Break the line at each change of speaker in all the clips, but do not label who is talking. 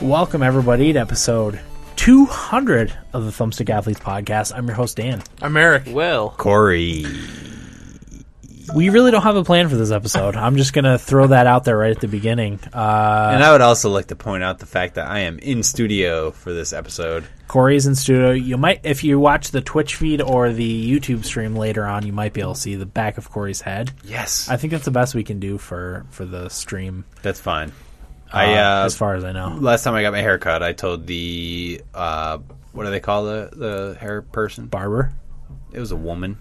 Welcome, everybody, to episode 200 of the Thumbstick Athletes Podcast. I'm your host, Dan.
I'm Eric.
Well,
Corey.
Uh, We really don't have a plan for this episode. I'm just going to throw that out there right at the beginning. Uh,
and I would also like to point out the fact that I am in studio for this episode.
Corey's in studio. You might, if you watch the Twitch feed or the YouTube stream later on, you might be able to see the back of Corey's head.
Yes.
I think that's the best we can do for, for the stream,
That's fine.
uh,
I uh,
as far as I know.
last time I got my hair cut, I told the uh, what do they call the the hair person?
Barber,
It was a woman.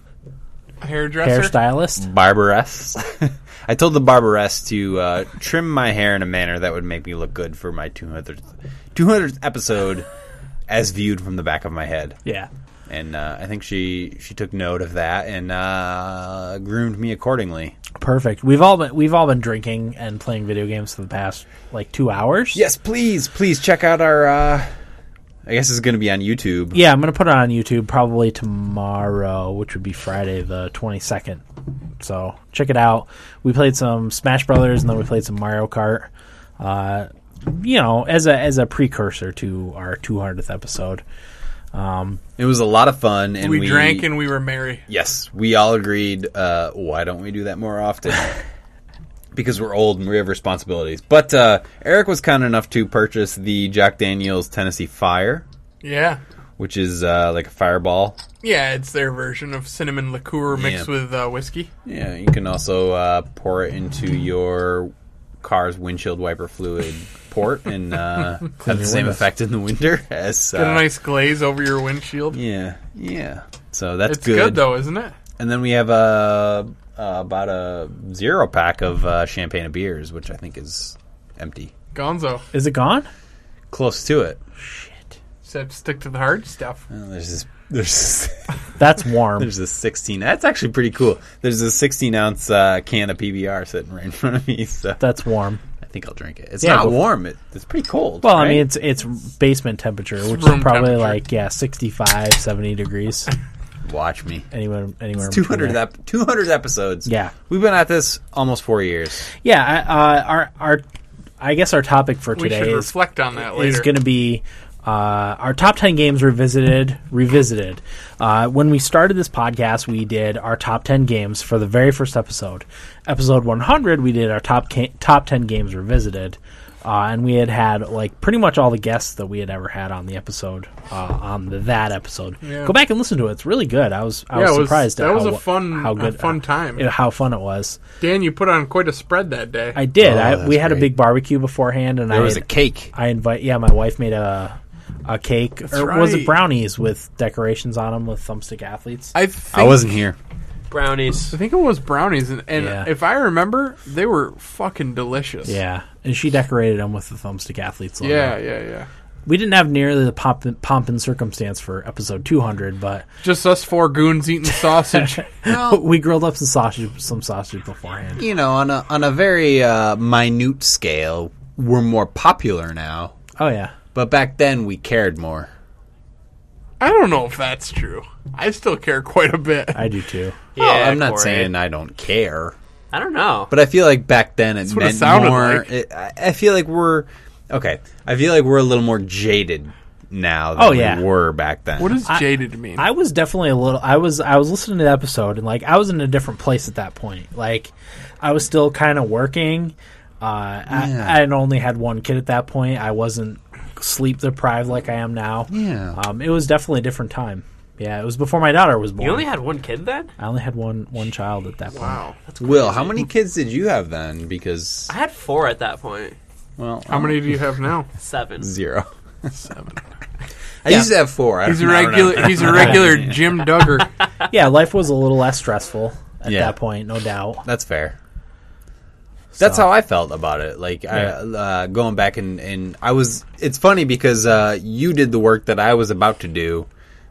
Hairdresser.
Mm.
hairstylist.
Barbaress. I told the barbaress to uh, trim my hair in a manner that would make me look good for my 200th, 200th episode as viewed from the back of my head.
Yeah.
And uh, I think she she took note of that and uh, groomed me accordingly.
Perfect. We've all been we've all been drinking and playing video games for the past like two hours.
Yes, please, please check out our. Uh, I guess it's going to be on YouTube.
Yeah, I'm gonna put it on YouTube probably tomorrow, which would be Friday the 22nd. So check it out. We played some Smash Brothers and then we played some Mario Kart. Uh, you know, as a as a precursor to our 200th episode. Um,
It was a lot of fun, and
We,
we,
drank and we were merry.
yes, we all agreed. Uh, why don't we do that more often? because we're old and we have responsibilities. But uh, Eric was kind enough to purchase the Jack Daniel's Tennessee Fire,
Yeah.
which is uh, like a fireball.
Yeah, it's their version of cinnamon liqueur mixed
Yeah.
with uh, whiskey.
Yeah, you can also uh, pour it into your car's windshield wiper fluid port and uh, have the
your
same
windows.
effect in the winter as uh,
Get a nice glaze over your windshield.
Yeah, yeah. So that's
it's good. though, isn't it?
And then we have uh, uh, about a zero pack of uh, champagne and beers, which I think is empty.
Gonzo
is it gone?
Close to it.
said, "Stick to the hard stuff."
Uh, there's this. There's
That's warm.
there's a 16. That's actually pretty cool. There's a 16 ounce uh, can of PBR sitting right in front of me. So
That's warm.
I think I'll drink it. It's
Yeah,
not
go for it.
warm. It, it's pretty cold.
Well, I
right?
mean, it's it's basement temperature, which is
room
probably
temperature.
like yeah, 65, 70 degrees.
watch me.
Anywhere, anywhere. in between
200
there.
ep- 200 episodes.
Yeah.
we've been at this almost four years.
Yeah, I- uh, our our I guess our topic for
We
today
should
is
reflect on that
is
later.
going to be uh, our top 10 games revisited revisited uh, when we started this podcast we did our top 10 games for the very first episode episode 100 we did our top ca- top 10 games revisited uh, and we had had like pretty much all the guests that we had ever had on the episode uh, on the, that episode
Yeah.
go back and listen to it it's really good i was i was
Yeah, it was-
surprised at
that was
how,
a fun-
how
a
good
fun time.
uh, how fun it was
Dan, you put on quite a spread that day.
i did
Oh,
I,
that's
we had a
great.
big barbecue beforehand and
There
i
was a
had-
cake.
I invite. Yeah, my wife made a a cake, or was it
right.
brownies with decorations on them with thumbstick athletes?
I think,
I wasn't here.
brownies.
I think it was brownies, and, and
Yeah.
if I remember, they were fucking delicious.
yeah, and she decorated them with the thumbstick athletes. Logo.
yeah, yeah, yeah.
we didn't have nearly the pomp, pomp and circumstance for episode two hundred, but
Just us four goons eating sausage.
we grilled up some sausage, some sausage beforehand.
you know, on a on a very uh, minute scale, we're more popular now.
Oh yeah,
But back then, we cared more.
I don't know if that's true. I still care quite a bit.
I do too.
Oh, I'm not saying I don't care,
I don't know.
but I feel like back then it
what it
meant
sounded
more.
like.
It, I I feel like we're okay. I feel like we're a little more jaded now than
Oh, yeah.
we were back then.
What does jaded mean?
I was definitely a little. I was I was listening to the episode and like I was in a different place at that point. Like I was still kind of working. Uh,
Yeah.
I, I had only had one kid at that point. I wasn't sleep deprived like I am now.
Yeah.
Um, it was definitely a different time. Yeah, it was before my daughter was born.
You only had one kid then?
I only had one one child at that point.
wow.
Will, how many kids did you have then? Because
I had four at that point.
well,
How many do you have now?
Seven.
Zero.
Seven.
I used to have four. I
He's a
don't- I don't know.
regular. He's a regular Jim Duggar.
Yeah, life was a little less stressful at
Yeah.
that point, no doubt.
That's fair. That's how I felt about it. Like I, uh, going back and, and I was. It's funny because uh, you did the work that I was about to do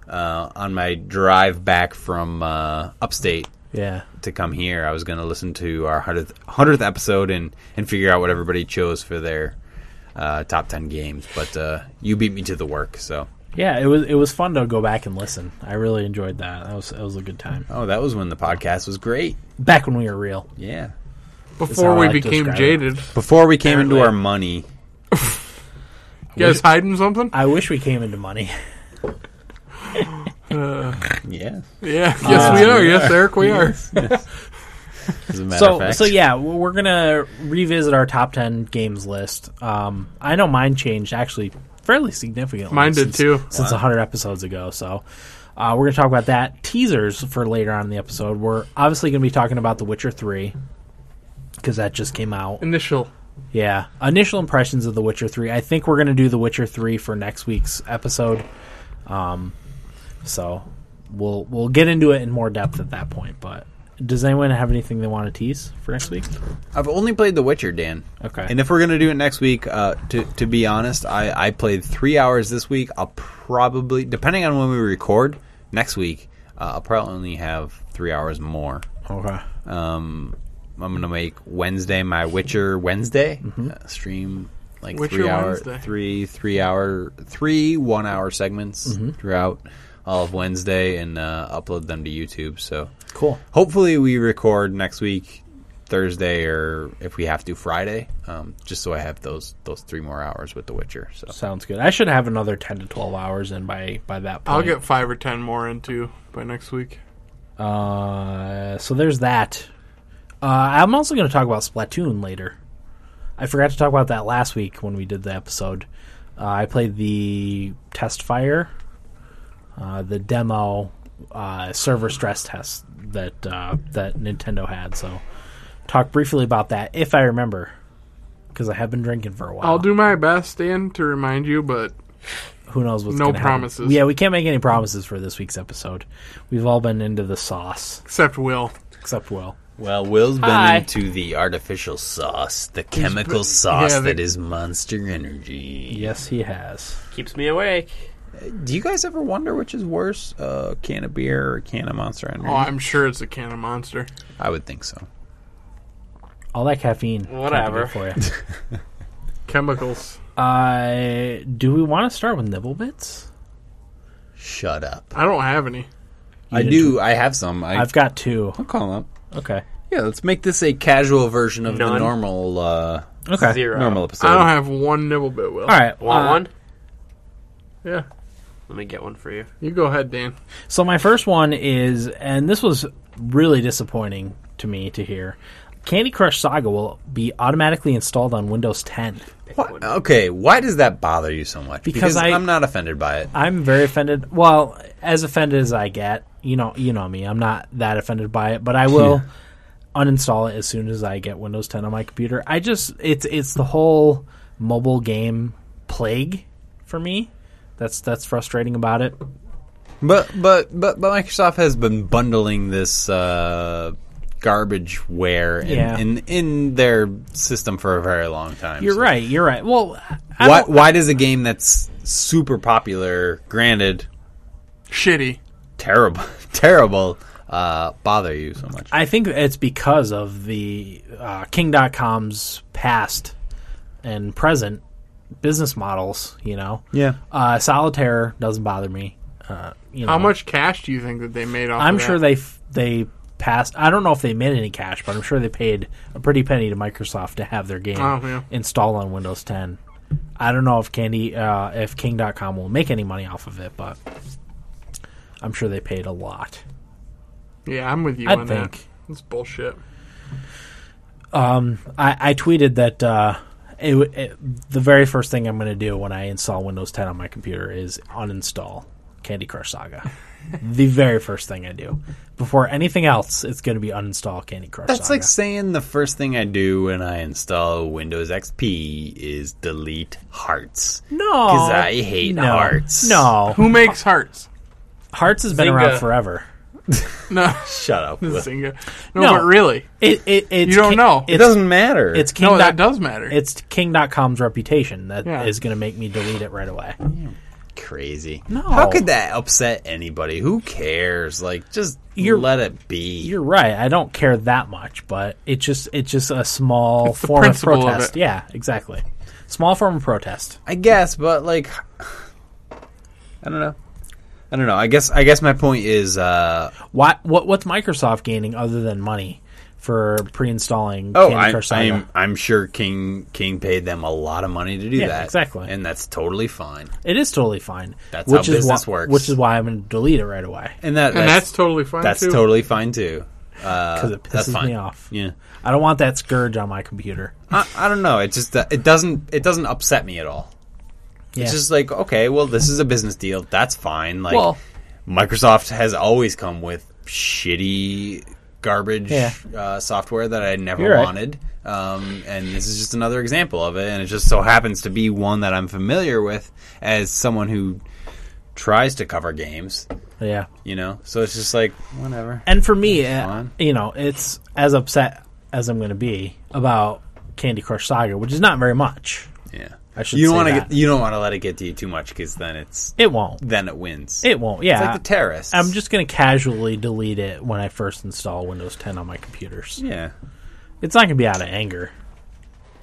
uh, on my drive back from uh, upstate
Yeah.
to come here. I was going to listen to our hundredth hundredth episode and and figure out what everybody chose for their uh, top ten games. But uh, you beat me to the work. So
Yeah, it was it was fun to go back and listen. I really enjoyed that. That was that was a good time.
oh, that was when the podcast was great.
Back when we were real.
Yeah.
Before
how
we
I
became
describe it.
jaded,
Before we came into
Apparently.
our money,
You guys hiding something?
I wish we came into money.
Yeah.
Yeah. Yes, we are. Yes, Eric, we are.
As a matter of
So,
fact.
so yeah, w- we're gonna revisit our top ten games list. Um, I know mine changed actually fairly significantly.
Mine did
since,
too.
since hundred episodes ago. So, uh, we're gonna talk about that teasers for later on in the episode. We're obviously gonna be talking about The Witcher Three because that just came out.
Initial.
Yeah. Initial impressions of The Witcher 3. I think we're going to do The Witcher 3 for next week's episode. Um, so we'll we'll get into it in more depth at that point, but does anyone have anything they want to tease for next week?
I've only played The Witcher, Dan.
Okay.
And if we're gonna do it next week, uh, to to be honest, I I played three hours this week. I'll probably, depending on when we record next week, uh, I'll probably only have three hours more.
Okay.
Um, I'm gonna make Wednesday my Witcher Wednesday uh, stream, like
Witcher
three hour,
Wednesday.
three three hour, three one hour segments throughout all of Wednesday, and uh, upload them to YouTube. So
Cool.
hopefully we record next week thursday or if we have to friday um, just so i have those those three more hours with the witcher so
Sounds good. I should have another 10 to 12 hours in by by that point.
I'll get five or ten more into by next week.
Uh, so there's that. Uh, I'm also going to talk about Splatoon later. I forgot to talk about that last week when we did the episode. Uh, I played the test fire, uh, the demo uh, server stress test that uh, that Nintendo had. So talk briefly about that if I remember, because I have been drinking for a while.
I'll do my best, Dan, to remind you, but
Who knows what's
No
gonna happen.
promises.
Yeah, we can't make any promises for this week's episode. We've all been into the sauce,
except Will.
except Will.
well will's been
Hi.
into the artificial sauce the chemical sauce
yeah, the-
that is monster energy
Yes, he has.
Keeps me awake.
do you guys ever wonder which is worse a can of beer or a can of monster energy
Oh, I'm sure it's a can of monster.
i would think so
All that caffeine. can't be
Whatever.
good for you.
Chemicals.
uh, do we want to start with nibble bits?
shut up
I don't have any.
i do i have some I,
I've got two.
i'll call 'em up
Okay.
yeah let's make this a casual version of the
None.
normal uh
Okay.
Zero.
normal episode
I don't have one nibble bit, Will.
All right.
Want
uh,
one?
Yeah.
Let me get one for you.
You go ahead, Dan.
So my first one is, and this was really disappointing to me to hear. Candy Crush Saga will be automatically installed on Windows 10.
Pick
Why-
one.
okay, why does that bother you so much?
Because I-
am not offended by it.
I'm very offended. Well, as offended as I get, you know, you know me. I'm not that offended by it, but I will uninstall it as soon as I get Windows 10 on my computer. I just it's it's the whole mobile game plague for me. That's that's frustrating about it.
But but but but Microsoft has been bundling this uh, garbageware in,
Yeah.
in in their system for a very long time.
You're
so-
right. You're right. Well, I
Why
don't-
why does a game that's super popular, granted
Shitty.
terrible terrible, uh, bother you so much?
I think it's because of the uh, King.com's past and present business models. You know,
yeah.
uh, solitaire doesn't bother me. Uh, you know,
How much cash do you think that they made off
I'm
of
sure
that?
they f- they passed. I don't know if they made any cash, but I'm sure they paid a pretty penny to Microsoft to have their game
Oh, yeah.
installed on Windows 10. I don't know if Candy uh, if King.com will make any money off of it, but I'm sure they paid a lot.
Yeah, I'm with you
I
on that.
think.
That's bullshit.
I, I tweeted that uh, it, w- it, the very first thing I'm going to do when I install Windows 10 on my computer is uninstall Candy Crush Saga. the very first thing I do before anything else, it's going to be uninstall Candy Crush.
That's
Saga.
like saying the first thing I do when I install Windows XP is delete hearts.
No,
'Cause I hate
no.
hearts.
No,
Who makes hearts?
hearts has been
Zynga.
around forever.
No,
Shut up. Will.
Zynga. No,
No.
but really,
It, it, it's
You don't
King-
know.
It
It's,
doesn't matter.
it's King.
no,
dot,
that does matter.
It's King.com's reputation that is
Yeah.
going to make me delete it right away.
crazy.
No.
How could that upset anybody? Who cares? Like, just
You're-
let it be.
You're right. I don't care that much, but it's just it's just a small
the
form of
principle of
protest.
it.
Yeah, exactly. Small form of protest.
I guess, but like, I don't know. I don't know. I guess. I guess my point is, uh,
What what what's Microsoft gaining other than money for pre-installing
Oh,
Candy
I,
Crush Saga.
I'm I'm sure King King paid them a lot of money to do
Yeah,
that.
exactly.
and that's totally fine.
It is totally fine.
That's how business
why,
works.
Which is why I'm going to delete it right away
And that
and that's
that's
totally fine.
that's,
too.
totally fine too.
because it
Uh, that's
pisses
fine.
me off.
Yeah,
I don't want that scourge on my computer.
I, I don't know. It just uh, it doesn't it doesn't upset me at all.
Yeah.
It's just like okay, well, this is a business deal. That's fine. Like
Well-
Microsoft has always come with shitty garbage
Yeah.
uh, software that I never
You're right.
wanted. Um, and this is just another example of it. And it just so happens to be one that I'm familiar with as someone who tries to cover games.
yeah.
You know, so it's just like whatever.
And for me, uh,
fine.
you know, it's as upset as I'm going to be about Candy Crush Saga, which is not very much.
Yeah,
I should
You
say
don't want to
that.
get you don't want to let it get to you too much because then it's
It won't.
then it wins.
It won't. Yeah.
It's
Uh,
like the terrorists.
I'm just going to casually delete it when I first install Windows 10 on my computers.
yeah.
It's not going to be out of anger.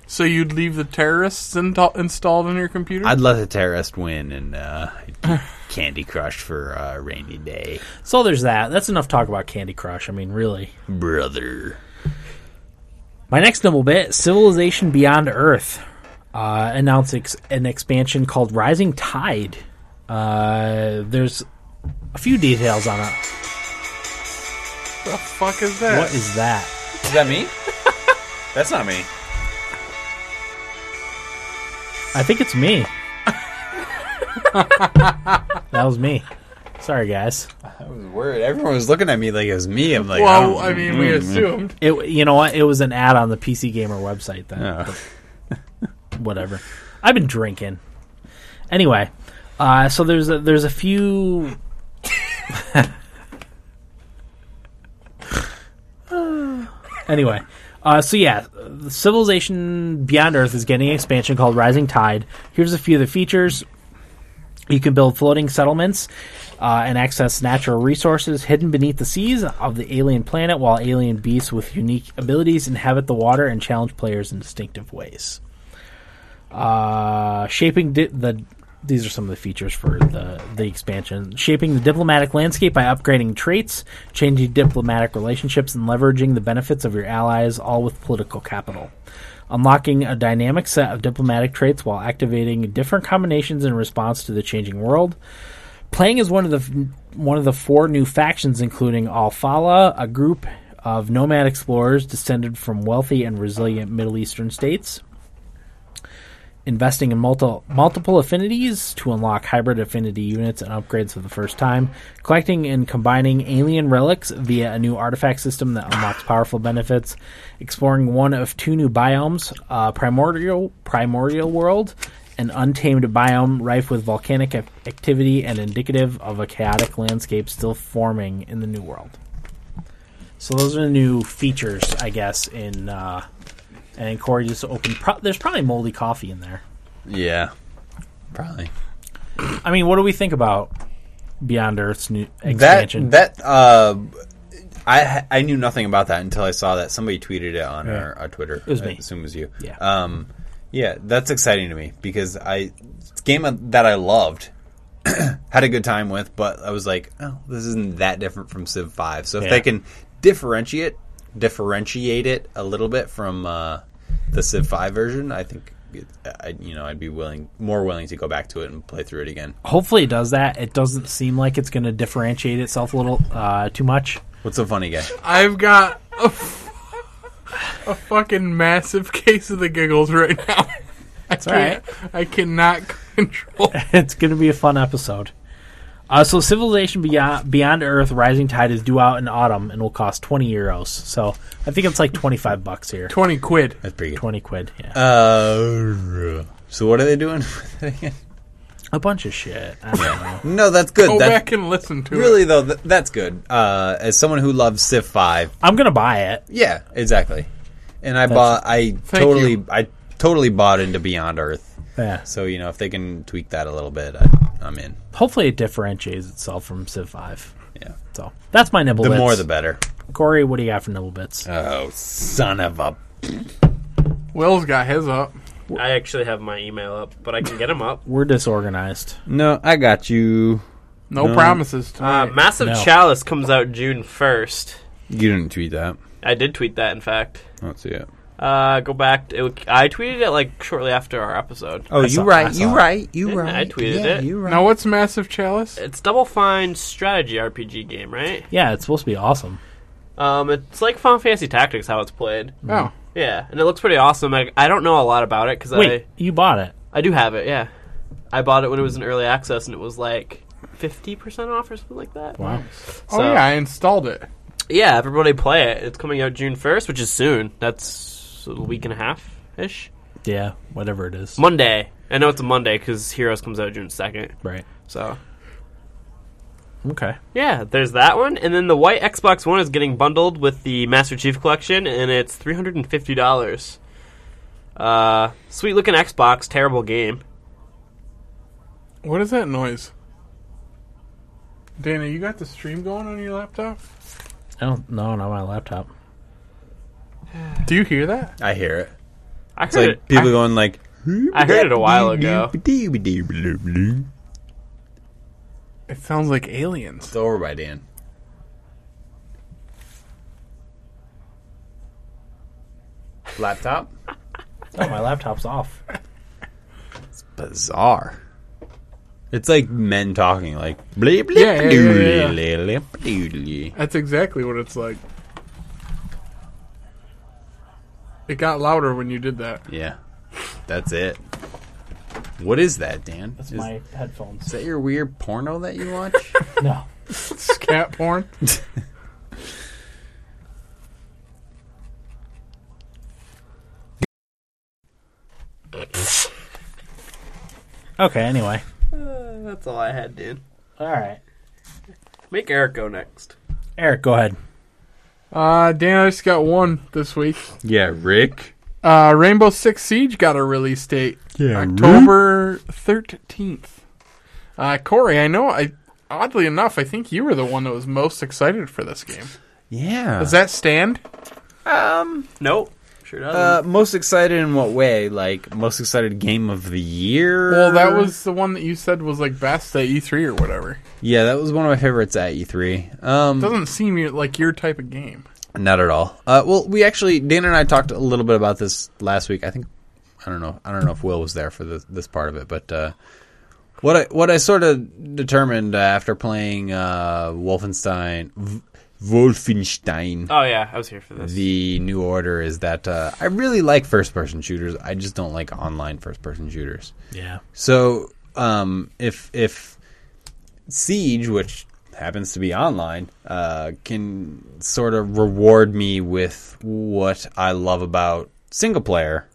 So you'd leave the terrorists into- installed on your computer?
I'd let the terrorist win and uh, keep Candy Crush for uh, rainy day,
So there's that. That's enough talk about Candy Crush. I mean, really.
brother.
My next double bit, Civilization Beyond Earth, uh, announced ex- an expansion called Rising Tide. Uh, there's a few details on it.
the fuck is that?
What is that?
Is that me? That's not me.
I think it's me. that was me. Sorry, guys.
I was worried. Everyone was looking at me like it was me. I'm like,
well,
oh,
I mean, we
mm,
assumed.
It, you know what? It was an ad on the PC Gamer website. Then
oh.
whatever. I've been drinking. Anyway, uh, so there's a, there's a few. anyway, uh, so yeah, the Civilization Beyond Earth is getting an expansion called Rising Tide. Here's a few of the features. You can build floating settlements uh, and access natural resources hidden beneath the seas of the alien planet, while alien beasts with unique abilities inhabit the water and challenge players in distinctive ways uh, shaping di- the these are some of the features for the the expansion shaping the diplomatic landscape by upgrading traits changing diplomatic relationships and leveraging the benefits of your allies all with political capital unlocking a dynamic set of diplomatic traits while activating different combinations in response to the changing world playing as one of the one of the four new factions, including Alfala, a group of nomad explorers descended from wealthy and resilient Middle Eastern states. Investing in multi- multiple affinities to unlock hybrid affinity units and upgrades for the first time. Collecting and combining alien relics via a new artifact system that unlocks powerful benefits. Exploring one of two new biomes, uh, Primordial, Primordial World an untamed biome rife with volcanic ac- activity and indicative of a chaotic landscape still forming in the New World. So those are the new features, I guess. In uh, and Corey just opened. Pro- There's probably moldy coffee in there.
yeah, probably
I mean, what do we think about Beyond Earth's new
that.
expansion?
That uh, I I knew nothing about that until I saw that somebody tweeted it on our, our Twitter. It
was
I
me.
assume it was you.
Yeah.
Um, yeah, that's exciting to me because I it's a game that I loved, had a good time with, but I was like, oh, this isn't that different from Civ Five. So if
Yeah.
they can differentiate differentiate it a little bit from uh, the Civ Five version, I think. It, I, you know, I'd be willing, more willing to go back to it and play through it again.
Hopefully, it does that. It doesn't seem like it's going to differentiate itself a little uh, too much.
What's so funny, guy?
I've got a, f- a fucking massive case of the giggles right now. That's
all right.
I cannot control.
it's going to be a fun episode. Uh, so, Civilization Beyond, Beyond Earth: Rising Tide is due out in autumn and will cost twenty euros. So, I think it's like twenty five bucks here,
Twenty quid.
That's pretty good.
twenty quid. Yeah,
Uh, so what are they doing?
a bunch of shit. I don't know.
no, that's good.
Go
That's
back and listen to
really
it.
though. Th- that's good. Uh, as someone who loves Civ Five,
I'm gonna buy it.
yeah, exactly. And I bought. I totally.
you.
I totally bought into Beyond Earth.
Yeah.
So you know, if they can tweak that a little bit, I, I'm in.
Hopefully, it differentiates itself from Civ Five.
Yeah.
So that's my nibble.
The
bits.
more, the better.
Corey, what do you got for nibble bits?
Oh, son of a!
Will's got his up.
I actually have my email up, but I can get them up.
We're disorganized.
No, I got you.
No, promises
Uh,
tonight.
Massive
No.
Chalice comes out June 1st.
You didn't tweet that.
I did tweet that, in fact.
Let's see it.
Uh, go back. To, it, I tweeted it like shortly after our episode.
Oh,
I
you
saw- I
right,
saw
you
it.
right, you
Didn't I?
right.
I tweeted
yeah,
it.
You right.
Now, what's Massive Chalice?
It's Double Fine strategy RPG game, right?
Yeah, it's supposed to be awesome.
Um, it's like Final Fantasy Tactics how it's played.
Oh,
Yeah, and it looks pretty awesome. I, I don't know a lot about it because I
Wait, you bought it?
I do have it. Yeah, I bought it when it was in early access, and it was like fifty percent off or something like that.
Wow.
oh
So-
yeah, I installed it.
Yeah, everybody play it. It's coming out June first, which is soon. That's a week and a half ish.
Yeah, whatever it is.
Monday. I know it's a Monday because Heroes comes out June second.
Right.
So
Okay.
yeah, there's that one, and then the white Xbox One is getting bundled with the Master Chief Collection, and it's three hundred and fifty dollars. Uh, sweet looking Xbox, terrible game.
What is that noise? Dana, you got the stream going on your laptop?
I don't know. Not my laptop.
Do you hear that?
I hear it.
I
It's
heard
like
it.
people going like.
I heard it a while ago.
It's
It sounds like aliens.
over by Dan. Laptop.
Oh, my laptop's off.
bizarre. It's like men talking, like bleep bleep
Yeah, yeah, yeah,
bleep, bleep, bleep.
That's exactly what it's like. It got louder when you did that.
Yeah, that's it. What is that, Dan?
That's
is,
my
is
headphones.
that your weird porno that you watch?
No.
It's cat porn.
Okay. Anyway.
Uh, that's all I had, dude.
All right.
Make Eric go next.
Eric, go ahead.
Uh, Dana, I just got one this week.
yeah, Rick.
Uh, Rainbow Six Siege got a release date.
Yeah,
October thirteenth. Uh, Corey, I know. I oddly enough, I think you were the one that was most excited for this game.
Yeah.
Does that stand?
um
Nope. Sure doesn't.
uh, most excited in what way? Like most excited game of the year?
Well, that was the one that you said was like best at E3 or whatever.
yeah, that was one of my favorites at E3. Um,
Doesn't seem you- like your type of game.
Not at all. Uh, well, we actually Dan and I talked a little bit about this last week. I think I don't know. I don't know if Will was there for this, this part of it, but uh, what I what I sort of determined uh, after playing uh, Wolfenstein, v- Wolfenstein,
oh yeah, I was here for this.
the New Order is that uh, I really like first person shooters. I just don't like online first person shooters.
Yeah.
So um, if if Siege, which happens to be online, uh, can sort of reward me with what I love about single player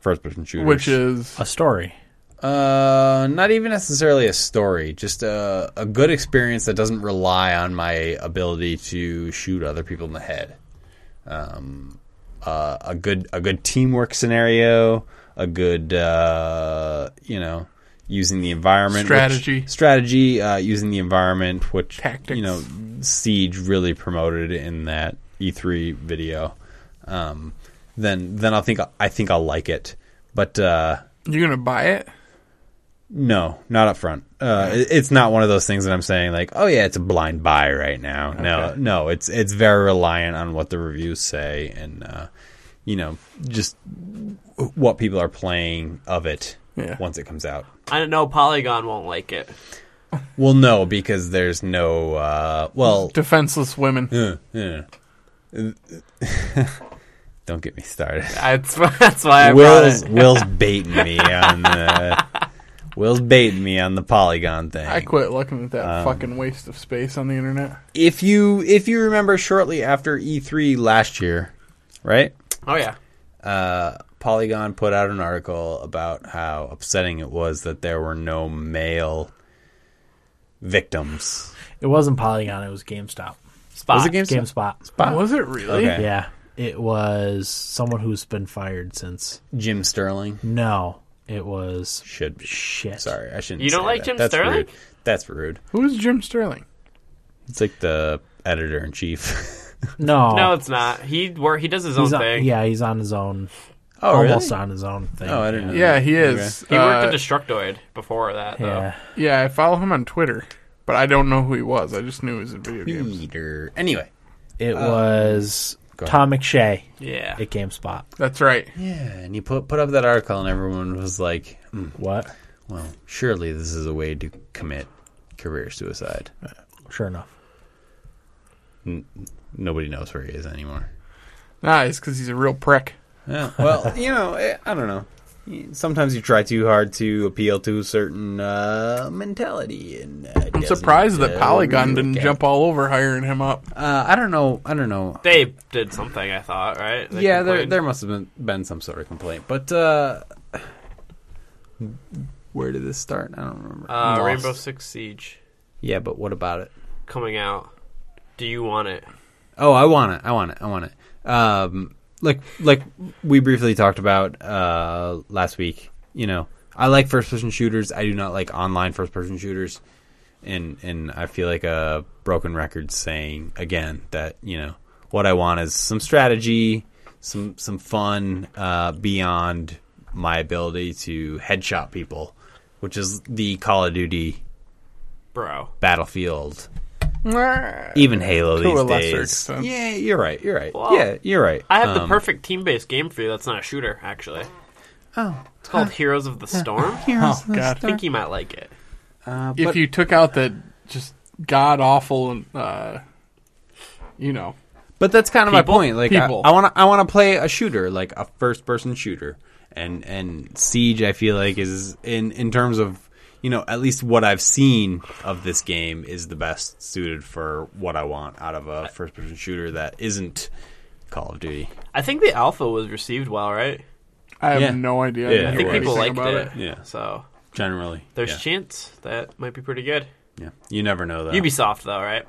first person shooters,
Which is
A story.
uh, not even necessarily a story, just a, a good experience that doesn't rely on my ability to shoot other people in the head. Um, uh, a good a good teamwork scenario, a good uh, you know using the environment which-
Strategy.
strategy uh, using the environment, which
Tactics.
you know Siege really promoted in that E3 video. Um, then then I'll think I think I'll like it, but. Uh,
you're gonna buy it.
no, not up front. Uh, it- it's not one of those things that I'm saying like, oh yeah, it's a blind buy right now. No, no, it's it's very reliant on what the reviews say and uh, you know just what people are playing of it
Yeah.
once it comes out.
I know Polygon won't like it.
Well, no, because there's no uh, well,
Defenseless women.
uh, uh. don't get me started.
That's that's why I
Will's
brought it.
Will's baiting me on the Will's baiting me on the polygon thing.
I quit looking at that
Um.
fucking waste of space on the internet.
if you if you remember shortly after E3 last year, right?
Oh yeah,
Uh, Polygon put out an article about how upsetting it was that there were no male victims.
It wasn't Polygon. It was GameStop.
spot.
Was it GameStop?
GameSpot.
Was it really?
Okay.
Yeah. It was someone who's been fired since.
Jim Sterling
No, it was
should be.
shit.
Sorry, I shouldn't.
You don't
say
like
that.
Jim
That's
Sterling?
Rude. That's rude.
Who is Jim Sterling?
It's like the editor in chief.
No.
No, it's not. He wor- he does his own
he's on,
thing.
Yeah, he's on his own.
oh,
almost on his own thing.
Oh, I didn't know.
Yeah, he is.
He worked
Uh,
at Destructoid before that, though.
Yeah.
yeah, I follow him on Twitter,
Hmm.
but I don't know who he was. I just knew he was in video games.
Peter. Anyway,
It was
Oh. Go ahead.
Tom McShay
Yeah.
at GameSpot.
That's right.
Yeah, and he put put up that article, and everyone was like, "Hmm,
What?
"Well, surely this is a way to commit career suicide."
Sure enough.
Nobody knows where he is anymore.
Nah, it's because he's a real prick.
Yeah, well, you know, eh, I don't know. Sometimes you try too hard to appeal to a certain uh, mentality, and uh,
I'm surprised that Polygon didn't jump all over hiring him up.
Uh, I don't know. I don't know.
They did something, I thought, right? They
yeah, there
complained.
there must have been, been some sort of complaint, but uh, where did this start? I don't remember.
Uh,
I'm
Rainbow
lost.
Six Siege
Yeah, but what about it?
coming out. Do you want it?
Oh, I want it. I want it. I want it. Um, like like we briefly talked about uh, last week. You know, I like first person shooters. I do not like online first person shooters, and and I feel like a broken record saying again that you know what I want is some strategy, some some fun uh, beyond my ability to headshot people, which is the Call of Duty
Bro.
Battlefield even
To
Halo these
a lesser
days.
extent.
Yeah, you're right. You're right.
Well,
yeah, you're right.
I have the
Um,
perfect team based game for you that's not a shooter, actually.
Oh,
It's called Heroes of the Storm. I
Oh God!
think you might like it.
uh,
If
but-
you took out that just god awful, uh, you know,
but that's kind of
People?
my point. Like, I
People.
want to, I want to play a shooter, like a first-person shooter, and and Siege. I feel like is in in terms of you know at least what I've seen of this game is the best suited for what I want out of a first-person shooter that isn't Call of Duty.
I think the alpha was received well, right?
I have
Yeah.
no idea.
Yeah,
I
didn't
it
think
hear
was.
people
anything
liked
about
it.
Yeah.
So
Generally,
there's
yeah.
chance that might be pretty good.
yeah. You never know though.
Ubisoft though, right?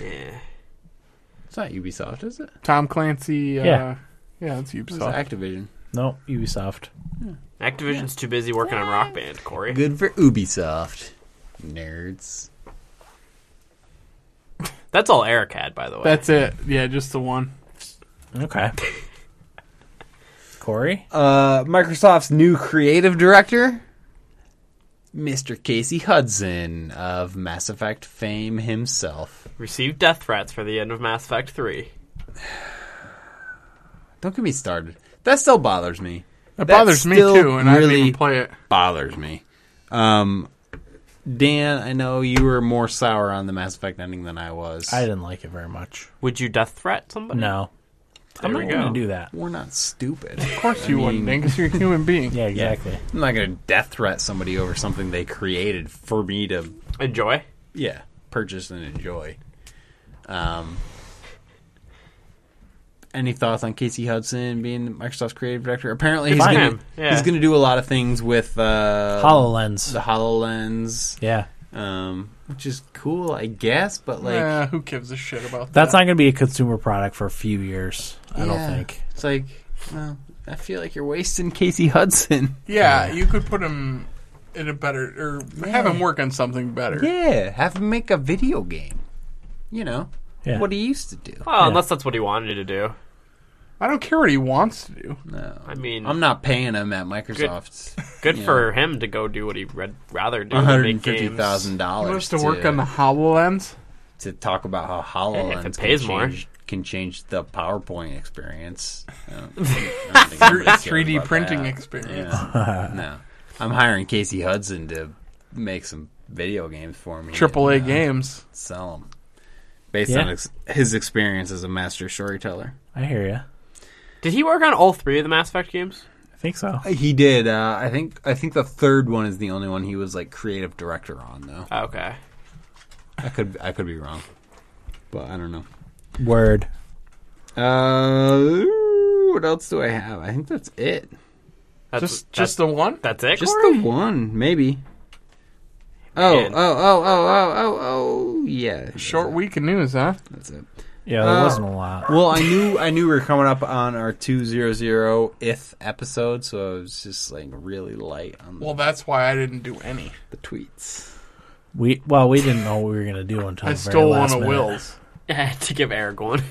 Yeah.
it's not Ubisoft, is it?
Tom Clancy. Uh, yeah,
Yeah.
yeah, that's Ubisoft.
It's Activision.
No, Ubisoft.
Activision's too busy working on Rock Band, Corey.
Good for Ubisoft, nerds.
That's all Eric had, by the way.
That's it. Yeah, just the one.
Okay. Corey?
uh, Microsoft's new creative director, Mr. Casey Hudson of Mass Effect fame himself.
received death threats for the end of Mass Effect 3.
Don't get me started. That still bothers me.
It
That
bothers me
still
too, and I didn't
really
even play it.
bothers me. Um, Dan, I know you were more sour on the Mass Effect ending than I was.
I didn't like it very much.
Would you death threat somebody?
No. I'm
we
not
go.
going to do that.
we're not stupid.
Of course you wouldn't, because you're a human being.
Yeah, exactly.
I'm not going to death threat somebody over something they created for me to
Enjoy.
yeah, purchase and enjoy. Um, any thoughts on Casey Hudson being Microsoft's creative director? Apparently, he's
for
going
him, yeah.
he's going to do a lot of things with uh, the
HoloLens.
Hololens,
Yeah.
um, which is cool, I guess. But like,
Eh, who gives a shit about
That's
that?
not going to be a consumer product for a few years, I
yeah,
don't think.
it's like. Well, I feel like you're wasting Casey Hudson.
yeah, you could put him in a better or have him work on something better.
Yeah, have him make a video game. You know
Yeah.
what he used to do.
Well, unless that's what he wanted to do.
I don't care what he wants to do.
No,
I mean,
I'm not paying him at Microsoft's.
good
Yeah.
for him to go do what he'd red- rather do.
One
than
hundred
make
and fifty
games.
thousand
He
dollars
wants to work on the Hololens.
to talk about how
Hey,
Hololens
if it pays
can,
more.
change, can change the PowerPoint experience. I don't- I don't think anybody cares
3D
about
printing
that.
experience.
Yeah. no, I'm hiring Casey Hudson to make some video games for me.
Triple A
and, uh,
games.
Sell them based
Yeah.
on ex- his experience as a master storyteller.
I hear you.
Did he work on all three of the Mass Effect games?
I think so.
He did. Uh, I think. I think the third one is the only one he was like creative director on, though.
Oh, Okay.
I could. I could be wrong, but I don't know.
Word.
Uh, what else do I have? I think that's it.
That's,
Just just the one?
that's it.
Just
Corey?
the one, maybe. Oh, oh,
Man.
oh, oh, oh, oh, oh, yeah.
Short week of news, huh?
That's it.
Yeah, there
Uh,
wasn't a lot.
Well, I knew I knew we were coming up on our two zero zero ith episode, so I was just like really light on the,
Well, that's why I didn't do any.
the tweets.
We well, we didn't know what we were going to do until
I
the very
stole one
last
of
minute.
Will's.
to give Eric one.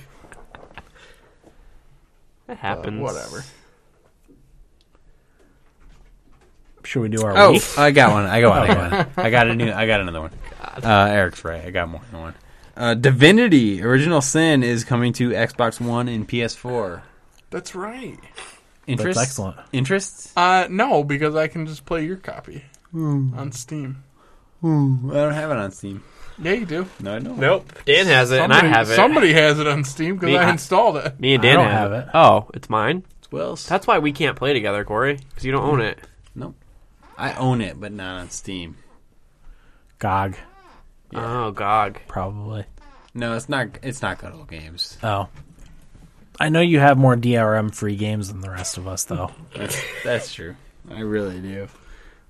that happens.
Whatever.
Should we do our
Oh,
week?
I got one. I got one. I got one. I got a new. I got another one. Uh, Eric's right. I got more than one. Uh, Divinity: Original Sin is coming to Xbox One and PS4.
That's right.
Interest?
excellent.
Interest?
Uh, no, because I can just play your copy on Steam.
I don't have it on Steam.
Yeah, you do.
No, I don't.
Nope. Dan has it, and I have it.
Somebody has it on Steam because
Me,
I
I-
installed it.
Me and
I
Dan
don't
have,
have
it.
it.
Oh, it's mine.
It's Wells.
That's why we can't play together, Corey, because you don't own it.
Nope. I own it, but not on Steam.
GOG,
Oh, GOG.
probably.
No, it's not. It's not good old games.
Oh. I know you have more DRM free games than the rest of us, though.
That's, that's true. I really do.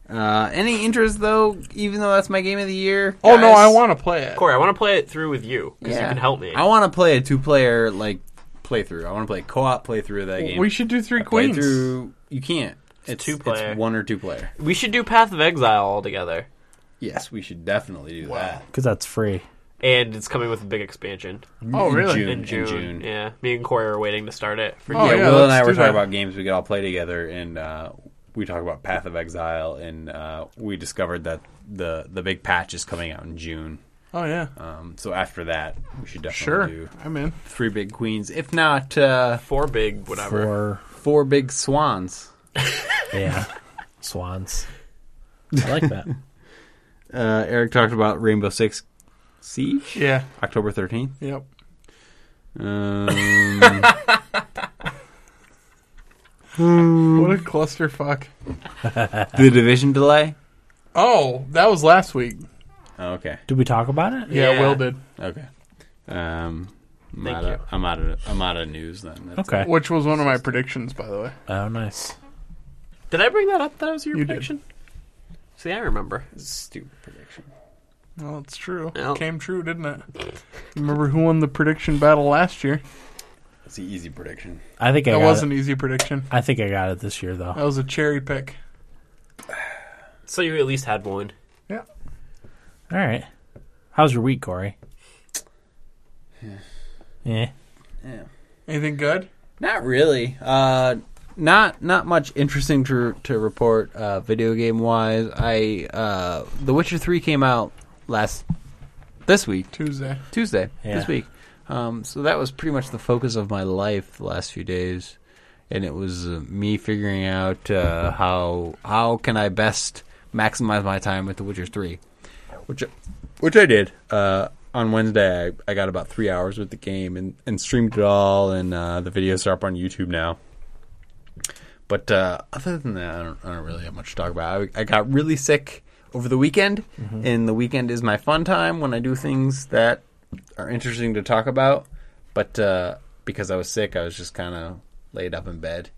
Uh, any interest though? Even though that's my game of the year.
Oh no,
guys?
I want to play it.
Corey, I want to play it through with you because you can help me.
I want to play a two-player like playthrough. I want to play co-op playthrough of that game.
We should do three queens.
playthrough. You can't. It's
two-player.
It's one or two player.
we should do Path of Exile all together,
Yes, we should definitely do that.
Because that's free.
and it's coming with a big expansion
Oh
In
really?
June.
in June.
June.
Yeah, me and Corey are waiting to start it. For
Oh,
yeah,
yeah,
Will and
let's
I were
do
talking
that.
about games we could all play together, and uh, we talked about Path of Exile, and uh, we discovered that the the big patch is coming out in June.
Oh yeah.
Um, so after that, we should definitely
Sure.
do
I'm in.
three big queens, if not uh,
four big whatever.
Or,
four big swans.
yeah, swans. I like that.
Uh, Eric talked about Rainbow Six Siege,
Yeah.
October thirteenth.
Yep.
Um,
What a clusterfuck.
the Division delay.
Oh, that was last week.
Oh, okay,
Did we talk about it?
Yeah,
Yeah.
Will did.
okay. Um, I'm
Thank
out of, I'm out of I'm out of news then. That's
Okay.
Which was one of my predictions, by the way.
Oh, nice.
Did I bring that up? That was your
You did.
prediction. See, I remember.
a stupid prediction.
Well, it's true.
Yep.
Came true, didn't it? Remember who won the prediction battle last year?
It's an easy prediction.
I think I
That
got
was
it.
an easy prediction.
I think I got it this year,
That
though.
was a cherry pick.
So you at least had one.
Yeah.
All right. How's your week, Corey? Eh. Yeah.
Anything good?
Not really. Uh, not not much interesting to to report. Uh, video game wise, I uh, The Witcher Three came out last this week,
Tuesday.
Tuesday
Yeah.
this week. Um, so that was pretty much the focus of my life the last few days, and it was uh, me figuring out uh, how how can I best maximize my time with The Witcher Three, which which I did. Uh, on Wednesday, I, I got about three hours with the game and, and streamed it all, and uh, the videos are up on YouTube now. But uh, other than that, I don't, I don't really have much to talk about. I, I got really sick over the weekend, and the weekend is my fun time when I do things that are interesting to talk about. But uh, because I was sick, I was just kind of laid up in bed.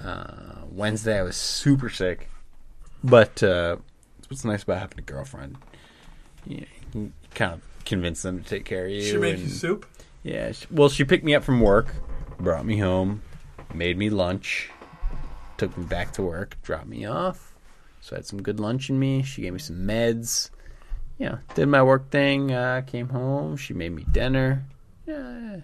Uh, Wednesday, I was super sick. But uh, that's what's nice about having a girlfriend. Yeah, you kind of convince them to take care of you. and-
soup?
yeah. sh- Well, she picked me up from work, brought me home, made me lunch, took me back to work, dropped me off. So I had some good lunch in me. She gave me some meds. Yeah, did my work thing. Uh, came home. She made me dinner. Yeah,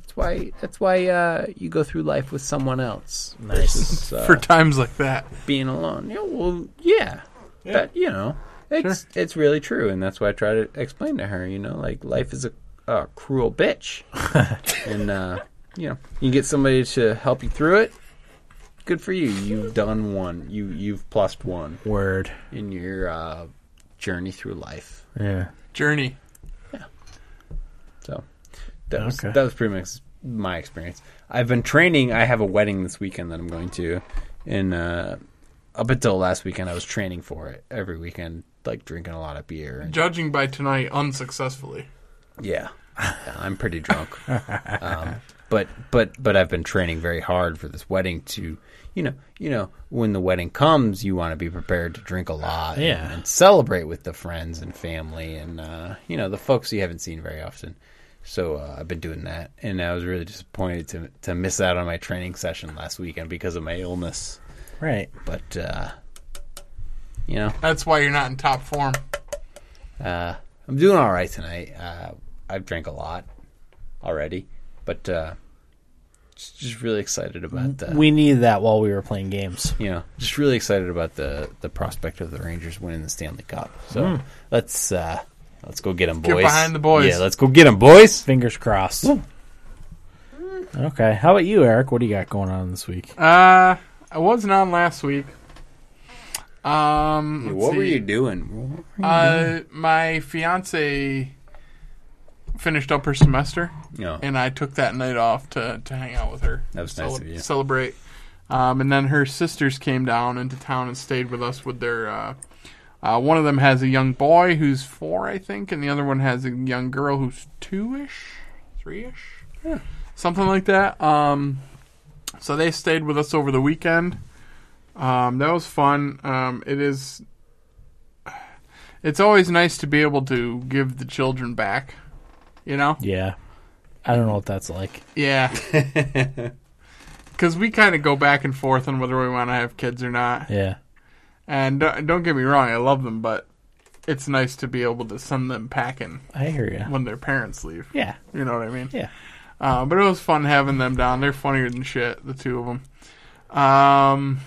that's why. That's why uh, you go through life with someone else
Nice.
versus uh,
For times like that.
being alone. Yeah, well, yeah, but you know, it's it's really true, and that's why I try to explain to her. You know, like life is a, a cruel bitch, and uh, you know, you get somebody to help you through it. Good for you. You've done one. You you've plus one
Word.
in your uh, journey through life.
Yeah.
Journey.
So that was
Okay.
that was pretty much my experience. I've been training. I have a wedding this weekend that I'm going to, and uh, up until last weekend, I was training for it every weekend, like drinking a lot of beer. And,
Judging by tonight, unsuccessfully.
yeah, Yeah, I'm pretty drunk. um, but but but I've been training very hard for this wedding to. You know, you know, when the wedding comes, you want to be prepared to drink a lot and-
Yeah.
and celebrate with the friends and family and uh, you know the folks you haven't seen very often. So uh, I've been doing that, and I was really disappointed to to miss out on my training session last weekend because of my illness.
Right.
But uh, you know,
That's why you're not in top form.
uh, I'm doing all right tonight. Uh, I've drank a lot already, but uh, just, just really excited about that.
We needed that while we were playing games.
you know, just really excited about the the prospect of the Rangers winning the Stanley Cup. So let's uh, Let's go get them,
Hmm. Get
boys.
behind the boys.
Yeah, let's go get them, boys.
Fingers crossed. Okay. How about you, Eric? What do you got going on this week?
Uh, I wasn't on last week. Um, let's
What were
see.
you doing?
Uh, my fiance finished up her semester,
No.
Uh, and I took that night off to to hang out with her.
That was nice of you.
Celebrate. Um, and then her sisters came down into town and stayed with us with their. Uh, uh, one of them has a young boy who's four, I think, and the other one has a young girl who's two ish, three ish, something like that. Um, so they stayed with us over the weekend. Um, that was fun. Um, it is. It's always nice to be able to give the children back, you know.
Yeah. I don't know what that's like.
Yeah. Because we kind of go back and forth on whether we want to have kids or not.
Yeah.
And don't, don't get me wrong, I love them, but it's nice to be able to send them packing
I hear you.
when their parents leave.
Yeah.
You know what I mean?
Yeah.
Uh, but it was fun having them down. They're funnier than shit, the two of them. Um,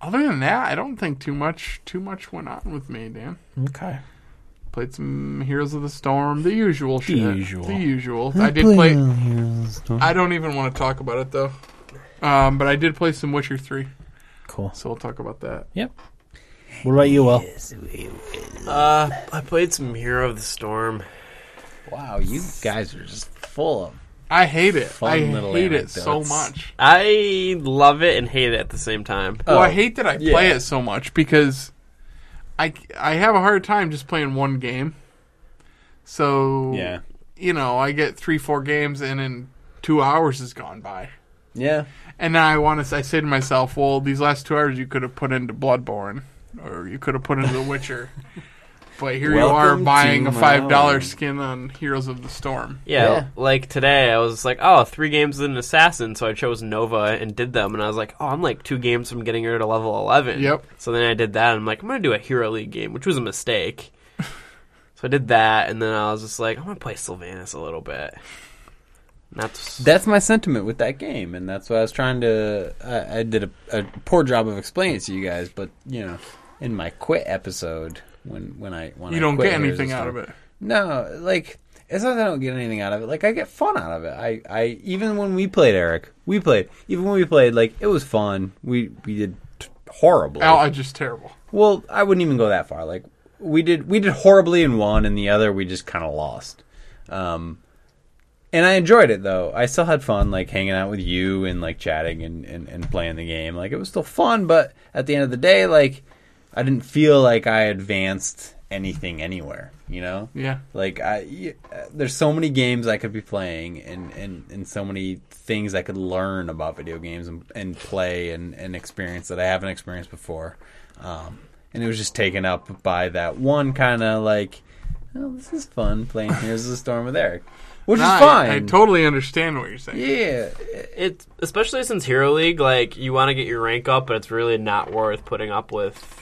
other than that, I don't think too much too much went on with me, Dan.
Okay.
Played some Heroes of the Storm, the usual shit.
usual.
The usual. I did play. I don't even want to talk about it though. Um, but I did play some Witcher three,
Cool.
so we'll talk about that.
Yep. What about you, Will?
Uh, I played some Hero of the Storm.
Wow, you guys are just full of.
I hate it.
Fun
I
little
hate it so
anecdotes.
much.
I love it and hate it at the same time.
well, I
Oh,
hate that I
yeah.
play it so much because I I have a hard time just playing one game. So
Yeah.
you know, I get three four games and in two hours has gone by.
Yeah.
And now I want to. I say to myself, well, these last two hours you could have put into Bloodborne, or you could have put into The Witcher. But here you are
Welcome to
buying a
my
five dollar
own.
skin on Heroes of the Storm.
Yeah,
Yeah.
like today I was like, oh, three games in Assassin, so I chose Nova and did them, and I was like, oh, I'm like two games from getting her to level eleven.
Yep.
So then I did that, and I'm like, I'm gonna do a Hero League game, which was a mistake. so I did that, and then I was just like, I'm gonna play Sylvanas a little bit. And That's
That's my sentiment with that game, and that's what I was trying to. I, I did a, a poor job of explaining it to you guys, but you know, in my quit episode, when when I when
You
I
don't
quit
get
Heroes
anything
Storm-
out of it.
No, like it's not that I don't get anything out of it. Like I get fun out of it. I, I even when we played Eric, we played even when we played like it was fun. We we did t- horribly.
Al, I just terrible.
Well, I wouldn't even go that far. Like we did we did horribly in one, and the other we just kind of lost. Um, and I enjoyed it though. I still had fun, like hanging out with you and like chatting and, and, and playing the game. Like it was still fun, but at the end of the day, like I didn't feel like I advanced anything anywhere. You know?
Yeah.
Like I, y- uh, there's so many games I could be playing, and, and, and so many things I could learn about video games and, and play and, and experience that I haven't experienced before. Um, and it was just taken up by that one kind of like, oh, this is fun playing Here's the Storm with Eric, which
Nah, I-
is fine.
I, totally understand what you're saying.
yeah,
it, especially since Hero League, like you want to get your rank up, but it's really not worth putting up with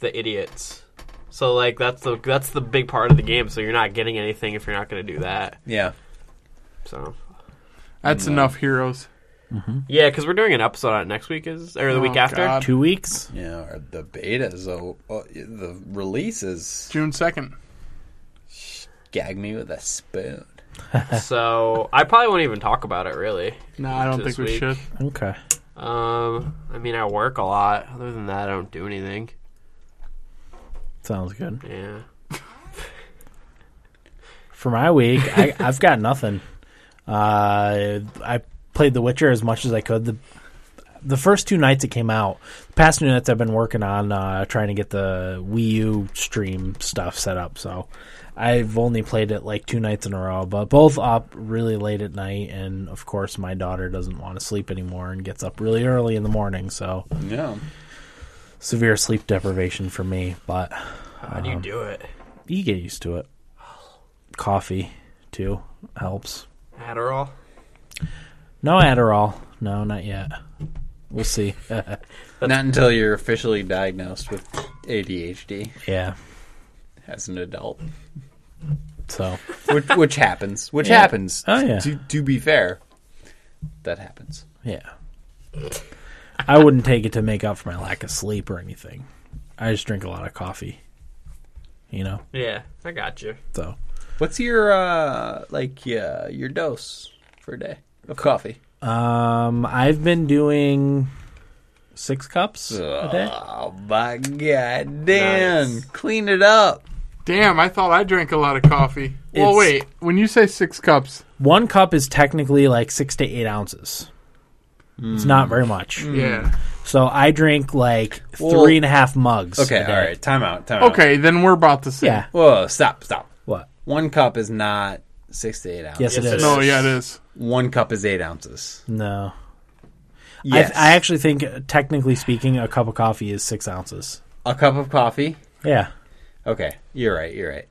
the idiots. So like that's the that's the big part of the game. So you're not getting anything if you're not gonna do that.
yeah.
So.
That's enough heroes.
Yeah, because we're doing an episode on it next week, is or the
Oh,
week after.
God.
Two weeks.
Yeah, or the beta, so uh, the releases
June second.
gag me with a spoon.
So I probably won't even talk about it really.
No, I don't
This
think we
week.
should.
Okay.
Um, I mean, I work a lot. Other than that, I don't do anything.
Sounds good.
Yeah.
For my week, I, I've got nothing. Uh, I played The Witcher as much as I could. The the first two nights it came out. The past two nights I've been working on uh, trying to get the Wii U stream stuff set up. So I've only played it like two nights in a row, but both up really late at night. And of course, my daughter doesn't want to sleep anymore and gets up really early in the morning. So
Yeah.
severe sleep deprivation for me. But
How
Uh-huh.
do you do it?
you get used to it. Coffee too helps.
Adderall.
No Adderall. No, not yet. We'll see.
Not until you're officially diagnosed with ADHD
yeah.
as an adult,
So
which, which happens. Which
Yeah.
happens.
Oh, yeah.
To, to be fair, that happens.
yeah. I wouldn't take it to make up for my lack of sleep or anything. I just drink a lot of coffee. you know.
Yeah, I got you.
So
What's your uh like uh, your dose for a day of coffee?
um, I've been doing six cups a day.
Oh my god, Dan,
Nice.
clean it up.
Damn, I thought I drank a lot of coffee. well,
It's-
wait. When you say six cups,
One cup is technically like six to eight ounces. It's
Mm.
not very much.
Hmm.
yeah.
So I drink like
Well-
three and a half mugs.
Okay,
a day.
all right, time out, time out.
Okay, then we're about the same.
Yeah.
Whoa, stop, stop.
What?
One cup is not six to eight ounces.
Yes,
Yes,
it
it
is.
No, yeah, it is.
One cup is eight ounces.
No.
Yes.
I, I actually think, uh, technically speaking, a cup of coffee is six ounces.
a cup of coffee.
Yeah.
Okay, you're right, you're right.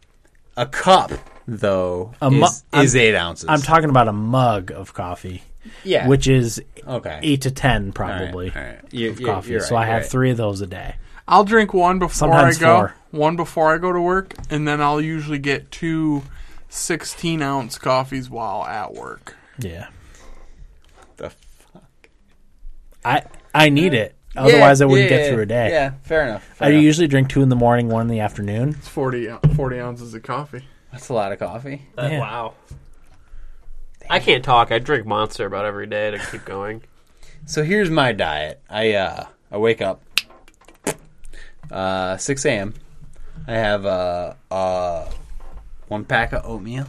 A cup though
A
is,
mu- I'm-
is eight ounces.
I'm talking about a mug of coffee,
yeah,
which is
okay,
eight to ten
All right,
probably
All right, You-
of
you-
coffee.
you're
so
right,
I
you're
have
right.
three of those a day.
I'll drink one before
Sometimes
I go.
four.
One before I go to work, and then I'll usually get two 16 ounce coffees while at work.
Yeah.
The fuck?
I I need it. Otherwise,
Yeah,
I wouldn't
yeah,
get
yeah,
through a day.
Yeah, fair enough. fair
I
enough.
usually drink two in the morning, one in the afternoon.
It's 40, ou- 40 ounces of coffee.
That's a lot of coffee.
Uh,
Yeah.
Wow. I can't talk. I drink Monster about every day to keep going.
So here's my diet. I uh, I wake up uh, 6 a.m. I have uh, uh, one pack of oatmeal.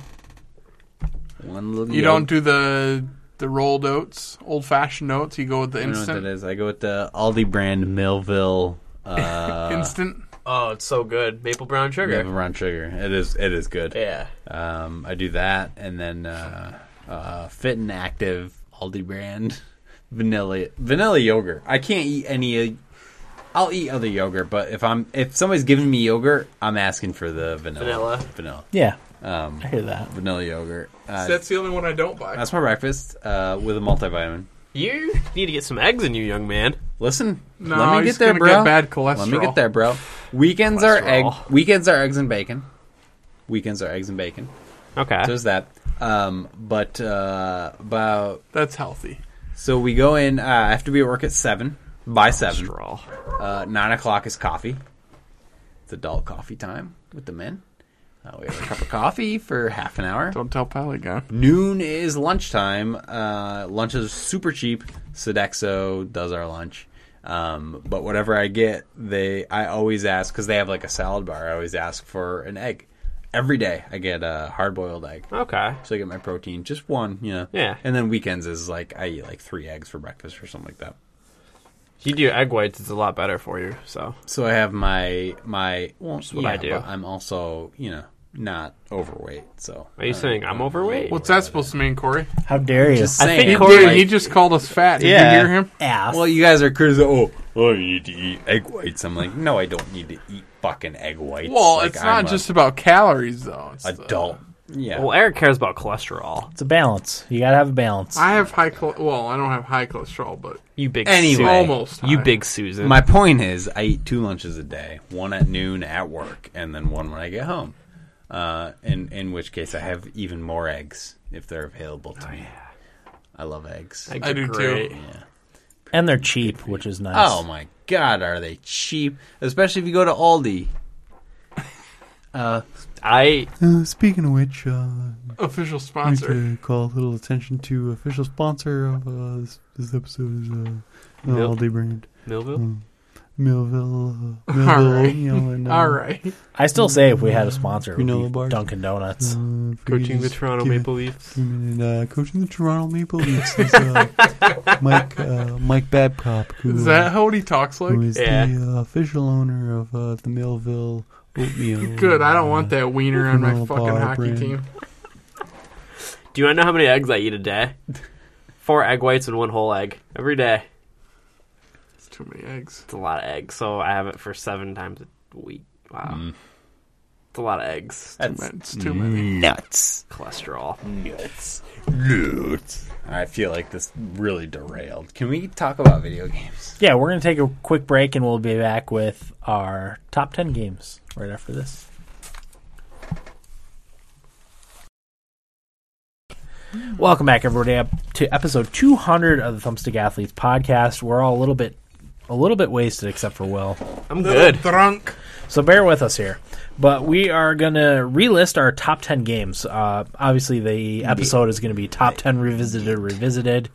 One little
You don't do the the rolled oats, old fashioned oats. You go with the
I don't know what that
instant.
is. I go with the Aldi brand Millville uh,
Instant.
Oh, it's so good. Maple brown sugar.
Never Run Sugar. It is it is good.
Yeah.
Um, I do that, and then uh, uh, Fit and Active Aldi brand vanilla vanilla yogurt. I can't eat any. uh, I'll eat other yogurt, but if I'm if somebody's giving me yogurt, I'm asking for the vanilla.
Vanilla.
vanilla,
Yeah,
um,
I hear that.
vanilla yogurt. Uh,
That's the only one I don't buy.
that's my breakfast uh, with a multivitamin.
You need to get some eggs in you, young man.
Listen,
No,
let me
he's
get there,
gonna
bro.
get bad cholesterol.
Let me get there, bro. Weekends are egg.
Cholesterol.
Weekends are eggs and bacon. Weekends are eggs and bacon.
Okay.
So is that. Um, but uh, about
That's healthy.
So we go in. Uh, I have to be at work at seven. By seven,
Cholesterol.
uh, nine o'clock is coffee. It's adult coffee time with the men. Uh, we have a cup of coffee for half an hour.
Don't tell Polygon.
Noon is lunchtime. Uh, lunch is super cheap. Sodexo does our lunch. Um, but whatever I get, they I always ask because they have like a salad bar. I always ask for an egg every day. I get a hard boiled egg.
Okay.
So I get my protein, just one, you know.
Yeah.
And then weekends is like I eat like three eggs for breakfast or something like that.
If you do egg whites, it's a lot better for you. So
So I have my my. Well,
what
yeah,
I do.
But I'm also you know not overweight. So
are you saying I'm overweight?
What's that supposed to mean, Corey?
How dare you?
Just
I
saying,
think
Dude,
like-
he just called us fat. Did
Yeah.
you hear him?
ass.
well, you guys are crazy. Oh, oh, you need to eat egg whites. I'm like, no, I don't need to eat fucking egg whites.
Well,
Like,
it's not
I'm a
just uh, about calories though. It's the-
adult. Yeah.
Well, Eric cares about cholesterol.
it's a balance. You gotta have a balance.
I have high chol- well, I don't have high cholesterol, but
You big
Anyway.
Susan.
almost.
You
high.
big Susan.
my point is, I eat two lunches a day, one at noon at work, and then one when I get home. Uh, in in which case, I have even more eggs if they're available to me. I love eggs. Uh,
Eggs
Oh, I
are
do too.
great.
and they're cheap, which is nice.
Oh my god, are they cheap? Especially if you go to Aldi.
I
Uh, speaking of which, uh,
official
I'd like
sponsor.
to call a little attention to official sponsor of uh, this, this episode is uh, uh,
Mil-
Aldi brand,
Millville.
Millville, uh,
All
Millville
right.
oatmeal, and uh,
All right.
I still say if we had a sponsor, it would
Granola
be
bars.
Dunkin' Donuts.
Uh, if we could
Coaching the
just
Toronto
give it
Maple Leafs.
a minute, uh, coaching the Toronto Maple Leafs is uh, Mike uh, Mike Babcock, who
Is that how he talks
who
like?
is
Yeah.
the uh, official owner of uh, the Millville oatmeal. uh,
Good. I don't want that wiener on my
Little
fucking
bar
hockey
brand.
team.
Do you want to know how many eggs I eat a day? Four egg whites and one whole egg every day.
It's too many eggs.
It's a lot of eggs, so I have it for seven times a week. Wow, it's a lot of eggs.
Too many- It's too many.
nuts.
Uh, Cholesterol.
Nuts. Nuts. I feel like this really derailed. Can we talk about video games?
Yeah, we're gonna take a quick break and we'll be back with our top ten games right after this. Welcome back, everybody, up to episode 200 of the Thumbstick Athletes podcast. We're all a little bit, a little bit wasted, except for Will.
I'm good.
Drunk.
So bear with us here. But we are going to relist our top 10 games. Uh, obviously, the episode is going to be top 10 revisited, revisited.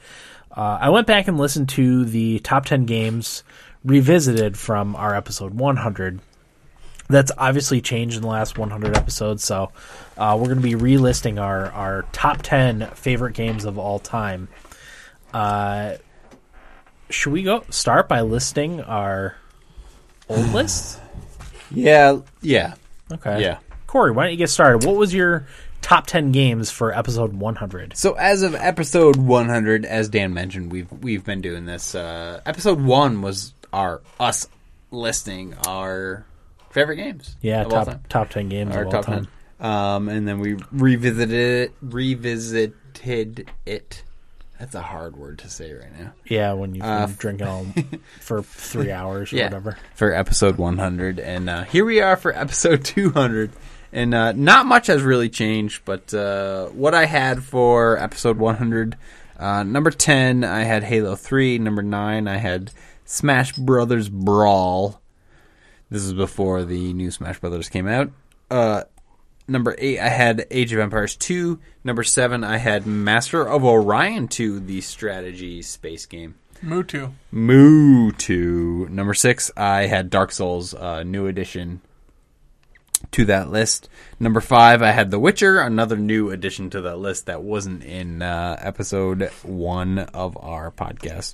Uh, I went back and listened to the top 10 games revisited from our episode 100. That's obviously changed in the last 100 episodes, so uh, we're going to be relisting our, our top 10 favorite games of all time. Uh, should we go start by listing our old list?
Yeah, yeah,
Okay.
yeah.
Corey, why don't you get started? What was your top 10 games for episode 100?
So as of episode 100, as Dan mentioned, we've we've been doing this. Uh, episode one was our us listing our favorite games.
Yeah,
of all time.
top top 10 games
our
of all
top
time.
ten. Um, and then we revisited it. Revisited it. That's a hard word to say right now.
Yeah, when you've
Uh,
been drinking all for 3 hours or whatever.
For episode 100, and uh, here we are for episode 200, and uh, not much has really changed. But uh, what I had for episode 100, uh, number 10, I had Halo 3. Number 9, I had Smash Brothers Brawl. This is before the new Smash Brothers came out. Uh, number eight, I had Age of Empires 2. Number seven, I had Master of Orion 2, the strategy space game.
Mutu.
Moo to number six. I had Dark Souls uh, new edition to that list. Number five, I had The Witcher, another new addition to that list that wasn't in uh, episode one of our podcast.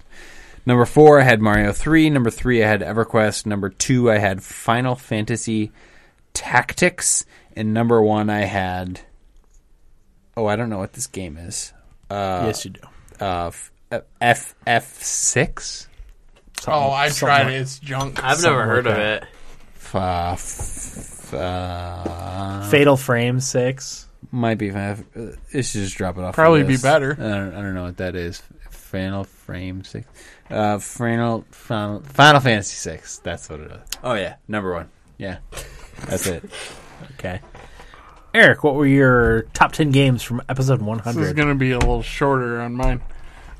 Number four, I had Mario three. Number three, I had EverQuest. Number two, I had Final Fantasy Tactics, and number one, I had. Oh, I don't know what this game is. Uh,
yes, you do.
uh, F F six.
Oh, I tried
Something.
it. It's junk.
I've never heard of it.
Uh, f- uh,
Fatal Frame 6.
might be. Five. uh, It's just drop it off. the
Probably be
list.
better.
I don't, I don't know what that is. Final Frame Six. Uh, Final Final Final Fantasy Six. That's what it is. Oh yeah, number one. Yeah, that's it.
Okay. Eric, what were your top 10 games from episode 100?
This is going to be a little shorter on mine.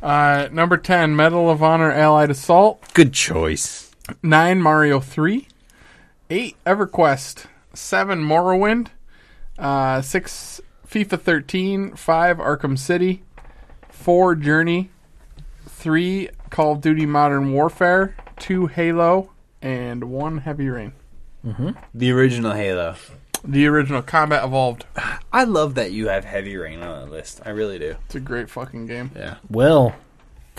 Uh, number 10, Medal of Honor Allied Assault.
Good choice.
9, Mario 3. 8, EverQuest. 7, Morrowind. Uh, 6, FIFA 13. 5, Arkham City. 4, Journey. 3, Call of Duty Modern Warfare. 2, Halo. And 1, Heavy Rain.
The original Halo.
The original Combat Evolved.
I love that you have Heavy Rain on the list. I really do.
It's a great fucking game.
Yeah.
Will,
Uh,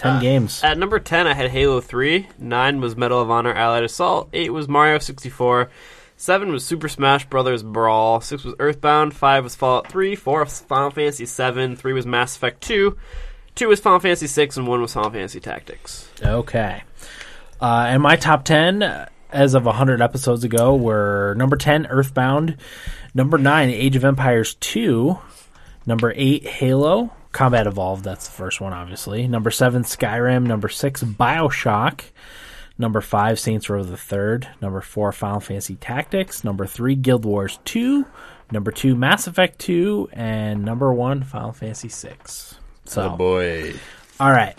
10 games.
At number 10, I had Halo 3. 9 was Medal of Honor Allied Assault. 8 was Mario 64. 7 was Super Smash Bros. Brawl. 6 was Earthbound. 5 was Fallout 3. 4 was Final Fantasy 7. 3 was Mass Effect 2. 2 was Final Fantasy 6. And 1 was Final Fantasy Tactics.
Okay. Uh, and my top 10 uh, as of 100 episodes ago were number 10, Earthbound, number 9, Age of Empires 2, number 8, Halo, Combat Evolved, that's the first one, obviously, number 7, Skyrim, number 6, Bioshock, number 5, Saints Row the Third, number 4, Final Fantasy Tactics, number 3, Guild Wars 2, number 2, Mass Effect 2, and number 1, Final Fantasy 6. So,
boy.
all right.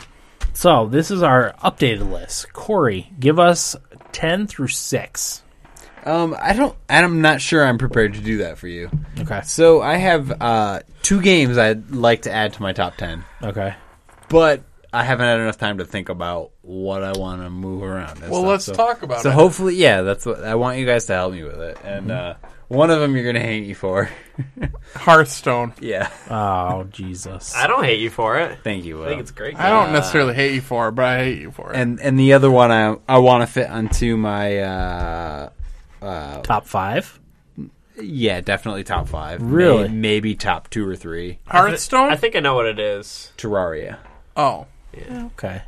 So this is our updated list. Corey, give us ten through six.
Um, I don't. I'm not sure I'm prepared to do that for you.
Okay.
So I have uh, two games I'd like to add to my top ten,
Okay.
but I haven't had enough time to think about what I want to move around. and
Well,
stuff,
let's
so-
talk about
So
it.
hopefully, yeah, that's what I want you guys to help me with it. And uh, one of them you're gonna hate me for.
Hearthstone.
yeah,
Oh Jesus.
I don't hate you for it.
thank you. Will.
I think it's a great.
I don't necessarily hate you for it, but I hate you for it.
and and the other one I I want to fit onto my uh, uh,
Top five.
yeah definitely top five. May-
Really?
maybe top two or three.
Hearthstone?
I think I know what it is.
Terraria.
oh.
Okay.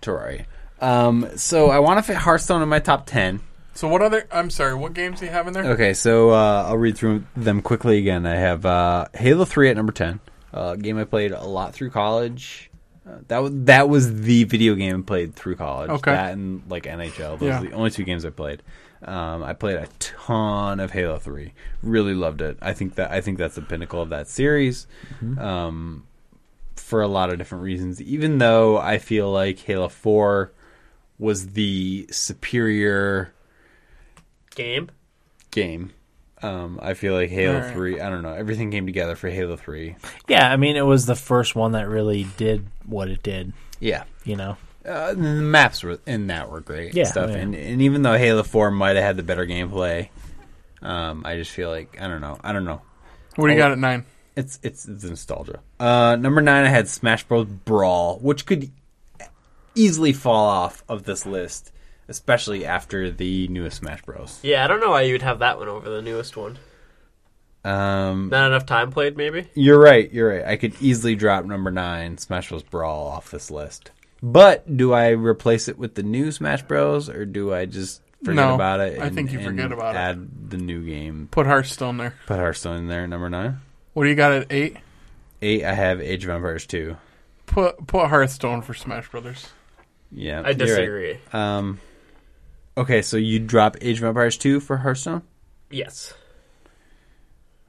Terraria. Um, so I want to fit Hearthstone in my top ten.
So what other? I'm sorry. What games do you have in there?
Okay, so uh, I'll read through them quickly again. I have uh, Halo Three at number ten, uh, a game I played a lot through college. Uh, that was that was the video game I played through college.
Okay.
that and like NHL. Those
Yeah.
are the only two games I played. Um, I played a ton of Halo Three. Really loved it. I think that I think that's the pinnacle of that series.
Mm-hmm.
Um, for a lot of different reasons. Even though I feel like Halo Four was the superior
Game.
game. Um, I feel like Halo
Alright.
Three. I don't know. Everything came together for Halo Three.
Yeah, I mean, it was the first one that really did what it did.
Yeah,
You know,
uh, the maps were in that were great
Yeah,
and stuff.
yeah.
And, and even though Halo Four might have had the better gameplay, um, I just feel like I don't know. I don't know.
What do you
Oh.
got at nine?
It's it's, it's nostalgia. Uh, number nine, I had Smash Bros. Brawl, which could easily fall off of this list, especially after the newest Smash Bros.
Yeah, I don't know why you would have that one over the newest one.
Um,
Not enough time played, maybe.
You're right. You're right. I could easily drop number nine, Smash Bros. Brawl, off this list. But do I replace it with the new Smash Bros. or do I just forget
No,
about it?
I think you forget about it.
Add the new game.
Put Hearthstone there.
Put Hearthstone in there. Number nine,
What do you got at eight?
eight. I have Age of Empires two.
Put put Hearthstone for Smash Brothers.
Yeah,
I
you're right.
disagree.
Um, okay, so you drop Age of Empires two for Hearthstone?
Yes.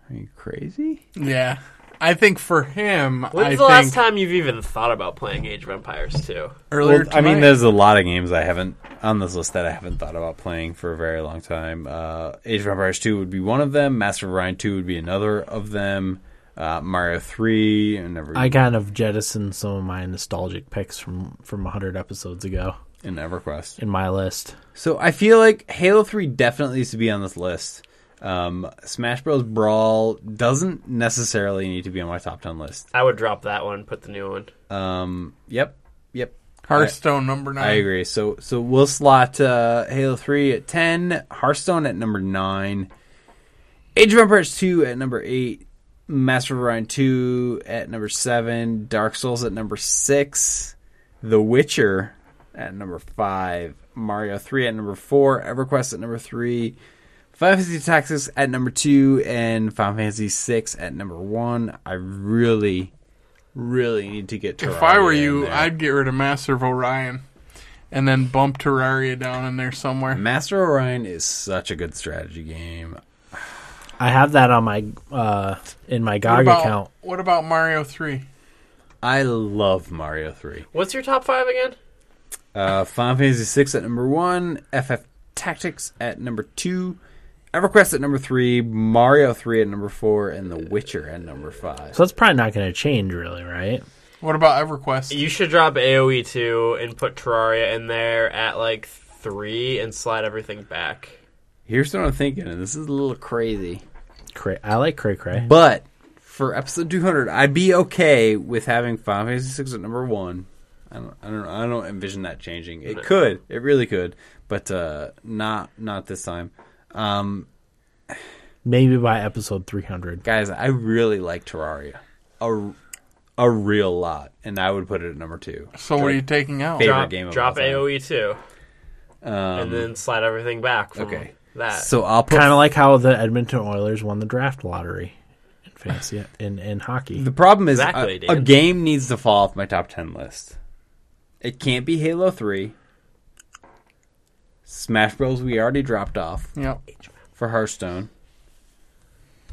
Are you crazy?
Yeah, I think for him,
When's
I
the last
think
time you've even thought about playing Age of Empires 2?
earlier.
Well, I mean,
tonight-
there's a lot of games I haven't on this list that I haven't thought about playing for a very long time. Uh, Age of Empires 2 would be one of them. Master of Orion 2 would be another of them. Uh, Mario 3 and Ever
I kind of jettisoned some of my nostalgic picks from from hundred episodes ago
and EverQuest.
in my list.
So I feel like Halo 3 definitely needs to be on this list. Um, Smash Bros. Brawl doesn't necessarily need to be on my top 10 list.
I would drop that one, put the new one.
Um, yep, yep.
Hearthstone number nine.
I agree. So so we'll slot uh, Halo Three at ten, Hearthstone at number nine, Age of Empires Two at number eight, Master of Orion Two at number seven, Dark Souls at number six, The Witcher at number five, Mario Three at number four, EverQuest at number three. Final Fantasy Tactics at number two and Final Fantasy Six at number one. I really, really need to get.
If I were
Terraria in
you,
there.
I'd get rid of Master of Orion, and then bump Terraria down in there somewhere.
Master Orion is such a good strategy game.
I have that on my uh in my
What
GOG
about,
account.
what about Mario three?
I love Mario 3.
What's your top five again?
Uh, Final Fantasy 6 at number 1, FF Tactics at number 2, EverQuest at number 3, Mario 3 at number 4, and The Witcher at number 5.
So that's probably not going to change, really, right?
What about EverQuest?
You should drop AoE 2 and put Terraria in there at like 3 and slide everything back.
Here's what I'm thinking, and this is a little crazy.
Cray, I like Cray Cray.
But for episode 200, I'd be okay with having Final Fantasy 6 at number 1. I don't, I don't, I don't envision that changing. It could, it really could, but uh, not, not this time. Um,
Maybe by episode three hundred.
guys, I really like Terraria, a a real lot, and I would put it at number two.
so what are you taking out?
Favorite
Drop,
game of
drop
all time. Um,
AoE 2 and then slide everything back from
okay.
that.
So I'll put
Kind of like how the Edmonton Oilers won the draft lottery in fantasy in in hockey.
the problem is
Exactly,
a, a
Dan.
game needs to fall off my top ten list. It can't be Halo Three. Smash Bros. We already dropped off
Yep.
for Hearthstone.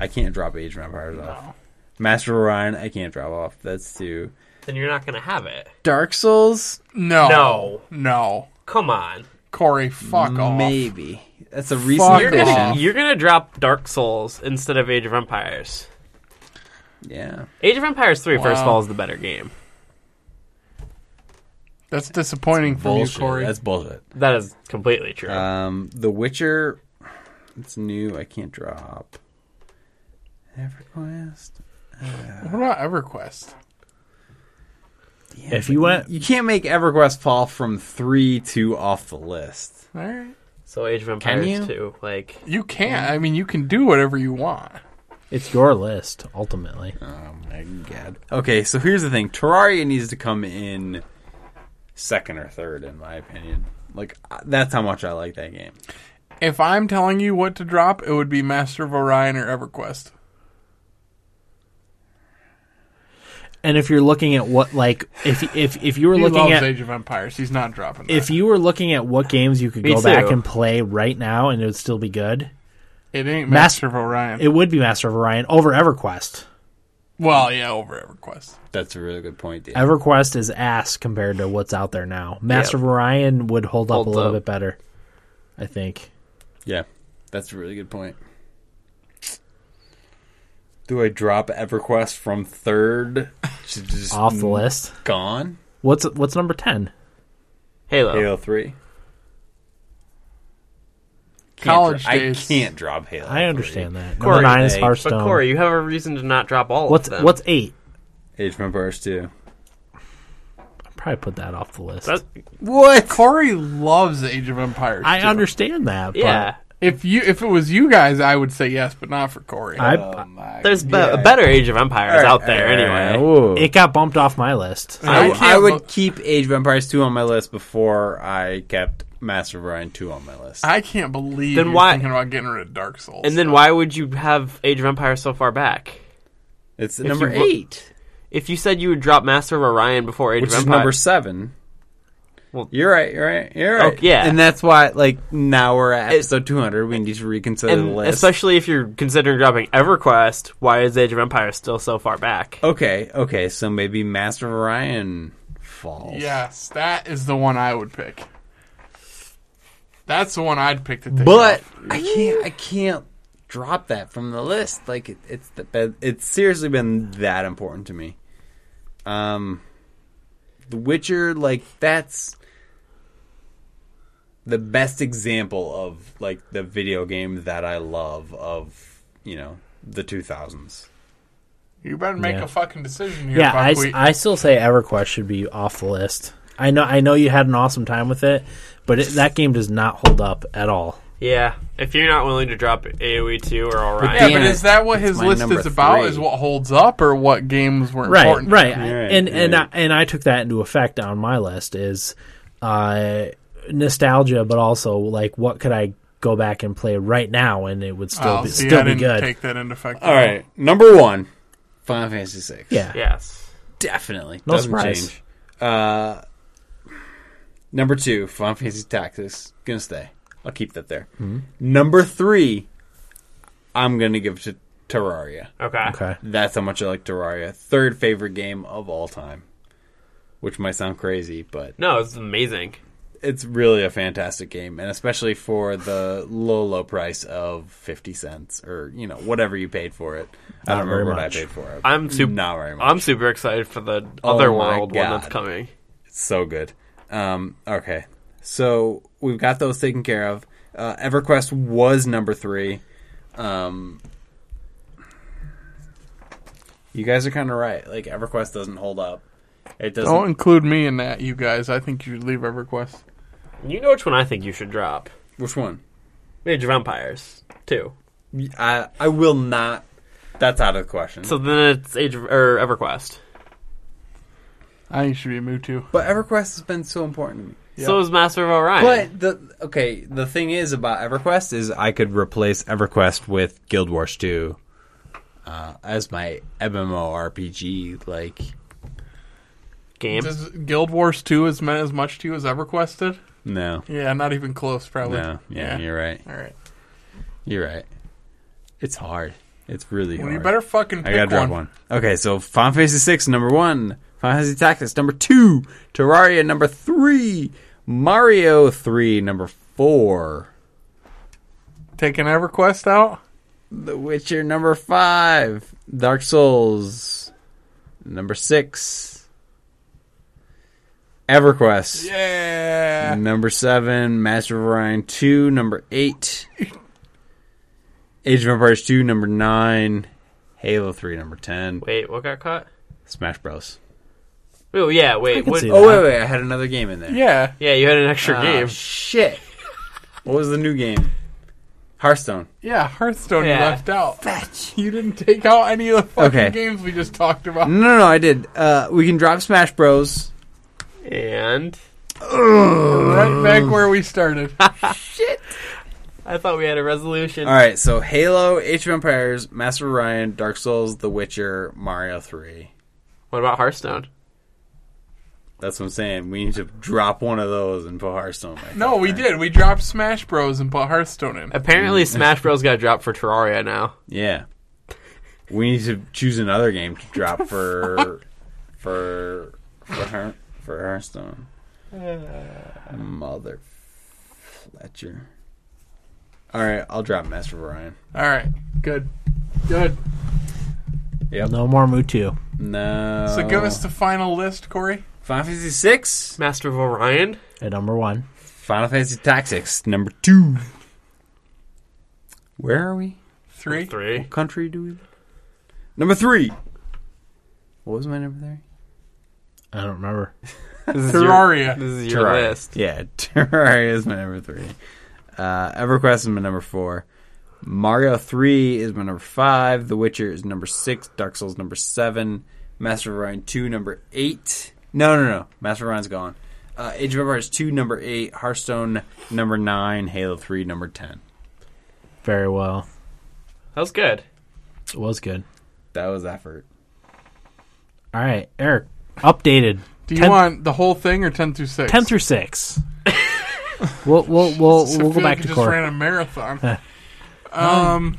I can't drop Age of Empires off. Master of Orion, I can't drop off. That's two.
then you're not going to have it.
Dark Souls,
No.
No.
No.
Come on.
Corey, fuck off.
maybe. That's a recent
You're
Fuck
addition.
off.
gonna, you're gonna drop Dark Souls instead of Age of Empires.
Yeah.
Age of Empires 3, first of
Wow.
all, is the better game.
That's disappointing for you,
Bullshit.
Corey.
That's bullshit.
That is completely true.
Um, The Witcher. It's new. I can't drop. EverQuest.
What about EverQuest?
if you went,
You can't make EverQuest fall from three to off the list.
All right.
so Age of Empires
you?
2, like,
You
Mm.
can't. I mean, you can do whatever you want.
it's your list ultimately.
Oh my god. Okay, so here's the thing. Terraria needs to come in second or third, in my opinion. Like I- that's how much I like that game.
If I'm telling you what to drop, it would be Master of Orion or EverQuest.
And if you're looking at what like if if if you were
He
looking
loves
at
Age of Empires. He's not dropping that.
if you were looking at what games you could
Me
go back
too.
and play right now and it would still be good,
it ain't
Mas-
Master of Orion.
it would be Master of Orion over EverQuest.
well, yeah, over EverQuest.
That's a really good point. Dan.
EverQuest is ass compared to what's out there now. Master of Orion would hold up
Holds
a little
up.
bit better, I think.
yeah, that's a really good point. Do I drop EverQuest from third? Just- just
Off
Mm.
the list.
Gone.
What's what's number ten?
Halo.
Halo three. Can't
College
dro-
days.
I can't drop Halo.
I understand that.
Corey,
number nine is
hey,
But
Hearthstone.
Corey, you have a reason to not drop all
what's
of them.
what's eight?
Age of Empires two.
Probably put that off the list.
That's-
What?
Corey loves Age of Empires.
I
too.
understand that. But
yeah?
If you, if it was you guys, I would say yes, but not for Corey.
I,
Oh
There's be- better Age of Empires out there anyway.
it got bumped off my list.
I
I,
can't
I would
vote-
keep Age of Empires 2 on my list before I kept Master of Orion 2 on my list.
I can't believe
Then
you're
why-
thinking about getting rid of Dark Souls.
And then why would you have Age of Empires so far back?
It's number
you look-
8,
If you said you would drop Master of Orion before Age
which
of
is
Empires,
number 7.
Well-
you're right, you're right, you're
Oh,
right.
yeah.
And that's why, like, now we're at episode 200. We need to reconsider the
and
list.
especially if you're considering dropping EverQuest, why is Age of Empires still so far back?
okay, okay, so maybe Master of Orion falls.
Yes, that is the one I would pick. That's the one I'd pick to take.
But
off.
I can't, I can't drop that from the list. Like, it, it's the best. It's seriously been that important to me. Um, The Witcher, like that's the best example of like the video game that I love of you know the 2000s.
you better make
Yeah.
a fucking decision here.
yeah, I, s-
Buckwheat.
I still say EverQuest should be off the list. I know I know you had an awesome time with it, but it, that game does not hold up at all.
Yeah, if you're not willing to drop AOE two or Orion,
yeah,
damn
but
it,
is that what his
my
list
number
is about?
three.
Is what holds up or what games were
right,
important?
Right,
Right,
and and I,
right.
and I took that into effect on my list is uh, nostalgia, but also like what could I go back and play right now, and it would still
Oh,
be,
see,
still
I
be
didn't
good.
take that into effect.
All right, number one, Final Fantasy Six.
yeah,
yes,
definitely
No
doesn't
surprise.
change. Uh, number two, Final Fantasy Tactics, gonna stay. I'll keep that there.
Mm-hmm.
Number three, I'm gonna give to Terraria.
okay,
okay.
That's how much I like Terraria. Third favorite game of all time. Which might sound crazy, but
no, it's amazing.
it's really a fantastic game, and especially for the low, low price of fifty cents or you know whatever you paid for it. I
Not
don't
very
remember what I
much.
paid for it.
I'm super.
not very much.
I'm super excited for the
Oh
other
my
world one that's
God.
coming.
so good. Um, okay, so we've got those taken care of. Uh, EverQuest was number three. Um, you guys are kind of right. Like EverQuest doesn't hold up. It doesn't.
Don't include me in that, you guys. I think you should leave EverQuest.
You know which one I think you should drop?
Which one?
Age of Empires two.
I I will not. That's out of the question.
So then it's Age of, or EverQuest.
I think it should be Mewtwo.
but EverQuest has been so important to me.
So is Master of Orion.
But the okay, the thing is about EverQuest is I could replace EverQuest with Guild Wars 2 uh, as my MMORPG. Like,
game.
Does Guild Wars 2 has meant as much to you as EverQuest did?
no,
Yeah, not even close, probably.
no, yeah, you're right,
All right.
you're right. It's hard. It's really
Well,
hard.
you better fucking pick
I gotta
one.
drop one. Okay, so Final Fantasy Six number one, Final Fantasy Tactics number two, Terraria number three, Mario three number four,
Taking EverQuest out?
The Witcher number five. Dark Souls number six. EverQuest
Yeah.
number seven. Master of Orion two number eight. Age of Empires two number nine. Halo three number ten.
Wait, what got caught?
Smash Bros.
Oh yeah, wait.
can
What,
see
Oh wait, wait! I had another game in there.
Yeah.
yeah, you had an extra
Ah,
game.
Shit. What was the new game? Hearthstone.
Yeah, Hearthstone you
Yeah.
left out. You didn't take out any of the fucking
Okay.
games we just talked about.
No, no, no. I did. Uh, we can drop Smash Bros.
And
Mm.
Right back where we started.
I thought we had a resolution.
All right, so Halo, Age of Empires, Master of Orion, Dark Souls, The Witcher, Mario Three.
What about Hearthstone?
That's what I'm saying. We need to drop one of those and put Hearthstone. Back
No,
up
we
there.
did. We dropped Smash Bros. and put Hearthstone in.
Mm.
Apparently, Smash Bros. got dropped for Terraria now.
Yeah, we need to choose another game to drop for for for Hear- for Hearthstone. Mother Fletcher. All right, I'll drop Master of Orion.
All right. Good. Good.
Yep.
No more Mewtwo.
No.
Uh,
So give us the final list, Corey.
Final Fantasy Six,
Master of Orion.
At number one,
Final Fantasy Tactics number two. Where are we?
Three.
Three.
What country do we? live? Number three. What was my number three?
I don't remember.
This is your-
Terraria.
This is your
Terraria.
list.
Yeah, Terraria is my number three. Uh, EverQuest is my number four. Mario three is my number five. The Witcher is number six. Dark Souls number seven. Master of Orion two number eight. No, no, no. Master of Orion's gone. Uh, Age of Empires two number eight. Hearthstone number nine. Halo three number ten.
Very well.
That was good.
It was good.
That was effort.
All right, Eric. Updated
Do you
Ten-
want the whole thing or ten through six?
ten through six. we'll we'll we'll,
So I
we'll
feel
go back
like I
to
just
core.
ran a marathon. um.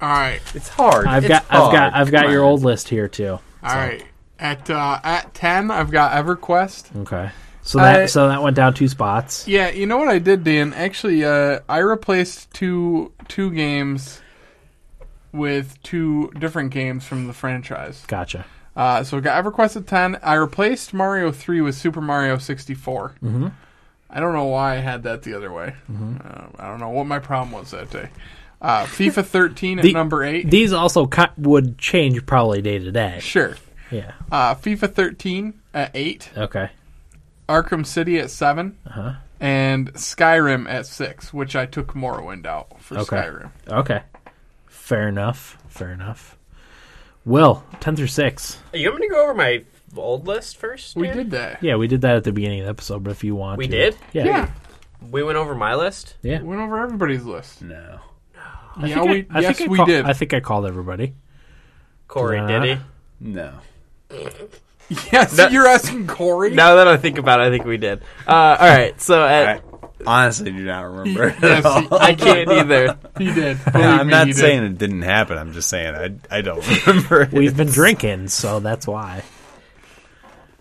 All right.
It's hard.
I've
It's
got I've
hard.
got I've got
Come
your
on.
old list here too.
All right. At uh, at ten, I've got EverQuest.
Okay. So that
I-
so that went down two spots.
Yeah, you know what I did, Dan? Actually, uh, I replaced two two games with two different games from the franchise.
Gotcha.
Uh, so I got EverQuest at ten. I replaced Mario three with Super Mario sixty Mm-hmm. I don't know why I had that the other way.
Mm-hmm.
Uh, I don't know what my problem was that day. Uh, FIFA thirteen at
The-
number eight.
These also cut, would change probably day to day.
sure.
Yeah.
Uh, FIFA thirteen at eight.
Okay.
Arkham City at 7
Uh-huh.
and Skyrim at six, which I took Morrowind out for
Okay.
Skyrim.
Okay. Fair enough. Fair enough. Will ten through six.
You want me to go over my old list first?
We
Dan?
did that.
Yeah, we did that at the beginning of the episode. But if you want,
We
to-
did?
Yeah.
Yeah,
We went over my list.
Yeah.
went over everybody's list.
No.
I
yeah,
think
we,
I- I
yes,
think I
we
call-
did.
I think I called everybody.
Corey
Uh,
did he?
No.
yes,
that-
you're asking Corey.
Now that I think about it, I think we did. Uh, all right. So
I
at,
honestly do not remember. it at all.
yes, he,
I can't either.
he did.
Yeah,
Believe
I'm
me, he
not
did.
saying it didn't happen. I'm just saying I I don't remember. it.
We've been drinking, so that's why.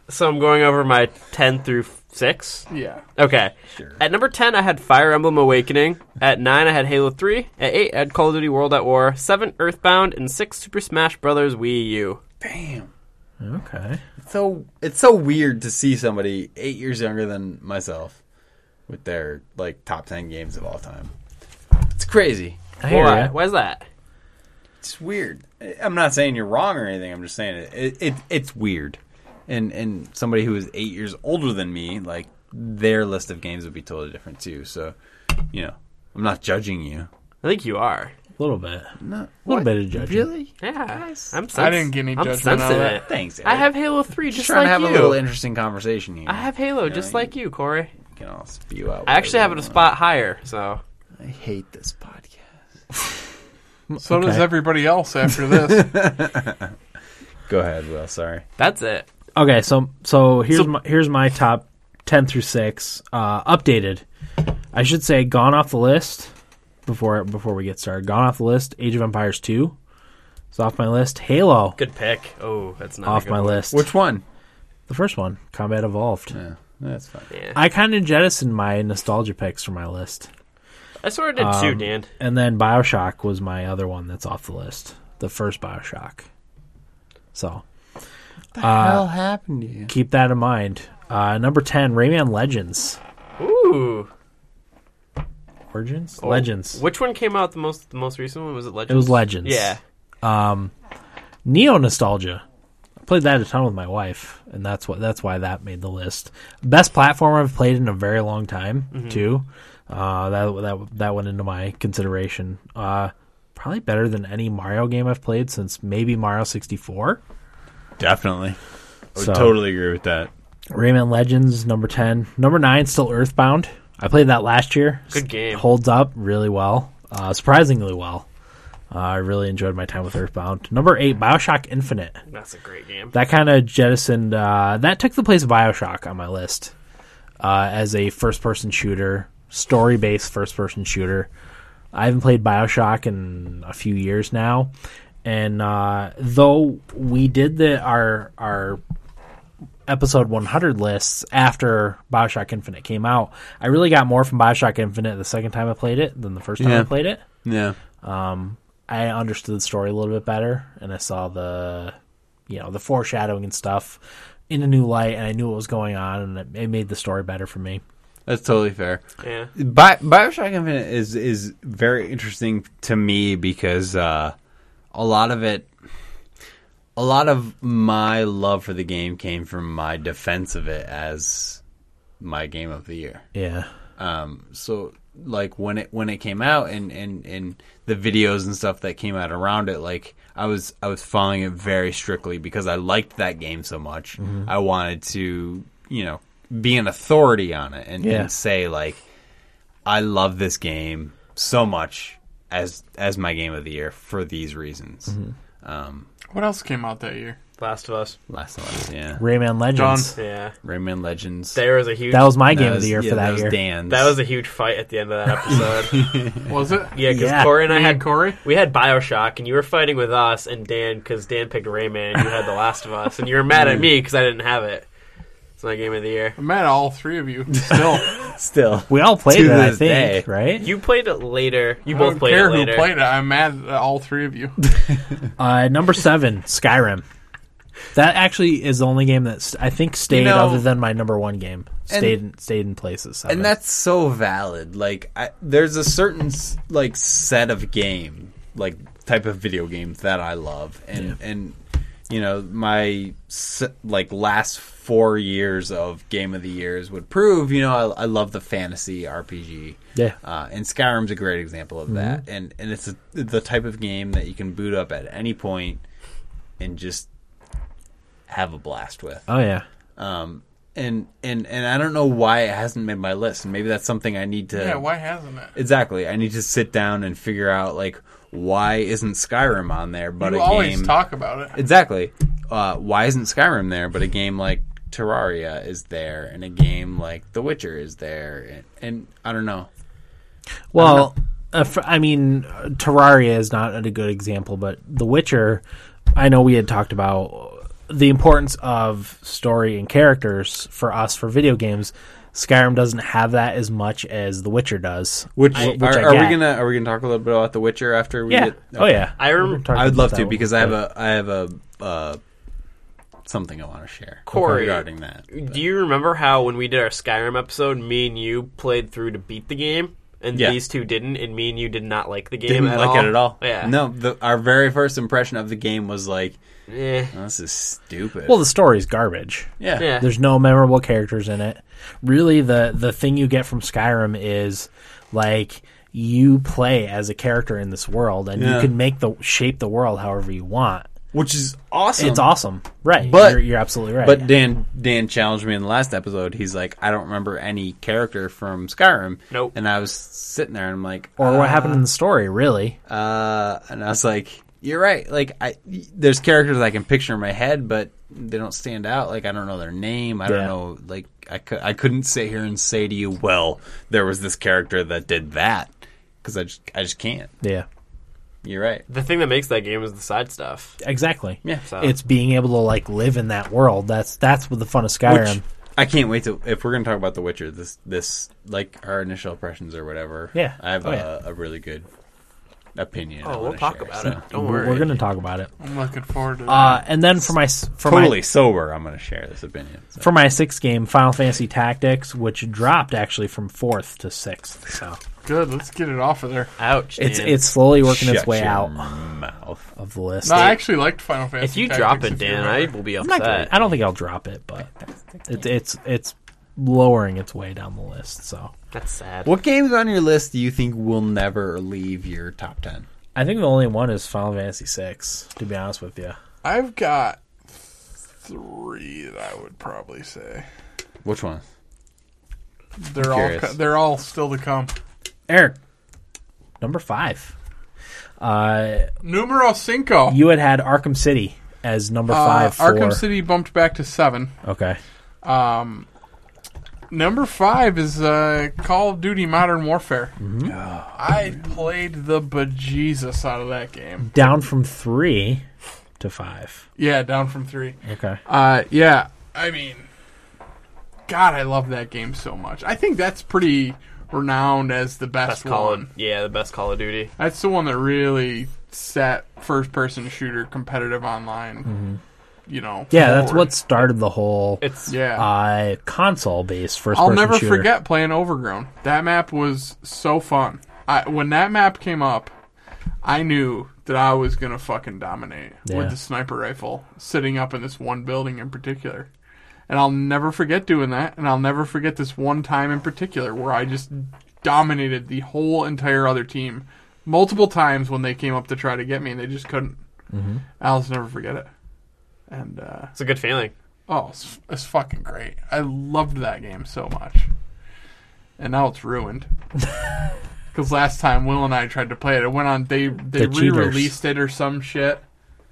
So I'm going over my ten through six.
Yeah,
Okay. At number 10, I had Fire Emblem Awakening. At 9, I had Halo 3. At 8, I had Call of Duty World at War. 7, Earthbound. And 6, Super Smash Bros. Wii U.
Damn.
Okay.
So it's so weird to see somebody eight years younger than myself with their like top ten games of all time. It's crazy.
I hear
Why?
ya.
Why is that?
It's weird. I- I'm not saying you're wrong or anything. I'm just saying it. it, it it's weird. And and somebody who is eight years older than me, like their list of games would be totally different too. So, you know, I'm not judging you.
I think you are.
A little bit.
No,
A little bit of judging.
Really?
Yeah. I'm sens-
I didn't get any
I'm
judgment out of
sensitive.
Thanks.
I
Eric.
have Halo 3 just
Just trying
like
to have
you.
a little interesting conversation here.
I have Halo just
you-
like you, Corey.
You can all spew out.
I actually have it a
whatever
spot higher, so.
you want. I hate this podcast.
so does
Okay.
everybody else after this.
Go ahead, Will. Sorry.
That's it.
Okay, so so here's
So-
my here's my top ten through six uh, updated. I should say gone off the list before before we get started. Gone off the list. Age of Empires two is off my list. Halo
Good pick. Oh, that's not a
off
good
my
one.
list.
Which one?
the first one, Combat Evolved.
Yeah, that's fine.
Yeah.
I kind of jettisoned my nostalgia picks from my list,
I sort of did too, Dan.
and then Bioshock was my other one that's off the list. The first Bioshock. So
What the hell happened to you?
keep that in mind. Uh, number ten, Rayman Legends.
Ooh.
Origins?
Oh,
Legends.
Which one came out the most the most recent one? Was it Legends?
It was Legends.
Yeah.
Neo Nostalgia. I played that a ton with my wife, and that's what that's why that made the list. Best platform I've played in a very long time,
Mm-hmm.
too. Uh, that that that went into my consideration. Uh, probably better than any Mario game I've played since maybe Mario sixty four.
Definitely. I would
So-
totally agree with that.
Rayman Legends number ten, number nine still Earthbound. I played that last year.
Good game.
holds up really well, uh, surprisingly well. Uh, I really enjoyed my time with Earthbound. Number eight, Bioshock Infinite.
That's a great game.
that kind of jettisoned uh, that took the place of bioshock on my list uh, as a first person shooter story based first person shooter i haven't played bioshock in a few years now and uh, though we did the our our episode 100 lists after bioshock infinite came out i really got more from bioshock infinite the second time i played it than the first time i
Yeah.
played it
Yeah.
I understood the story a little bit better, and I saw the, you know, the foreshadowing and stuff in a new light, and I knew what was going on, and it, it made the story better for me.
That's totally fair.
Yeah.
Bi- Bioshock Infinite is is very interesting to me because uh, a lot of it, a lot of my love for the game came from my defense of it as my game of the year.
Yeah,
Um, so like when it when it came out and, and and the videos and stuff that came out around it, like I was I was following it very strictly because I liked that game so much.
Mm-hmm.
I wanted to you know be an authority on it and,
Yeah.
and say like I love this game so much as as my game of the year for these reasons.
Mm-hmm.
Um,
What else came out that year?
Last of Us.
last one, yeah,
Rayman Legends.
Yeah.
Rayman Legends.
There was a huge.
That was my game of
was-
the year
yeah,
for that,
was
year.
Dan's.
That was a huge fight at the end of that episode.
Was it?
yeah, because
Yeah.
Corey and I
Me and
had
Corey.
we had Bioshock, and you were fighting with us and Dan because Dan picked Rayman. And you had The Last of Us, and you were mad at me because I didn't have it. It's my game of the year.
I'm mad at all three of you. Still, I
still.
We all played it,
To
I
this
think,
day.
right?
You played it later. You both
don't
played
care
it
who
later.
played it. I'm mad at all three of you.
Uh, number seven, Skyrim. That actually is the only game that st- I think stayed,
know-
other than my number one game, stayed in stayed in places.
and that's so valid like I, there's a certain s- like set of game like type of video game that i love and and you know my s- like last four years of game of the years would prove you know i, I love the fantasy rpg
Yeah.
uh, and skyrim's a great example of that and and it's a, the type of game that you can boot up at any point and just have a blast with
oh yeah,
um, and and and I don't know why it hasn't made my list. And maybe that's something I need to.
yeah, why hasn't it?
Exactly, I need to sit down and figure out like why isn't Skyrim on there, but
You
a
always
game.
talk about it.
exactly. Uh, why isn't Skyrim there, but a game like Terraria is there, and a game like The Witcher is there, and, and I don't know.
Well, uh, fr- I mean, uh, Terraria is not a good example, but The Witcher. I know we had talked about the importance of story and characters for us for video games. Skyrim doesn't have that as much as The Witcher does.
Which,
wh- which
are,
I
are we
get.
gonna are we gonna talk a little bit about The Witcher after we
Yeah.
get?
Oh yeah.
I
We can
rem-
talk
I would
about
love
that
to
one.
because I have a I have a uh, something I want to share
Corey.
regarding that.
Do you remember how when we did our Skyrim episode, me and you played through to beat the game, and
Yeah.
these two didn't, and me and you did not like the game
didn't
at
like
all.
it at all.
Yeah.
No, the, our very first impression of the game was like,
Eh.
"Oh, "This is stupid."
Well, the story's garbage.
yeah,
Yeah.
There's no memorable characters in it. Really, the the thing you get from Skyrim is like you play as a character in this world, and you
Yeah.
can make the shape the world however you want.
which is awesome.
It's awesome, right?
um, But-
you're, you're absolutely right.
But Dan Dan challenged me in the last episode. He's like, "I don't remember any character from Skyrim."
Nope.
And I was sitting there and I'm like,
or
uh,
what happened in the story, really?
Uh, and I was like, "You're right. Like, I there's characters I can picture in my head, but they don't stand out. Like, I don't know their name. I
Yeah.
don't know. Like, I cou- I couldn't sit here and say to you, well, there was this character that did that." Because I just, I just can't.
Yeah,
You're right.
The thing that makes that game is the side stuff.
exactly.
Yeah.
So.
It's being able to like live in that world. That's that's what the fun of Skyrim.
Which I can't wait to if we're gonna talk about The Witcher. This this like our initial impressions or whatever.
Yeah.
I have
Oh,
a,
yeah.
a really good opinion. I
Oh, we'll
wanna
talk
share,
about
so.
it. Don't
we're,
worry.
we're gonna talk about it.
I'm looking forward to that.
Uh, and then for my s- for my-
Totally sober. I'm gonna share this opinion. So.
for my sixth game, Final Fantasy Tactics, which dropped actually from fourth to sixth. So
Good. Let's get it off of there.
Ouch.
it's
Dan.
it's slowly working its
Shut
way
your
out Oh.
Mouth.
of the list.
No, I actually liked Final Fantasy.
If you
Tactics,
drop it,
if you
Dan, I
remember.
will be
I'm not gonna-
upset.
I don't think I'll drop it, but it, it's it's lowering its way down the list. So
That's sad.
What games on your list do you think will never leave your top ten?
I think the only one is Final Fantasy Six. To be honest with you,
I've got three that I would probably say
Which one?
they're all
curious.
co- they're all still to come.
Eric, number five. Uh,
Numero cinco.
you had had Arkham City as number
Uh,
five. For,
Arkham City bumped back to seven.
Okay.
Um, number five is uh, Call of Duty Modern Warfare. I played the bejesus out of that game.
Down from three to five.
Yeah, down from three.
Okay.
Uh, yeah, I mean, God, I love that game so much. I think that's pretty renowned as the best,
best Call
one.
of, yeah, the best Call of Duty.
That's the one that really set first person shooter competitive online. You know.
Yeah, that's
forward.
what started the whole
It's
Yeah.
uh, console based first
I'll
person
never
shooter.
forget playing Overgrown. That map was so fun. I, when that map came up, I knew that I was gonna fucking dominate
Yeah.
with the sniper rifle, sitting up in this one building in particular. And I'll never forget doing that, and I'll never forget this one time in particular where I just dominated the whole entire other team multiple times when they came up to try to get me, and they just couldn't.
Mm-hmm.
I'll just never forget it. And uh,
it's a good feeling.
Oh, it's, it's fucking great. I loved that game so much. And now it's ruined. Because last time Will and I tried to play it, it went on, they, they
The cheaters.
re released it or some shit.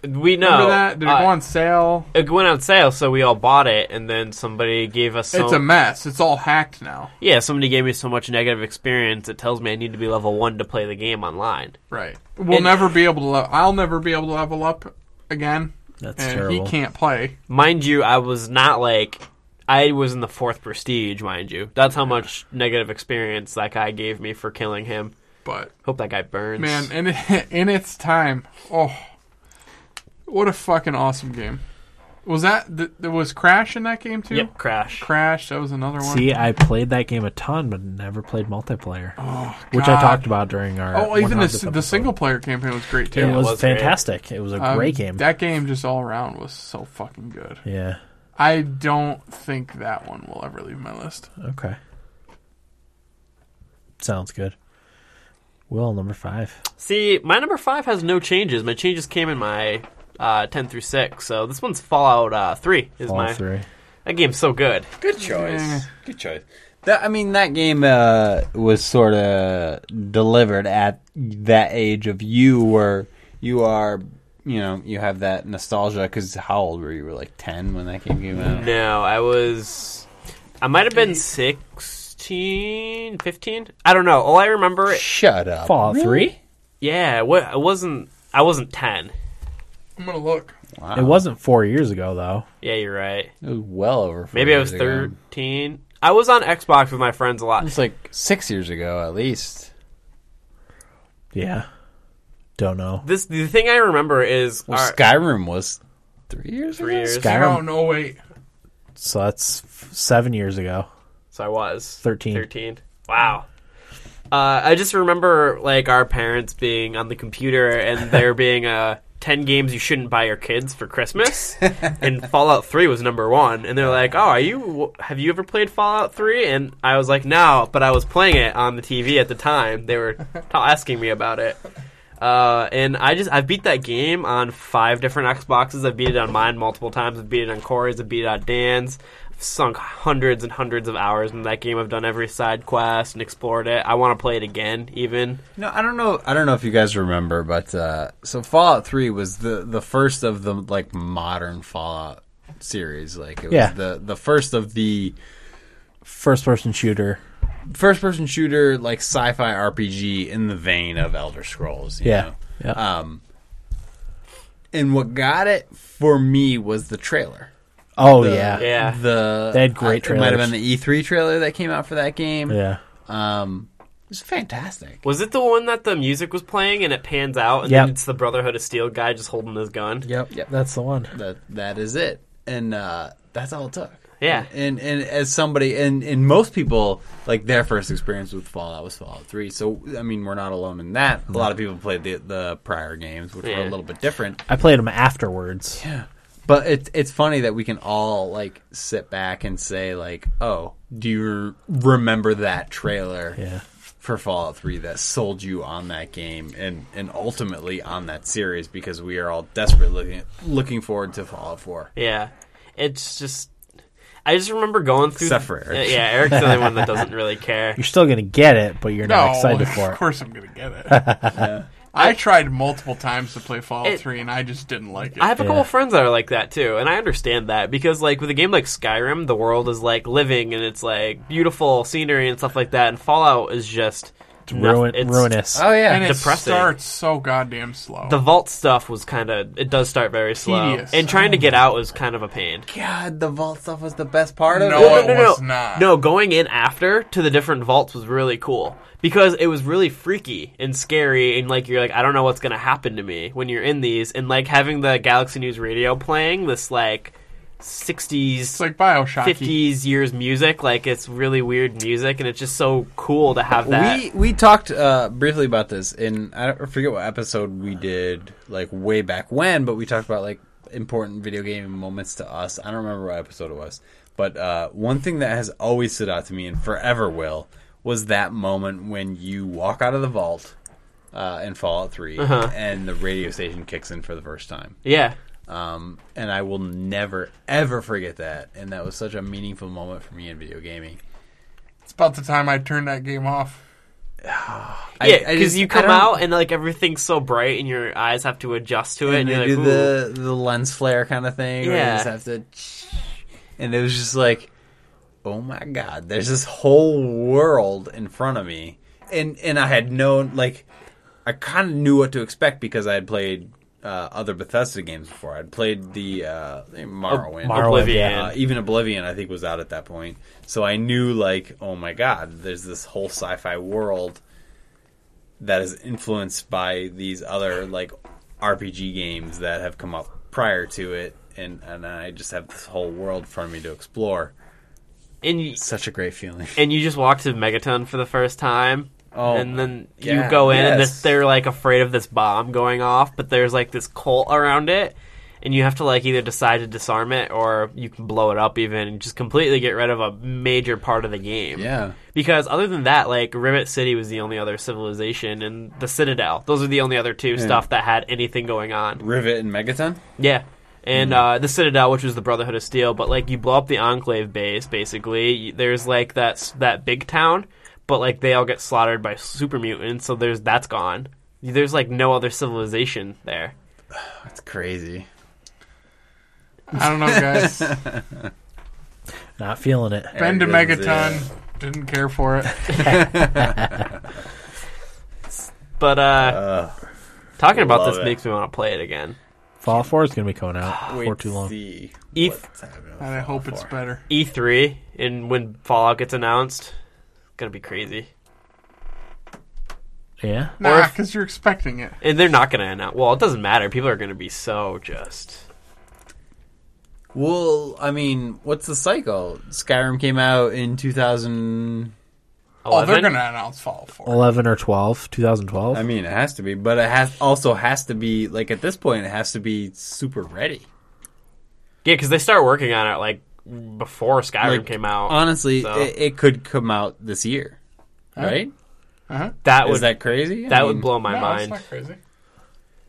We know
Remember that? Did it
uh,
go on sale?
it went on sale, so we all bought it, and then somebody gave us. So,
it's a mess. It's all hacked now.
yeah, somebody gave me so much negative experience. It tells me I need to be level one to play the game online.
Right. We'll
And-
never be able to, le- I'll never be able to level up again.
That's
and
terrible.
he can't play.
Mind you, I was not like I was in the fourth prestige. Mind you, that's how much negative experience that guy gave me for killing him.
But,
Hope that guy burns.
man, in, in its time, oh, what a fucking awesome game. Was that, th- there was Crash in that game too?
Yep, crash.
Crash, that was another one.
See, I played that game a ton, but never played multiplayer, which I
Oh, God.
talked about during our.
Oh,
100th
even the, the
episode.
single player campaign was great too.
It was,
was great.
fantastic. It was a
Um,
great game.
That game just all around was so fucking good.
yeah.
I don't think that one will ever leave my list.
Okay. Sounds good. Will number five.
See, my number five has no changes. My changes came in my uh, ten through six. So this one's Fallout uh, Three is
All
my
three.
that game's so good.
Good choice.
Yeah.
Good choice.
That, I mean, that game uh, was sort of delivered at that age of you, where you are, you know, you have that nostalgia. Because how old were you? You Were like ten when that game came out.
No, I was. I might have been 16, 15. I don't know. All I remember,
Shut up.
Fallout three.
yeah, what I wasn't. I wasn't ten.
I'm gonna look.
Wow.
It wasn't four years ago though.
Yeah, you're right.
It was well over. four
Maybe I was
years ago.
thirteen. I was on Xbox with my friends a
It
lot.
was like six years ago, at least.
Yeah. Don't know.
This the thing I remember is
Well,
our-
Skyrim was three years
three
ago.
years.
Sky-
Oh no, wait.
So that's f- seven years ago.
So I was
13.
Thirteen. Wow. Uh, I just remember like our parents being on the computer and there being uh, ten games you shouldn't buy your kids for Christmas, and Fallout Three was number one. And they're like, "Oh, are you? Have you ever played Fallout 3? And I was like, "No," but I was playing it on the TV at the time. They were t- asking me about it. Uh, and I just I beat that game on five different Xboxes. I beat it on mine multiple times. I beat it on Corey's. I beat it on Dan's. I've sunk hundreds and hundreds of hours in that game. I've done every side quest and explored it. I want to play it again, even.
No, I don't know. I don't know if you guys remember, but uh, so Fallout Three was the the first of the like modern Fallout series. Like it
Yeah.
was the the first of the
First person shooter.
first person shooter like sci-fi RPG in the vein of Elder Scrolls. you
Yeah.
know?
Yeah. Uh,
Um, and what got it for me was the trailer.
oh
The-
yeah.
Yeah.
The
They had great
It might have
trailers.
been the E3 trailer that came out for that game.
Yeah.
Um, it was fantastic.
Was it the one that the music was playing and it pans out and
Yep.
then it's the Brotherhood of Steel guy just holding his gun?
Yep. Yep.
That's the one.
that that is it and uh that's all it took
Yeah.
and and as somebody and and most people like their first experience with fallout was fallout 3 so i mean we're not alone in that a lot of people played the the prior games which were
Yeah.
a little bit different
I played them afterwards.
yeah but it's it's funny that we can all like sit back and say like oh do you remember that trailer
Yeah.
for Fallout 3 that sold you on that game and, and ultimately on that series because we are all desperate looking looking forward to Fallout 4.
Yeah. It's just. I just remember going through.
Except for Eric.
Uh, Yeah, Eric's the only one that doesn't really care.
You're still gonna get it, but you're not
No,
excited
of
for it.
course I'm gonna get it. I tried multiple times to play Fallout
It-
Three, and I just didn't like it.
I have a couple
Yeah.
friends that are like that too, and I understand that because like with a game like Skyrim, the world is like living and it's like beautiful scenery and stuff like that, and Fallout is just
It's ruin,
Noth- it's-
ruinous.
Oh yeah,
and it
Depressing.
starts so goddamn slow.
The vault stuff was kind of it does start very slow,
Tedious.
and trying to get out was kind of a pain.
God, the vault stuff was the best part of
No,
it.
it was not.
No, going in after to the different vaults was really cool because it was really freaky and scary, and like you're like, I don't know what's gonna happen to me when you're in these, and like having the Galaxy News radio playing this like
It's
'60s,
like Bioshock.
'50s years music, like it's really weird music, and it's just so cool to have that.
We we talked uh, briefly about this in I don't I forget what episode we did like way back when, but we talked about like important video game moments to us. I don't remember what episode it was, but uh, one thing that has always stood out to me and forever will was that moment when you walk out of the vault uh, in Fallout 3
Uh-huh.
and the radio station kicks in for the first time.
yeah,
Um, and I will never ever forget that. And that was such a meaningful moment for me in video gaming.
It's about the time I turned that game off.
I-
yeah,
I
because
just-
you
I
come
don't-
out and like everything's so bright, and your eyes have to adjust to it, and,
and, they
you're like,
do
"Ooh."
the the lens flare kind of thing. where
Yeah.
you just have to, and it was just like, oh my god, there's this whole world in front of me, and and I had known like, I kind of knew what to expect because I had played uh, other Bethesda games before. I'd played the uh, Morrowind,
Morrowind,
Oblivion.
uh, even Oblivion, I think, was out at that point. So I knew, like, oh my god, there's this whole sci-fi world that is influenced by these other like RPG games that have come up prior to it, and and I just have this whole world for me to explore.
and you,
Such a great feeling.
and you just walk to Megaton for the first time.
Oh,
and then you
yeah,
go in, and
yes.
this, they're like afraid of this bomb going off, but there's like this cult around it, and you have to like either decide to disarm it or you can blow it up even and just completely get rid of a major part of the game.
Yeah.
Because other than that, like Rivet City was the only other civilization, and the Citadel. Those are the only other two stuff that had anything going on.
Rivet and Megaton.
Yeah. And
Hmm.
uh, the Citadel, which was the Brotherhood of Steel, but like you blow up the Enclave base, basically. y- There's like that s- that big town, but like they all get slaughtered by super mutants, so there's that's gone. There's like no other civilization there.
That's crazy.
I don't know, guys.
Not feeling it.
Been to
Eric doesn't
Megaton.
say
Didn't care for it.
But uh,
Uh,
talking about
love
this
it.
makes me want to play it again.
Fallout Four is going to be coming out
wait
before
to
too long.
See
E
what's happening with
And I hope
Fallout
it's
4.
better.
E3, and when Fallout gets announced, it's gonna be crazy.
Yeah.
Nah,
if-
because you're expecting it.
And they're not gonna announce. Well, it doesn't matter. People are gonna be so just.
Well, I mean, what's the cycle? Skyrim came out in 2000.
Oh, they're
11?
gonna announce Fallout 4.
Eleven or twelve, 2012.
I mean, it has to be, but it has also has to be like at this point, it has to be super ready.
Yeah, because they start working on it like before Skyrim
Like,
came out.
Honestly,
so-
it, it could come out this year, right? Is
that would that,
that crazy? I
would
mean,
blow my
no, it's
mind.
not crazy.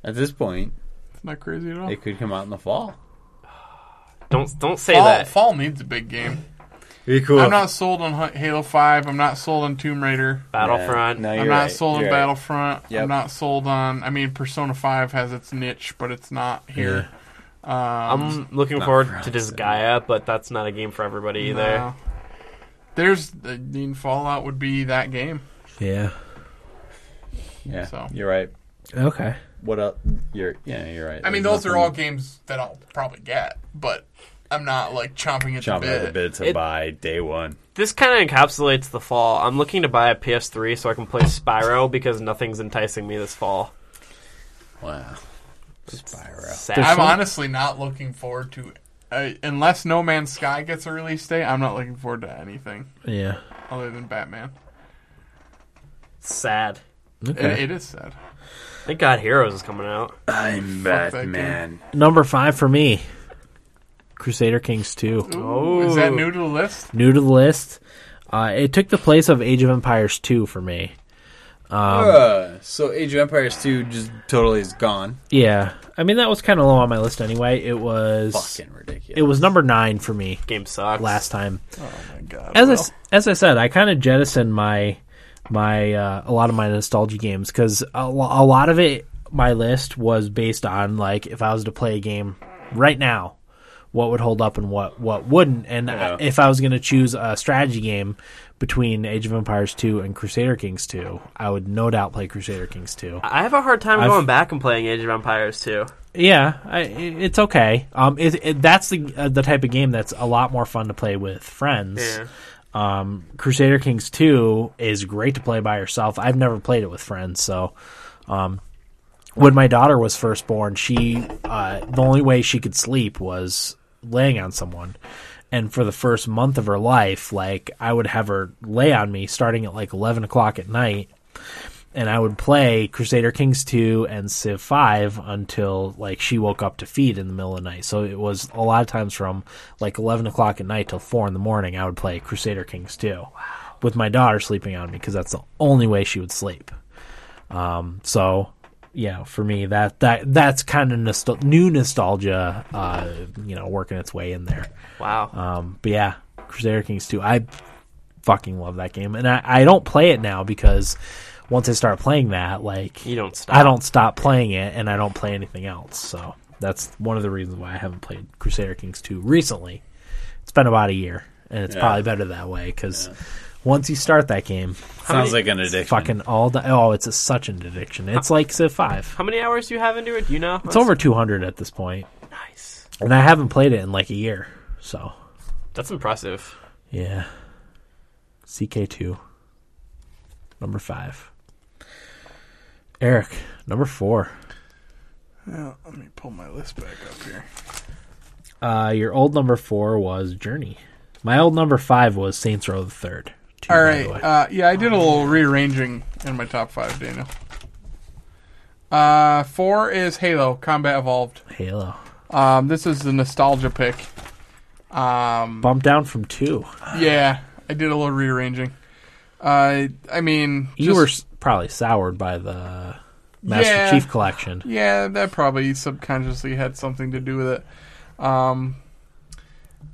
At this point,
It's not crazy at all.
it could come out in the fall.
Don't don't say
Fall,
that.
fall needs a big game.
Be cool.
I'm not sold on Ha- Halo 5. I'm not sold on Tomb Raider.
Battlefront.
No,
I'm
you're
not
right.
sold on
You're right.
Battlefront.
Yep.
I'm not sold on. I mean, Persona 5 has its niche, but it's
Mm-hmm.
not here. Um,
I'm looking
Not
forward to
Frozen.
this Gaia, but that's not a game for everybody either.
no. There's. I mean, Fallout would be that game.
yeah.
Yeah,
So.
you're right.
Okay.
What up? You're yeah, you're right.
I mean,
There's
those are
nothing
all games that I'll probably get, but I'm not like chomping at
chomping at
the
the
bit.
bit to
It-
buy day one.
This kind of encapsulates the fall. I'm looking to buy a PS3 so I can play Spyro because nothing's enticing me this fall.
Wow, Spyro.
Sad.
I'm honestly not looking forward to uh, unless No Man's Sky gets a release date. I'm not looking forward to anything
Yeah.
other than Batman.
sad.
Okay.
It, it is sad.
Thank God Heroes is coming out.
I'm
that
Batman.
Number five for me. Crusader Kings Two.
Ooh, Is that new to the list?
New to the list. Uh, it took the place of Age of Empires Two for me. Um,
Uh, so Age of Empires two just totally is gone.
Yeah. I mean, that was kind of low on my list anyway. It was.
Fucking ridiculous.
It was number nine for me
Game sucks.
last time.
Oh my god.
as I, s- as I said, I kind of jettisoned my my uh, a lot of my nostalgia games because a, lo- a lot of it my list was based on like if I was to play a game right now, what would hold up and what what wouldn't, and I- if I was going to choose a strategy game between Age of Empires 2 and Crusader Kings 2, I would no doubt play Crusader Kings 2.
I have a hard time
I've-
going back and playing Age of Empires too.
Yeah, I, it's okay. Um, it, it, that's the uh, the type of game that's a lot more fun to play with friends.
Yeah.
Um, Crusader Kings Two is great to play by yourself. I've never played it with friends, so. Um, when my daughter was first born, she uh, the only way she could sleep was laying on someone. And for the first month of her life, like I would have her lay on me, starting at like eleven o'clock at night, and I would play Crusader Kings 2 and Civ 5 until like she woke up to feed in the middle of the night. So it was a lot of times from like 11 o'clock at night till 4 in the morning, I would play Crusader Kings 2 with my daughter sleeping on me because that's the only way she would sleep. Um, so yeah, for me that that that's kind of nostal- new nostalgia, uh, you know, working its way in there.
Wow.
Um, but yeah, Crusader Kings 2. I fucking love that game. And I, I don't play it now because once I start playing that, like,
you don't stop.
I don't stop playing it and I don't play anything else. So that's one of the reasons why I haven't played Crusader Kings 2 recently. It's been about a year, and it's probably better that way because once you start that game,
Sounds like an addiction.
fucking all the. Oh, it's a, such an addiction. It's like Civ 5.
How many hours do you have into it? Do you know?
It's over 200 at this point,
Nice.
and I haven't played it in like a year. So,
That's impressive.
Yeah. CK2. Number five. Eric, number four.
Yeah, let me pull my list back up here.
Uh, your old number four was Journey. My old number five was Saints Row the Third. Two,
All
by
right.
the way.
Uh, yeah, I did a little rearranging in my top five, Daniel. Uh, four is Halo Combat Evolved.
Halo.
Um, this is the nostalgia pick. Um,
Bumped down from two.
yeah, I did a little rearranging. Uh, I mean,
You
just-
were s- probably soured by the Master
Yeah.
Chief Collection.
Yeah, that probably subconsciously had something to do with it. Um,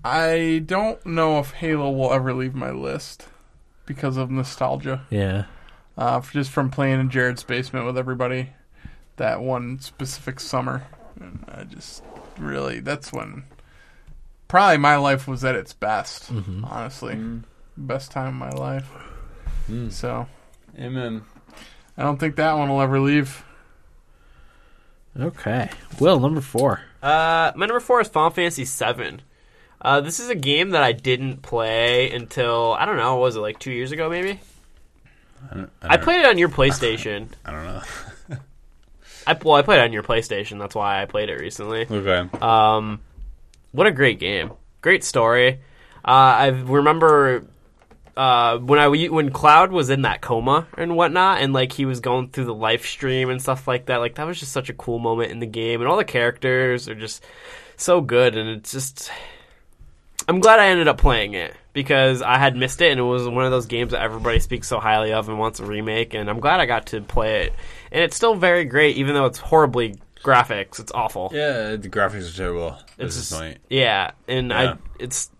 I don't know if Halo will ever leave my list because of nostalgia.
Yeah.
uh, f- just from playing in Jared's basement with everybody that one specific summer. And I just really, that's when probably my life was at its best,
Mm-hmm.
honestly. Best time of my life. So
Amen.
I don't think that one will ever leave.
Okay. Will, number four.
Uh, my number four is Final Fantasy VII. Uh, this is a game that I didn't play until I don't know. what Was it like two years ago? Maybe. I, played it on your PlayStation.
I don't know.
I well, I played it on your PlayStation. That's why I played it recently.
Okay.
Uh,
Um, what a great game! Great story. Uh, I remember uh, when I when Cloud was in that coma and whatnot, and like he was going through the live stream and stuff like that. Like that was just such a cool moment in the game, and all the characters are just so good. And it's just, I'm glad I ended up playing it because I had missed it, and it was one of those games that everybody speaks so highly of and wants a remake. And I'm glad I got to play it, and it's still very great, even though it's horribly graphics. It's awful.
Yeah, the graphics are terrible. At
It's
this
just-
point.
Yeah, and
Yeah.
I it's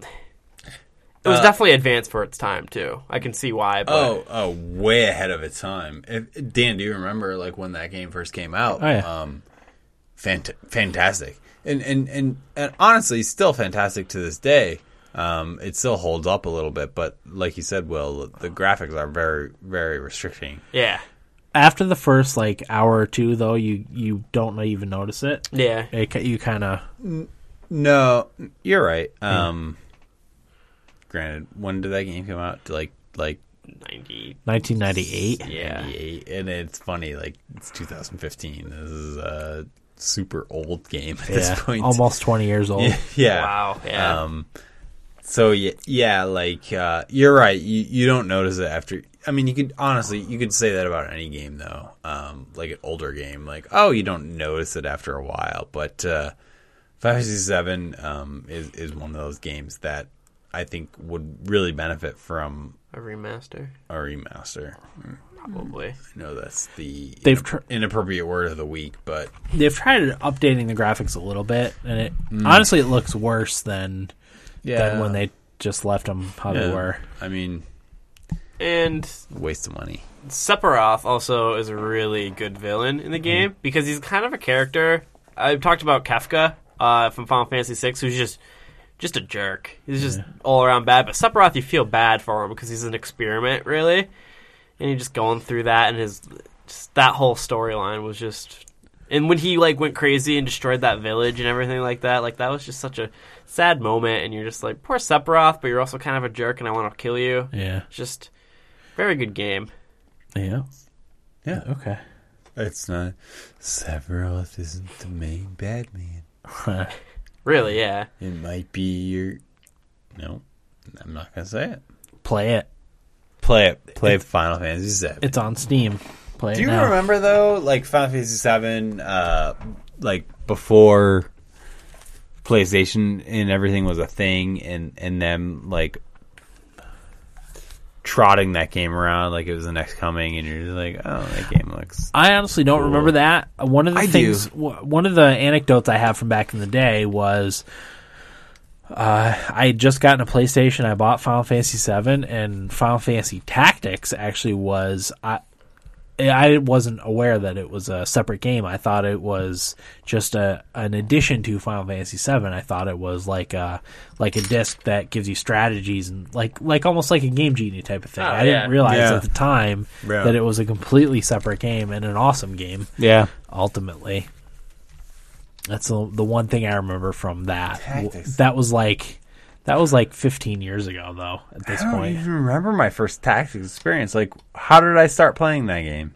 it was
Uh,
definitely advanced for its time too. I can see why. But
Oh, oh, way ahead of its time. If, Dan, do you remember like when that game first came out?
Oh, yeah.
Um, fant- fantastic, and, and and and honestly, still fantastic to this day. Um, it still holds up a little bit, but like you said, Will, the graphics are very, very restricting.
yeah,
After the first like hour or two, though, you you don't even notice it.
yeah,
It ca- you kind of
No, you're right. Um, Granted, when did that game come out? Like, like
ninety.
1998.
Yeah,
98, and it's funny. Like, it's 2015. This is a super old game at this
Yeah,
point.
almost 20 years old.
yeah.
wow, yeah.
Um, so yeah, yeah, like uh, you're right. You you don't notice it after. I mean, you could honestly, you could say that about any game though. Um, like an older game, like oh, you don't notice it after a while. But uh, Final Fantasy Seven um, is is one of those games that I think would really benefit from
a remaster,
a remaster.
probably.
I know that's the
They've tr-
inappropriate word of the week, but
they've tried updating the graphics a little bit, and it
Mm.
honestly it looks worse than than when they just left them how they
Yeah.
were.
I mean,
And
waste of money.
Sephiroth also is a really good villain in the game because he's kind of a character. I've talked about Kefka uh, from Final Fantasy VI, who's just just a jerk. He's just all around bad. But Sephiroth, you feel bad for him because he's an experiment, really, and he's just going through that. And his just that whole storyline was just. And when he like went crazy and destroyed that village and everything like that, like that was just such a sad moment. And you're just like, poor Sephiroth, but you're also kind of a jerk, and I want to kill you.
Yeah.
It's Just very good game.
Yeah. Yeah. Okay.
It's not. Sephiroth isn't the main bad man.
Really, yeah.
It might be your. No, I'm not gonna say it.
Play it.
Play it. Play Final Fantasy VII.
It's on Steam. Play
Do
it
you
now.
remember though, like Final Fantasy VII, uh, like before PlayStation and everything was a thing, and and them like trotting that game around like it was the next coming, and you're just like, oh, that game looks.
I honestly don't remember that. Uh, One of the
I
things,
do.
w- one of the anecdotes I have from back in the day was, uh, I had just gotten a PlayStation. I bought Final Fantasy VII, and Final Fantasy Tactics actually was. I, I wasn't aware that it was a separate game. I thought it was just a an addition to Final Fantasy VII. I thought it was like a like a disc that gives you strategies and like like almost like a game genie type of thing.
Oh,
I didn't
yeah.
realize
Yeah.
at the time
Yeah.
that it was a completely separate game and an awesome game.
Yeah,
Ultimately, that's the, the one thing I remember from that. W-
Tactics.
That was like that was like 15 years ago though. At this
I don't
point,
even remember my first tactics experience. Like, how did I start playing that game?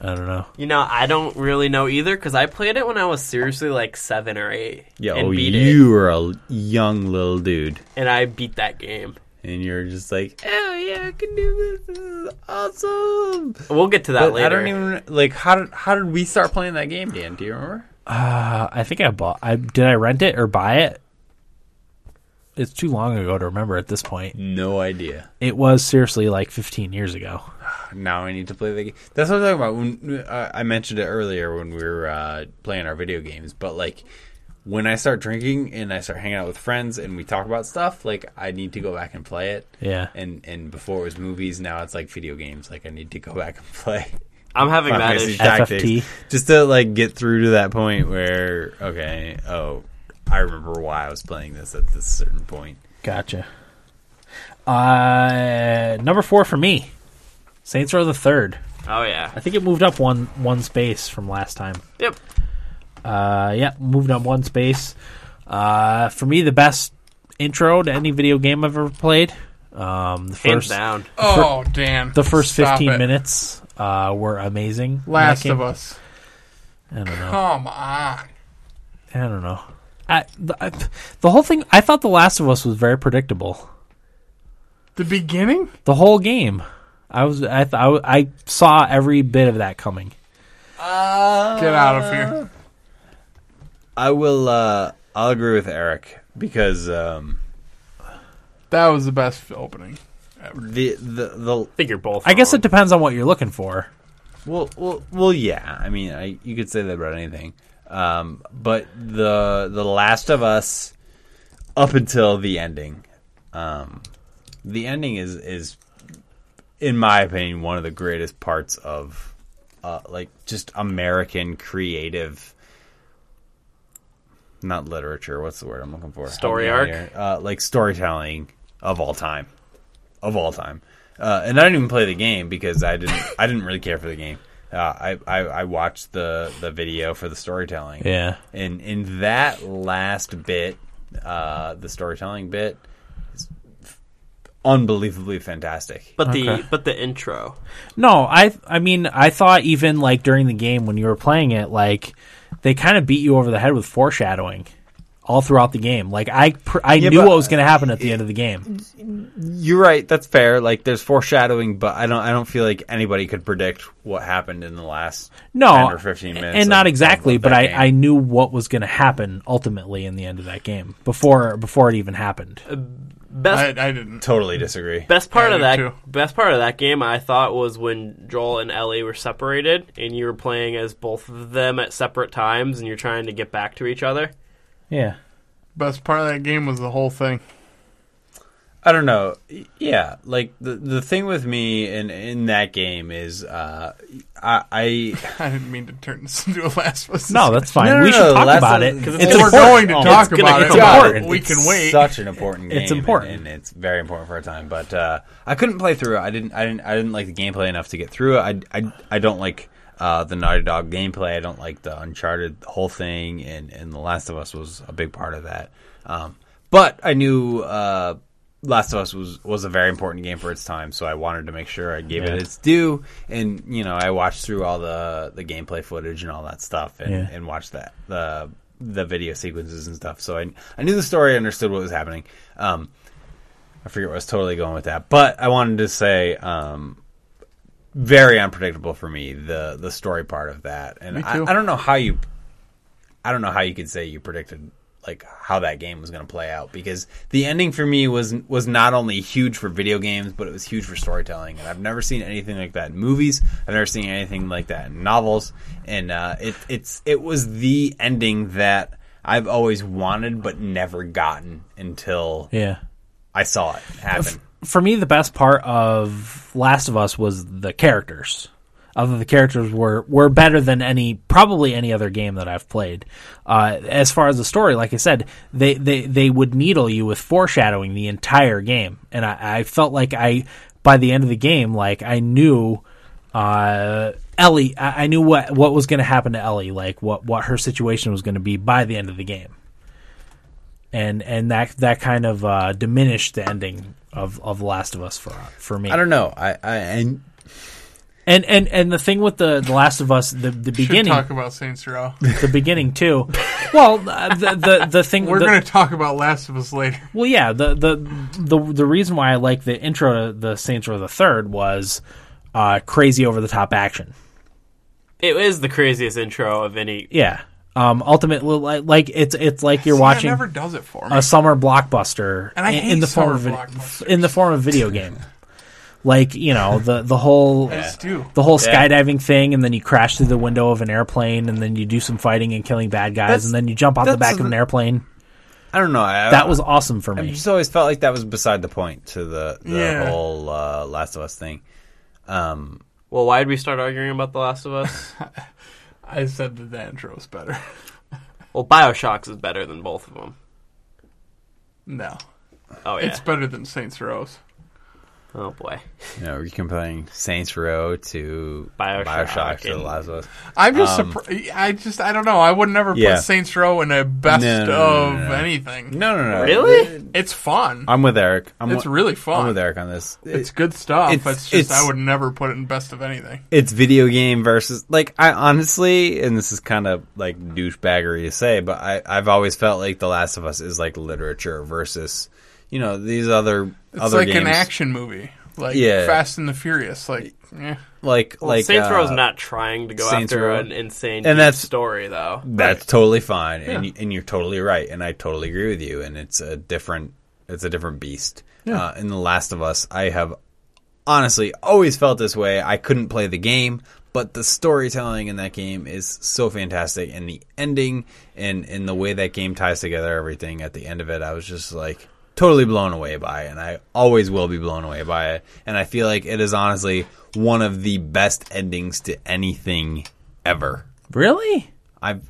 I don't know.
You know, I don't really know either because I played it when I was seriously like seven or eight.
Yo,
and beat
oh, you
it,
were a young little dude,
and I beat that game.
and you're just like, oh yeah, I can do this. This is awesome.
We'll get to that
But
later.
I don't even like how did how did we start playing that game, Dan? Do you remember?
Uh, I think I bought. I did I rent it or buy it? It's too long ago to remember at this point.
No idea.
It was seriously like 15 years ago.
Now I need to play the game. That's what I'm talking about. When uh, I mentioned it earlier when we were uh, playing our video games, but like when I start drinking and I start hanging out with friends and we talk about stuff, like I need to go back and play it.
Yeah.
And and before it was movies, now it's like video games. Like I need to go back and play.
I'm having
Final
that
Fantasy
issue.
Tactics.
FFT.
Just to like get through to that point where okay, oh, I remember why I was playing this at this certain point.
Gotcha. Uh, number four for me, Saints Row the Third.
Oh yeah.
I think it moved up one one space from last time.
Yep.
Uh, yeah, moved up one space. Uh, for me, the best intro to any video game I've ever played. Um, the
Hands
first
down.
Oh, Dan.
the first
Stop
fifteen
it.
minutes uh, were amazing. when that
Last of
came-
Us.
I don't know.
Come on.
I don't know. I, the, I, the whole thing. I thought The Last of Us was very predictable.
The beginning?
The whole game. I was. I. Th- I, w- I saw every bit of that coming.
Get out of here.
I will. uh I'll agree with Eric because um
That was the best opening.
the the the
I think you're both.
I guess
wrong.
it depends on what you're looking for.
well well well yeah. I mean, I you could say that about anything. Um, but the the Last of Us up until the ending, um, the ending is is in my opinion one of the greatest parts of uh, like just American creative. Not literature. What's the word I'm looking for?
Story
Help me
arc?
out here. uh, like storytelling of all time. of all time. Uh, and I didn't even play the game because I didn't. I didn't really care for the game. Uh, I, I I watched the the video for the storytelling.
Yeah.
And in that last bit, uh, the storytelling bit, is f- unbelievably fantastic.
But the
Okay.
but the intro.
No, I I mean I thought even like during the game when you were playing it, like they kind of beat you over the head with foreshadowing all throughout the game. Like I pr- I knew
but- uh,
what was going to happen at the end of the game.
You're right. That's fair. Like there's foreshadowing, but I don't. I don't feel like anybody could predict what happened in the last
No,
10 or 15 minutes.
and
of-
not
of
exactly, but
that
I,
game.
I knew what was going to happen ultimately in the end of that game before before it even happened.
Uh,
Best
I, I didn't.
totally disagree.
best part
I
of
do
that
too.
best part of that game I thought was when Joel and Ellie were separated and you were playing as both of them at separate times and you're trying to get back to each other.
Yeah.
Best part of that game was the whole thing.
I don't know. Yeah, like the the thing with me in in that game is uh, I, I
I didn't mean to turn this into a last of us.
No, Oh, that's fine.
No, no,
we should
no,
talk
that's
about
a-
it.
'cause
Well,
it's
we're going to
important.
talk
It's
about
gonna
it.
get
but
important.
We
It's
can wait.
Such an important game.
It's important.
and, and it's very important for our time. But uh, I couldn't play through. it. I didn't. I didn't. I didn't like the gameplay enough to get through it. I. I. I don't like uh, the Naughty Dog gameplay. I don't like the Uncharted whole thing. And and The Last of Us was a big part of that. Um, but I knew. Uh, Last of Us was, was a very important game for its time, so I wanted to make sure I gave it its due. And you know, I watched through all the, the gameplay footage and all that stuff, and,
Yeah.
and watched that the the video sequences and stuff. So I I knew the story, I understood what was happening. Um, I forget where I was totally going with that, but I wanted to say um, very unpredictable for me the the story part of that, and
Me
I,
too.
I don't know how you I don't know how you could say you predicted like how that game was going to play out because the ending for me was was not only huge for video games but it was huge for storytelling and I've never seen anything like that in movies I've never seen anything like that in novels and uh, it it's it was the ending that I've always wanted but never gotten until
Yeah.
I saw it happen
For me, the best part of Last of Us was the characters. Other the characters were were better than any probably any other game that I've played. Uh, as far as the story, like I said, they, they they would needle you with foreshadowing the entire game, and I, I felt like I by the end of the game, like I knew uh, Ellie, I, I knew what what was going to happen to Ellie, like what what her situation was going to be by the end of the game and and that that kind of uh, diminished the ending of of The Last of Us for for me.
I don't know I I and
and and and the thing with the, the Last of Us, the the
We should
beginning,
talk about Saints Row.
the beginning too. Well, uh, the the the thing
We're
the,
going to talk about Last of Us later.
Well, yeah, the the the the reason why I like the intro to the Saints Row the Third was uh, crazy over the top action.
It is the craziest intro of any.
Yeah, um, ultimately, like, like it's it's like you're
See,
watching
That never does it for me.
a summer blockbuster
And I
in,
hate
in the
summer
form of
blockbusters.
vid- in the form of video game. like you know the the whole
just do.
the whole skydiving thing, and then you crash through the window of an airplane, and then you do some fighting and killing bad guys,
That's-
and then you jump out the
that's
back of an
the-
airplane.
I don't know I,
That was awesome for
I
me.
just always felt like that was beside the point to the, the
Yeah.
whole uh, Last of Us thing. Um,
Well, why did we start arguing about The Last of Us?
I said that the intro is better.
well, Bioshock's is better than both of them.
No.
Oh yeah.
It's better than Saints Row's.
oh boy.
you know, you're comparing Saints Row to
Bioshock
Bioshock, to The
and-
Last of Us.
I'm just surprised. I just, I don't know. I would never
Um, Yeah.
put Saints Row in a best
No, no, no,
of
no, no.
anything.
No, no, no.
Really?
It's fun.
I'm with Eric. I'm
it's
wi-
really
I'm
fun.
with Eric on this.
It's
It's
good stuff. It's,
it's-
just
it's-
I would never put it in best of anything.
it's video game versus like I honestly, and this is kind of like douchebaggery to say, but I I've always felt like The Last of Us is like literature versus you know these other
It's
other
like
games
an action movie, like
Yeah.
Fast and the Furious. Like, eh.
like
Well,
like
Saints
uh,
Row's not trying to go
Saints
after
Row.
an insane
And
and
that's-
story though.
That's totally fine, and and you're totally right, and I totally agree with you. And it's a different, it's a different beast. Uh, in The Last of Us, I have honestly always felt this way. I couldn't play the game, but the storytelling in that game is so fantastic, and the ending and and the way that game ties together everything at the end of it, I was just like totally blown away by, it, and I always will be blown away by it. And I feel like it is honestly one of the best endings to anything ever.
Really?
I've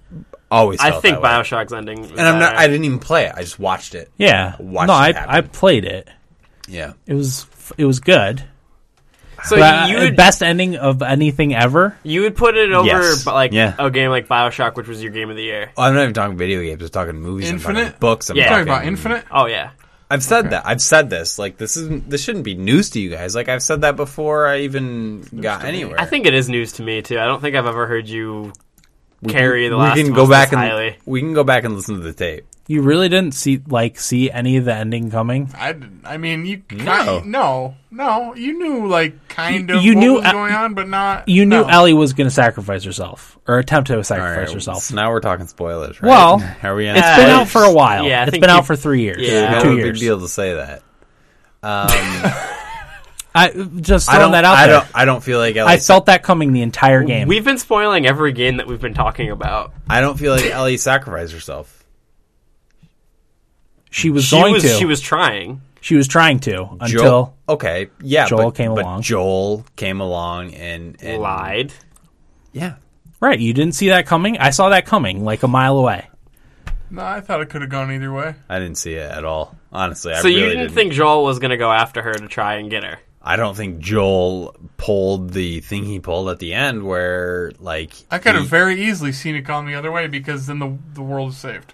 always. Felt
I think
that way.
Bioshock's ending. was
And I'm not.
better.
I didn't even play it. I just watched it.
Yeah.
Watched
no,
it
I
happen.
I played it.
Yeah.
It was it was good.
so
But
you
uh,
would
best ending of anything ever.
you would put it over
Yes.
but like
Yeah.
a game like Bioshock, which was your game of the year.
Well, I'm not even talking video games. I'm talking movies. I'm
Infinite?
talking books. I'm
Yeah.
talking
talking
about Infinite.
Oh yeah.
I've said that. I've said this. Like this isn't. This shouldn't be news to you guys. Like I've said that before. I even got anywhere.
I think it is news to me too. I don't think I've ever heard you carry the
we
last
can
of
go
Us
back
this
and
highly.
we can go back and listen to the tape.
You really didn't see like see any of the ending coming.
I didn't. I mean, you kind
No.
no, no. You knew like kind
You-
of
you
what
knew
was
a-
going on, but not.
You knew
no.
Ellie was going to sacrifice herself or attempt to
All
sacrifice
right.
herself.
So now we're talking spoilers. Right?
Well,
are we? In
It's been out for a while.
Yeah, I
it's
think
been
you-
out for three years.
Yeah.
Kind of
two
a
years.
big deal to say that.
I just
I
throwing
don't.
that out
I
there.
don't. I don't feel like Ellie.
I felt that coming the entire game.
We've been spoiling every game that we've been talking about.
I don't feel like Ellie sacrificed herself.
she was
She
going
was
to.
she was trying.
She was trying to until
okay, yeah,
Joel
but,
came
but
along.
Joel came along and, and
Lied.
Yeah,
right. You didn't see that coming. I saw that coming like a mile away.
No, I thought it could have gone either way.
I didn't see it at all. Honestly, I
So
really
you didn't, think Joel was gonna go after her to try and get her?
I don't think Joel pulled the thing he pulled at the end where like
I could have
he-
very easily seen it gone the other way because then the the world is saved.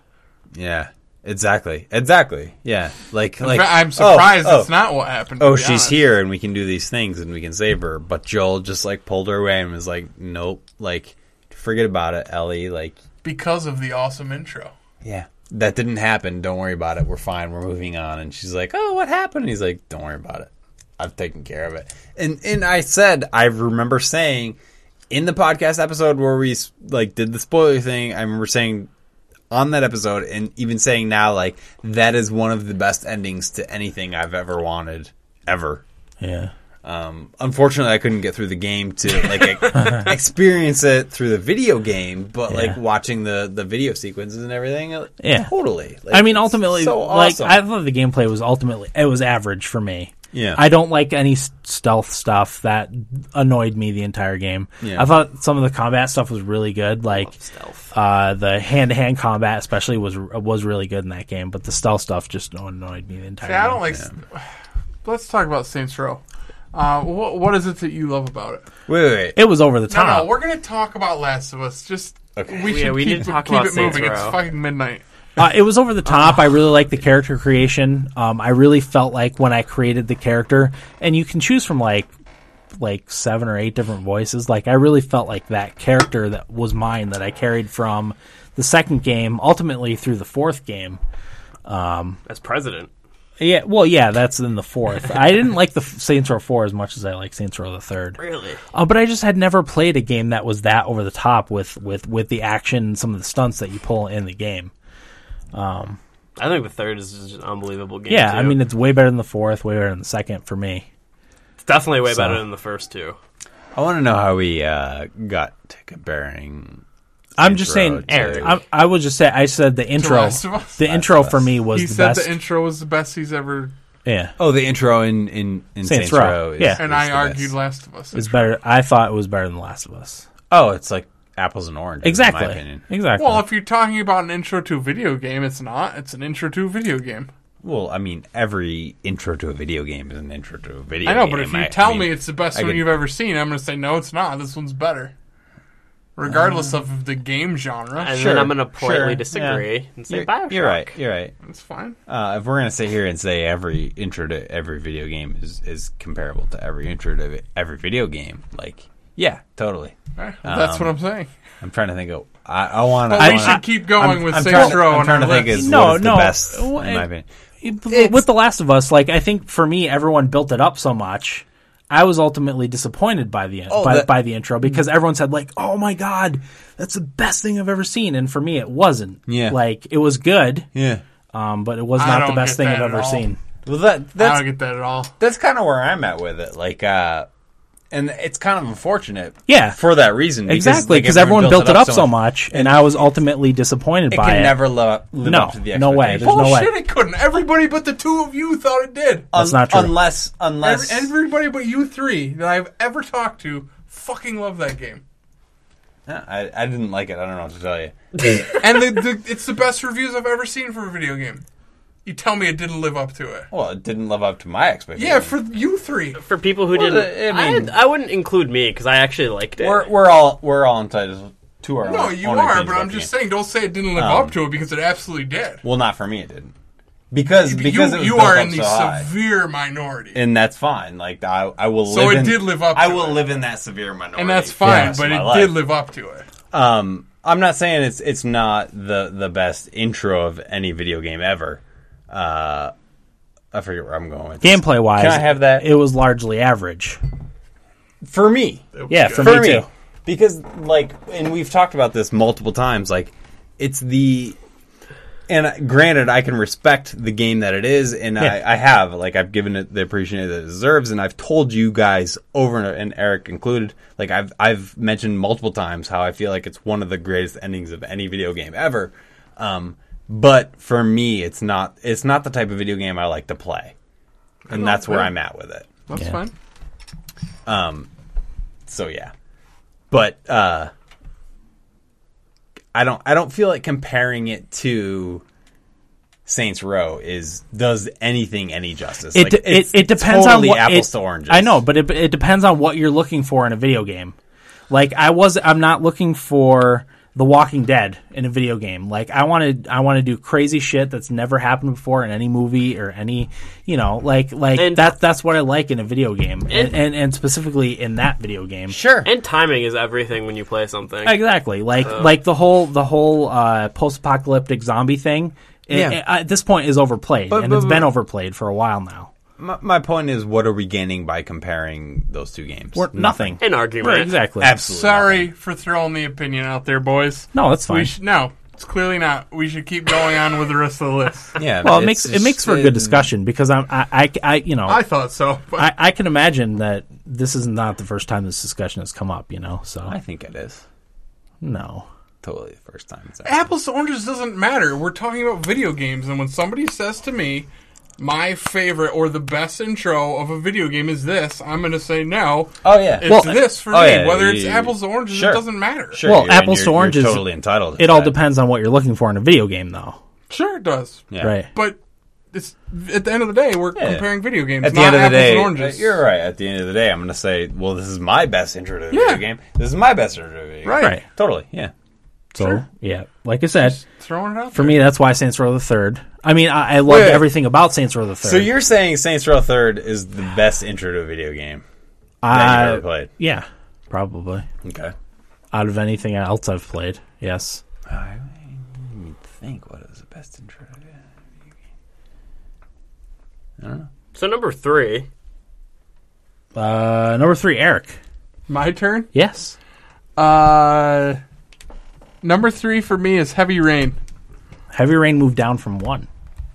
yeah exactly exactly yeah like like
But I'm
oh,
surprised
oh,
that's not what happened. to
oh
be
she's
honest.
here and we can do these things and we can save her but Joel just like pulled her away and was like nope like forget about it Ellie like
because of the awesome intro.
yeah that didn't happen don't worry about it we're fine we're moving on and she's like oh what happened and he's like don't worry about it I've taken care of it and and I said I remember saying in the podcast episode where we like did the spoiler thing I remember saying on that episode and even saying now like that is one of the best endings to anything I've ever wanted ever
Yeah.
um, unfortunately, I couldn't get through the game to like ex- experience it through the video game, but like
Yeah.
watching the the video sequences and everything, uh,
Yeah.
totally. Like,
I mean, ultimately,
so awesome.
like I thought the gameplay was ultimately it was average for me.
Yeah.
I don't like any s- stealth stuff that annoyed me the entire game.
Yeah.
I thought some of the combat stuff was really good, like
Stealth.
uh, the hand to hand combat, especially was was really good in that game. But the stealth stuff just annoyed me the entire.
Yeah, I
game.
don't like. Let's talk about Saints Row. Uh, wh- what is it that you love about it?
wait, wait, wait.
It was over the
No,
top.
no, we're gonna talk about Last of Us. Just
Okay.
we should
Yeah, we
keep,
need to talk
keep
about
it
Saints
moving. It's
Row.
fucking midnight.
Uh, it was over the top. I really liked the character creation. Um, I really felt like when I created the character, and you can choose from like like seven or eight different voices. Like I really felt like that character that was mine that I carried from the second game, ultimately through the fourth game.
As president.
Yeah, well, yeah, that's in the fourth. I didn't like the f- Saints Row four as much as I like Saints Row the third.
Really?
Uh, but I just had never played a game that was that over the top with with with the action, and some of the stunts that you pull in the game.
I think the third is just an unbelievable game.
Yeah, I
too.
mean it's way better than the fourth, way better than the second for me.
it's definitely way
so-
better than the first two.
I want to know how we uh, got to comparing.
I'm
Saints
just
Row
saying.
to-
Eric.
I, I would just say I said the intro.
Last of Us.
The
Last
intro
of Us.
for me was
he
the
said
best.
the intro was the best he's ever,
yeah,
Oh, the intro in in, in Saints,
Saints Row,
Row. is-
yeah.
and
is
I
the
argued
best.
Last of Us.
it's better. I thought it was better than The Last of Us.
Oh, it's like apples and oranges.
Exactly.
In my opinion.
Exactly.
Well, if you're talking about an intro to a video game, it's not. It's an intro to a video game.
Well, I mean, every intro to a video game is an intro to a video.
I know, but if
game.
you
I- I
tell me
mean,
it's the best
I
one
could-
you've ever seen, I'm going to say no, it's not. This one's better, regardless
Um,
of the game genre.
And
Sure,
then I'm going to politely
sure,
disagree and say
you're,
Bioshock.
you're right. You're right.
That's fine.
Uh, if we're gonna sit here and say every intro to every video game is, is comparable to every intro to every video game, like yeah, totally.
Eh, That's
um,
what I'm saying.
I'm trying to think of. I, I want.
Well,
I
we
wanna-
should keep going
I'm-
with
I'm
Saints
trying to-
Row
I'm
on
trying to
our
think
list.
is
No,
what is
no,
the best in
w-
my opinion.
with The Last of Us, like I think for me, everyone built it up so much. I was ultimately disappointed by the
Oh,
by,
that-
by the intro because everyone said like, "Oh my god, that's the best thing I've ever seen," and for me, it wasn't.
Yeah.
like it was good,
Yeah.
um, but it was
I
not the
don't
best
get
thing
that
I've
at
ever
all.
seen.
Well, that
I
that's
don't get that at all.
that's kind of where I'm at with it. Like, uh, and it's kind of unfortunate.
Yeah.
For that reason, because,
Exactly,
like,
because everyone built it up so much, and I was ultimately disappointed
It
by
can
it.
never lo- live
No,
up to the
no way. There's
expectations.
no way.
Bullshit, it couldn't. Everybody but the two of you thought it did.
That's not true.
Unless,
Every,
unless
everybody but you three that I've ever talked to fucking love that game.
Yeah, I, I didn't like it. I don't know what to tell you.
And the, the, it's the best reviews I've ever seen for a video game. You tell me it didn't live up to it.
Well, it didn't live up to my expectations.
Yeah, for you three.
For people who
Well,
didn't,
I
I,
mean-
I, wouldn't include me because I actually liked it.
we're we're all we're all entitled to our
No,
own.
you
own
are,
opinions
but
about
I'm
the
just
game. Um,
saying, don't say it didn't live up to it because it absolutely did.
Well, not for me. It didn't because because it
you
was
you
built
are
up
in
so
the
high.
severe minority.
and that's fine. Like I, I will.
So
live
it
in,
did live up
I
to
will
it.
live in that severe minority,
and that's
for the
fine,
rest of
but
my
it
life.
did live up to it.
Um, I'm not saying it's it's not the the best intro of any video game ever. Uh, I forget where I'm going with this.
Gameplay wise,
Can I have that?
It was largely average.
for me.
Yeah, for,
for
me,
me,
too.
because like and we've talked about this multiple times like it's the and uh, granted i can respect the game that it is and
Yeah.
I, I have like i've given it the appreciation that it deserves and i've told you guys over and, and eric included like i've i've mentioned multiple times how i feel like it's one of the greatest endings of any video game ever um, but for me it's not it's not the type of video game i like to play and that's where
yeah.
I'm at with it.
That's
Yeah.
fine.
So yeah, but uh, I don't I don't feel like comparing it to Saints Row is does anything any justice.
It,
Like,
de- it,
it's
it depends
totally
on what
apples
it-
to oranges.
I know, but it, it depends on what you're looking for in a video game. Like I was, I'm not looking for The Walking Dead in a video game. Like I want to, I want to do crazy shit that's never happened before in any movie or any, you know, like like
And-
that. That's what I like in a video game, and
And-
and, and, specifically in that video game.
Sure.
And timing is everything when you play something.
Exactly, like like the whole the whole uh, post-apocalyptic zombie thing. It,
Yeah.
it- uh, at this point, is overplayed,
But-
and
but-
it's been
but-
overplayed for a while now.
my, my point is, what are we gaining by comparing those two games?
We're nothing.
An argument.
Right, exactly.
Absolutely.
Sorry for throwing the opinion out there, boys.
No, that's fine.
We should, no, it's clearly not. We should keep going on with the rest of the list.
nothing. Yeah.
Well, it
it's
makes it
just-
makes for a good discussion because I'm I, I, I you know
I
I,
thought so. But
I, can imagine that this is not the first time this discussion has come up. You know, so
I think it is
no,
totally the first time. It's happened.
apples to oranges doesn't matter. We're talking about video games, and when somebody says to me, "My favorite or the best intro of a video game is this," I'm going to say no.
Oh yeah.
It's this for
oh,
me.
yeah,
Whether it's
you-
apples to oranges,
sure.
it doesn't matter.
Sure,
Well,
you're- and
apples
you're-
to
you're
oranges,
totally entitled. to
it all
that.
depends on what you're looking for in a video game, though,
Sure, it does.
Yeah.
right?
But it's at the end of the day, we're comparing video games,
At the
not
end of the
apples
day,
and oranges.
uh, you're right. At the end of the day, I'm going to say, well, this is my best intro to the video
Yeah.
game. This is my best intro to the video game.
Right.
Right.
Totally. Yeah.
So yeah, like I said,
Throwing it out
for me that's why Saints Row the Third. I mean, I, I love
Wait.
everything about Saints Row the Third.
So you're saying Saints Row Third is the best intro to a video game that you've ever
uh,
played?
yeah, probably
Okay.
out of anything else I've played. Yes,
I didn't even think what is the best intro. To
So number three.
uh, number three, Eric.
My turn.
Yes,
Uh, number three for me is Heavy Rain.
Heavy Rain moved down from one.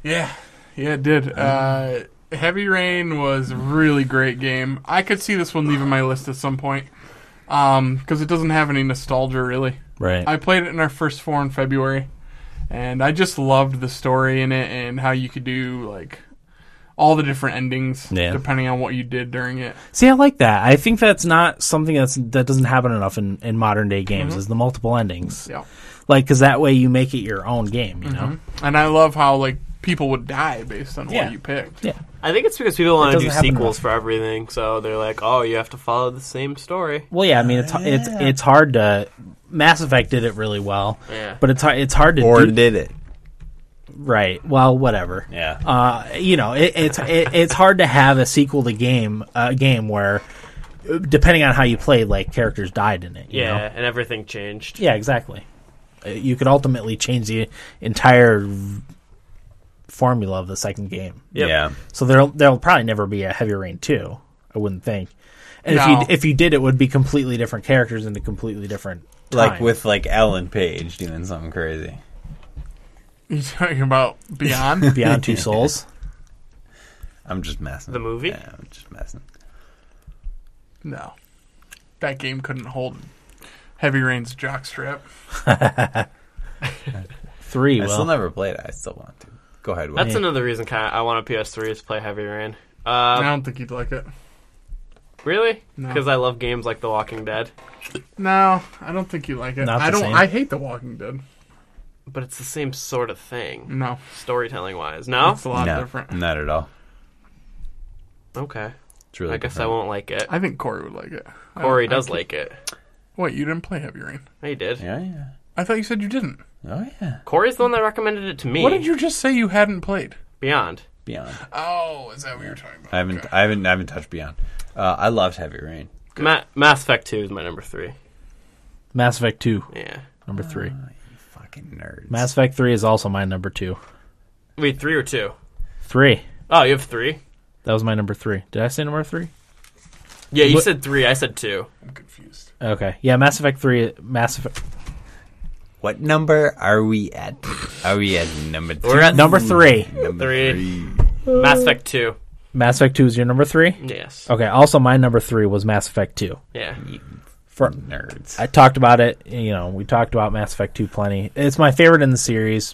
Yeah, yeah, it did. Uh, Heavy Rain was a really great game. I could see this one leaving my list at some point because it doesn't have any nostalgia really.
Right.
I played it in our first four in February, and I just loved the story in it and how you could do like all the different endings
Yeah.
depending on what you did during it.
See, I like that. I think that's not something that's that doesn't happen enough in, in modern day games is the multiple endings.
Mm-hmm. Yeah. Mm-hmm.
Like, because that way you make it your own game. You know,
And I love how like people would die based on
Yeah.
what you picked.
yeah,
I think it's because people want to
doesn't
do
happen
sequels
enough.
for everything, so they're like, "Oh, you have to follow the same story."
well, yeah. I mean, it's it's it's hard to. Mass Effect did it really well,
Yeah.
but it's hard. It's hard to
Or
do
did it?
right. Well, whatever.
Yeah.
Uh, you know, it, it's it, it's hard to have a sequel to game a game where, uh, depending on how you played, like characters died in it. you
Yeah,
know?
and everything changed.
Yeah, exactly. Uh, You could ultimately change the entire v- formula of the second game.
Yep.
Yeah.
So there'll there'll probably never be a Heavy Rain two. I wouldn't think. And
No.
if you if you did, it would be completely different characters and a completely different time.
Like with like Ellen Page doing something crazy.
You talking about Beyond?
Beyond Two Souls.
I'm just messing.
The movie?
Yeah, I'm just messing.
no, that game couldn't hold Heavy Rain's jockstrap.
Three.
I still
Well,
never played it. I still want to. Go ahead. Will.
That's another reason kind of I want a PS3 is to play Heavy Rain. Uh,
I don't think you'd like it.
Really?
No.
Because I love games like The Walking Dead,
No, I don't think you like it.
Not the
I don't.
same.
I hate The Walking Dead.
but it's the same sort of thing,
No,
storytelling wise. No.
Mm. it's a lot
no,
different.
not at all.
Okay.
It's really.
I guess I
different.
won't like it.
I think Corey would like it. I
Corey
don't- I
does
can't-
like it.
Wait, you didn't play Heavy Rain?
He did.
Yeah, yeah.
I thought you said you didn't.
Oh yeah.
Corey's the one that recommended it to me.
What did you just say you hadn't played?
Beyond.
Beyond.
Oh, is that what you're talking about?
I haven't.
Okay.
I haven't. I haven't touched Beyond. Uh, I loved Heavy Rain.
Ma- Mass Effect 2 is my number three.
Mass Effect two,
Yeah.
number three.
Fucking nerds.
Mass Effect three is also my number two.
Wait, three or two?
Three.
Oh, you have three?
That was my number three. Did I say number three?
Yeah, you
What-
said three. I said two.
I'm confused.
Okay. Yeah, Mass Effect three. Mass Effect
What number are we at? Are we at number three?
We're at
number three.
Number
three. Mass Effect 2.
Mass Effect two is your number three.
Yes.
Okay. Also, my number three was Mass Effect two.
Yeah.
For
Nerds.
I
Mm-hmm.
talked about it. You know, we talked about Mass Effect 2 plenty. It's my favorite in the series.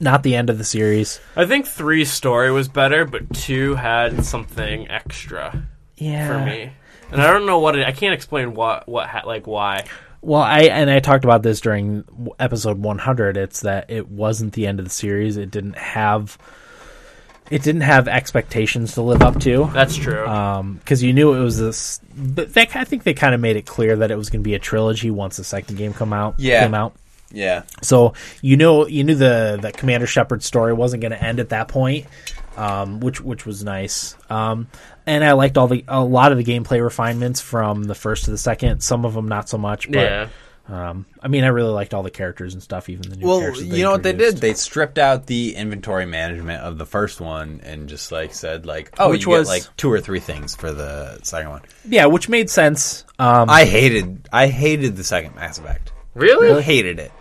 not the end of the series.
I think three's story was better, but two had something extra
Yeah.
for me, and I don't know what it. I can't explain what what ha- like why.
Well, I and I talked about this during episode 100. It's that it wasn't the end of the series. It didn't have it didn't have expectations to live up to.
That's true.
Uh, because Um, you knew it was this. But that, I think they kind of made it clear that it was going to be a trilogy once the second game come out.
Yeah.
came out.
Yeah.
So you know, you knew the the Commander Shepard story wasn't going to end at that point, um, which which was nice. Um, and I liked all the a lot of the gameplay refinements from the first to the second. Some of them not so much. But,
yeah,
Um, I mean, I really liked all the characters and stuff, even the new
Well,
characters.
you know what they did?
introduced.
They stripped out the inventory management of the first one and just like said like, oh,
Which
you get
was-
like two or three things for the second one.
Yeah, which made sense. Um,
I hated, I hated the second Mass Effect.
really?
Hated it.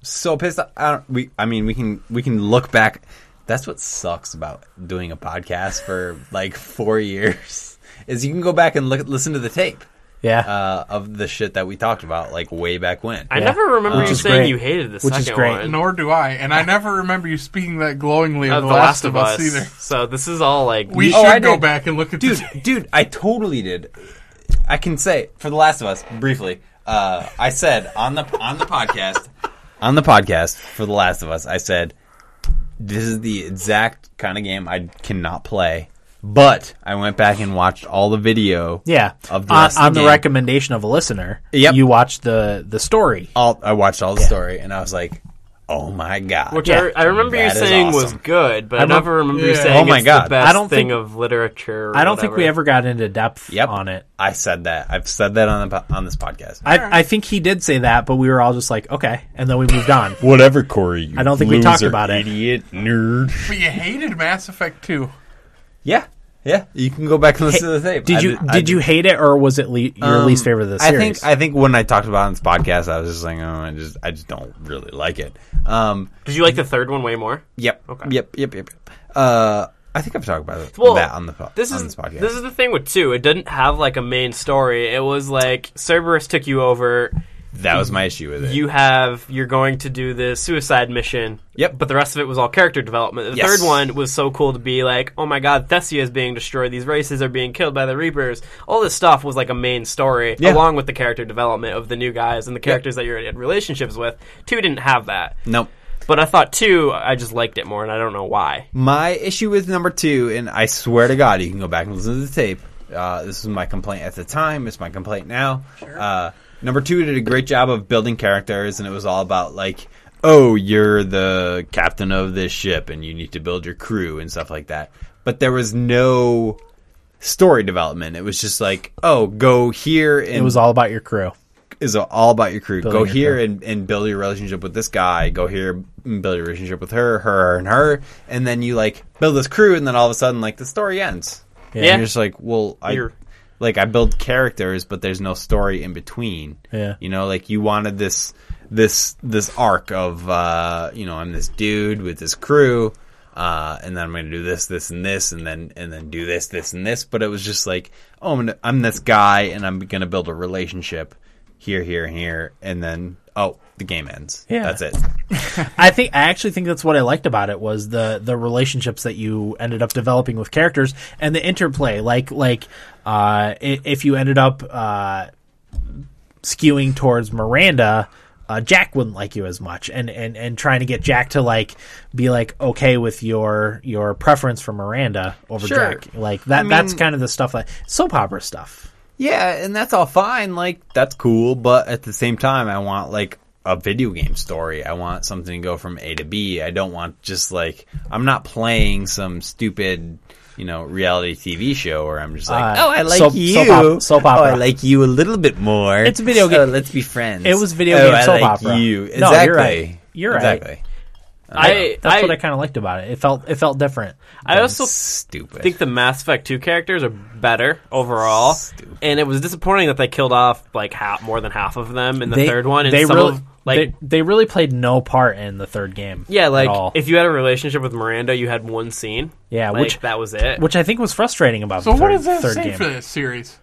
So pissed. Off. I don't. We. I mean, we can we can look back. That's what sucks about doing a podcast for like four years is you can go back and look listen to the tape
yeah,
uh, of the shit that we talked about like way back when.
I never remember
Which
you
is
saying
great.
you hated the
Which is
second
great.
one.
Nor do I, and I never remember you speaking that glowingly
Uh,
of The Last of Us either.
Oh,
So this is all like
We
Oh, I
should go
did.
back and look at
dude,
the
dude, I totally did. I can say for The Last of Us briefly. Uh, I said on the on the podcast on the podcast for The Last of Us. I said this is the exact kind of game I cannot play. But I went back and watched all the video.
yeah.
of the
on,
rest of the
on the
game.
recommendation of a listener,
Yep.
you watched the the story.
All I watched all the story, and I was like, "Oh my god!"
Which
Yeah.
I, I remember
That
you
is
saying was
awesome.
good, but I,
remem-
never remember you
Yeah.
saying
Oh my
it's the
God.
best
I don't
thing
think-
of literature. or
I don't think we
whatever.
ever got into depth
yep,
on it.
I said that. I've said that on the po- on this podcast.
I, I think he did say that, but we were all just like, okay, and then we moved on.
Whatever, Corey.
I don't think we talked about it.
Idiot nerd.
But you hated Mass Effect 2.
Yeah, yeah. You can go back and listen to the tape.
Did
I
you did,
I Um,
you hate it, or was it le- your least favorite of the
I
series?
think I think when I talked about it on this podcast, I was just like, oh, I just I just don't really like it. Um,
Did you like the third one way more?
yep, yep, yep, yep. yep. Uh, I think I've talked about it,
Well,
that on the po-
This
on
is
this podcast.
this is the thing with two. It didn't have like a main story. It was like Cerberus took you over.
that was my issue with it.
You have you're going to do this suicide mission.
Yep.
But the rest of it was all character development. The
Yes.
third one was so cool to be like, oh my god, Thessia is being destroyed. These races are being killed by the Reapers. All this stuff was like a main story,
Yeah.
along with the character development of the new guys and the characters that you already had relationships with. Two didn't have that.
nope.
But I thought two, I just liked it more, and I don't know why.
My issue with number two, and I swear to God, you can go back and listen to the tape. Uh, this was my complaint at the time. It's my complaint now. Uh, number two did a great job of building characters, and it was all about like, oh, you're the captain of this ship, and you need to build your crew and stuff like that. But there was no story development. It was just like, oh, go here and
it was all about your crew.
is all about your crew.
Building
Go
your
here
crew.
And, and build your relationship with this guy. Go here and build your relationship with her, her, and her. And then you like build this crew, and then all of a sudden, like the story ends. And
Yeah.
you're just like, well, I
You're-
like I build characters, but there's no story in between.
Yeah.
you know, like you wanted this this this arc of uh, you know I'm this dude with this crew. Uh, and then I'm gonna do this, this, and this, and then and then do this, this, and this. But it was just like, oh, I'm, gonna, I'm this guy, and I'm gonna build a relationship here, here, and here, and then oh, the game ends.
Yeah.
that's it.
I think I actually think that's what I liked about it was the the relationships that you ended up developing with characters and the interplay. Like like uh, i- if you ended up uh, skewing towards Miranda. Uh, Jack wouldn't like you as much, and, and and trying to get Jack to like be like okay with your your preference for Miranda over
Sure.
Jack, like that.
mean-
that's kind of the stuff that soap opera stuff.
Yeah, and that's all fine. Like that's cool, but at the same time, I want like a video game story. I want something to go from A to B. I don't want just like I'm not playing some stupid, you know, reality TV show where I'm just like,
Uh,
oh, I like
soap- soap
you,
op- soap
Oh,
opera.
I like you a little bit more.
It's a video game.
Oh, let's be friends.
It was video
oh,
game
I
soap
like
opera.
You
No,
exactly.
you're right. You're right.
exactly.
I
That's
I,
what I kind of liked about it. It felt it felt different.
I also
Stupid.
think the Mass Effect 2 characters are better overall.
Stupid.
And it was disappointing that they killed off like half, more than half of them in the third one. And
they
some
really
of, like
they, they really played no part in the third game.
yeah,
at
like
all.
if you had a relationship with Miranda, you had one scene.
Yeah,
Like,
which-
that was it.
which I think was frustrating about
So
the third,
what does that
third
say
game.
for this series?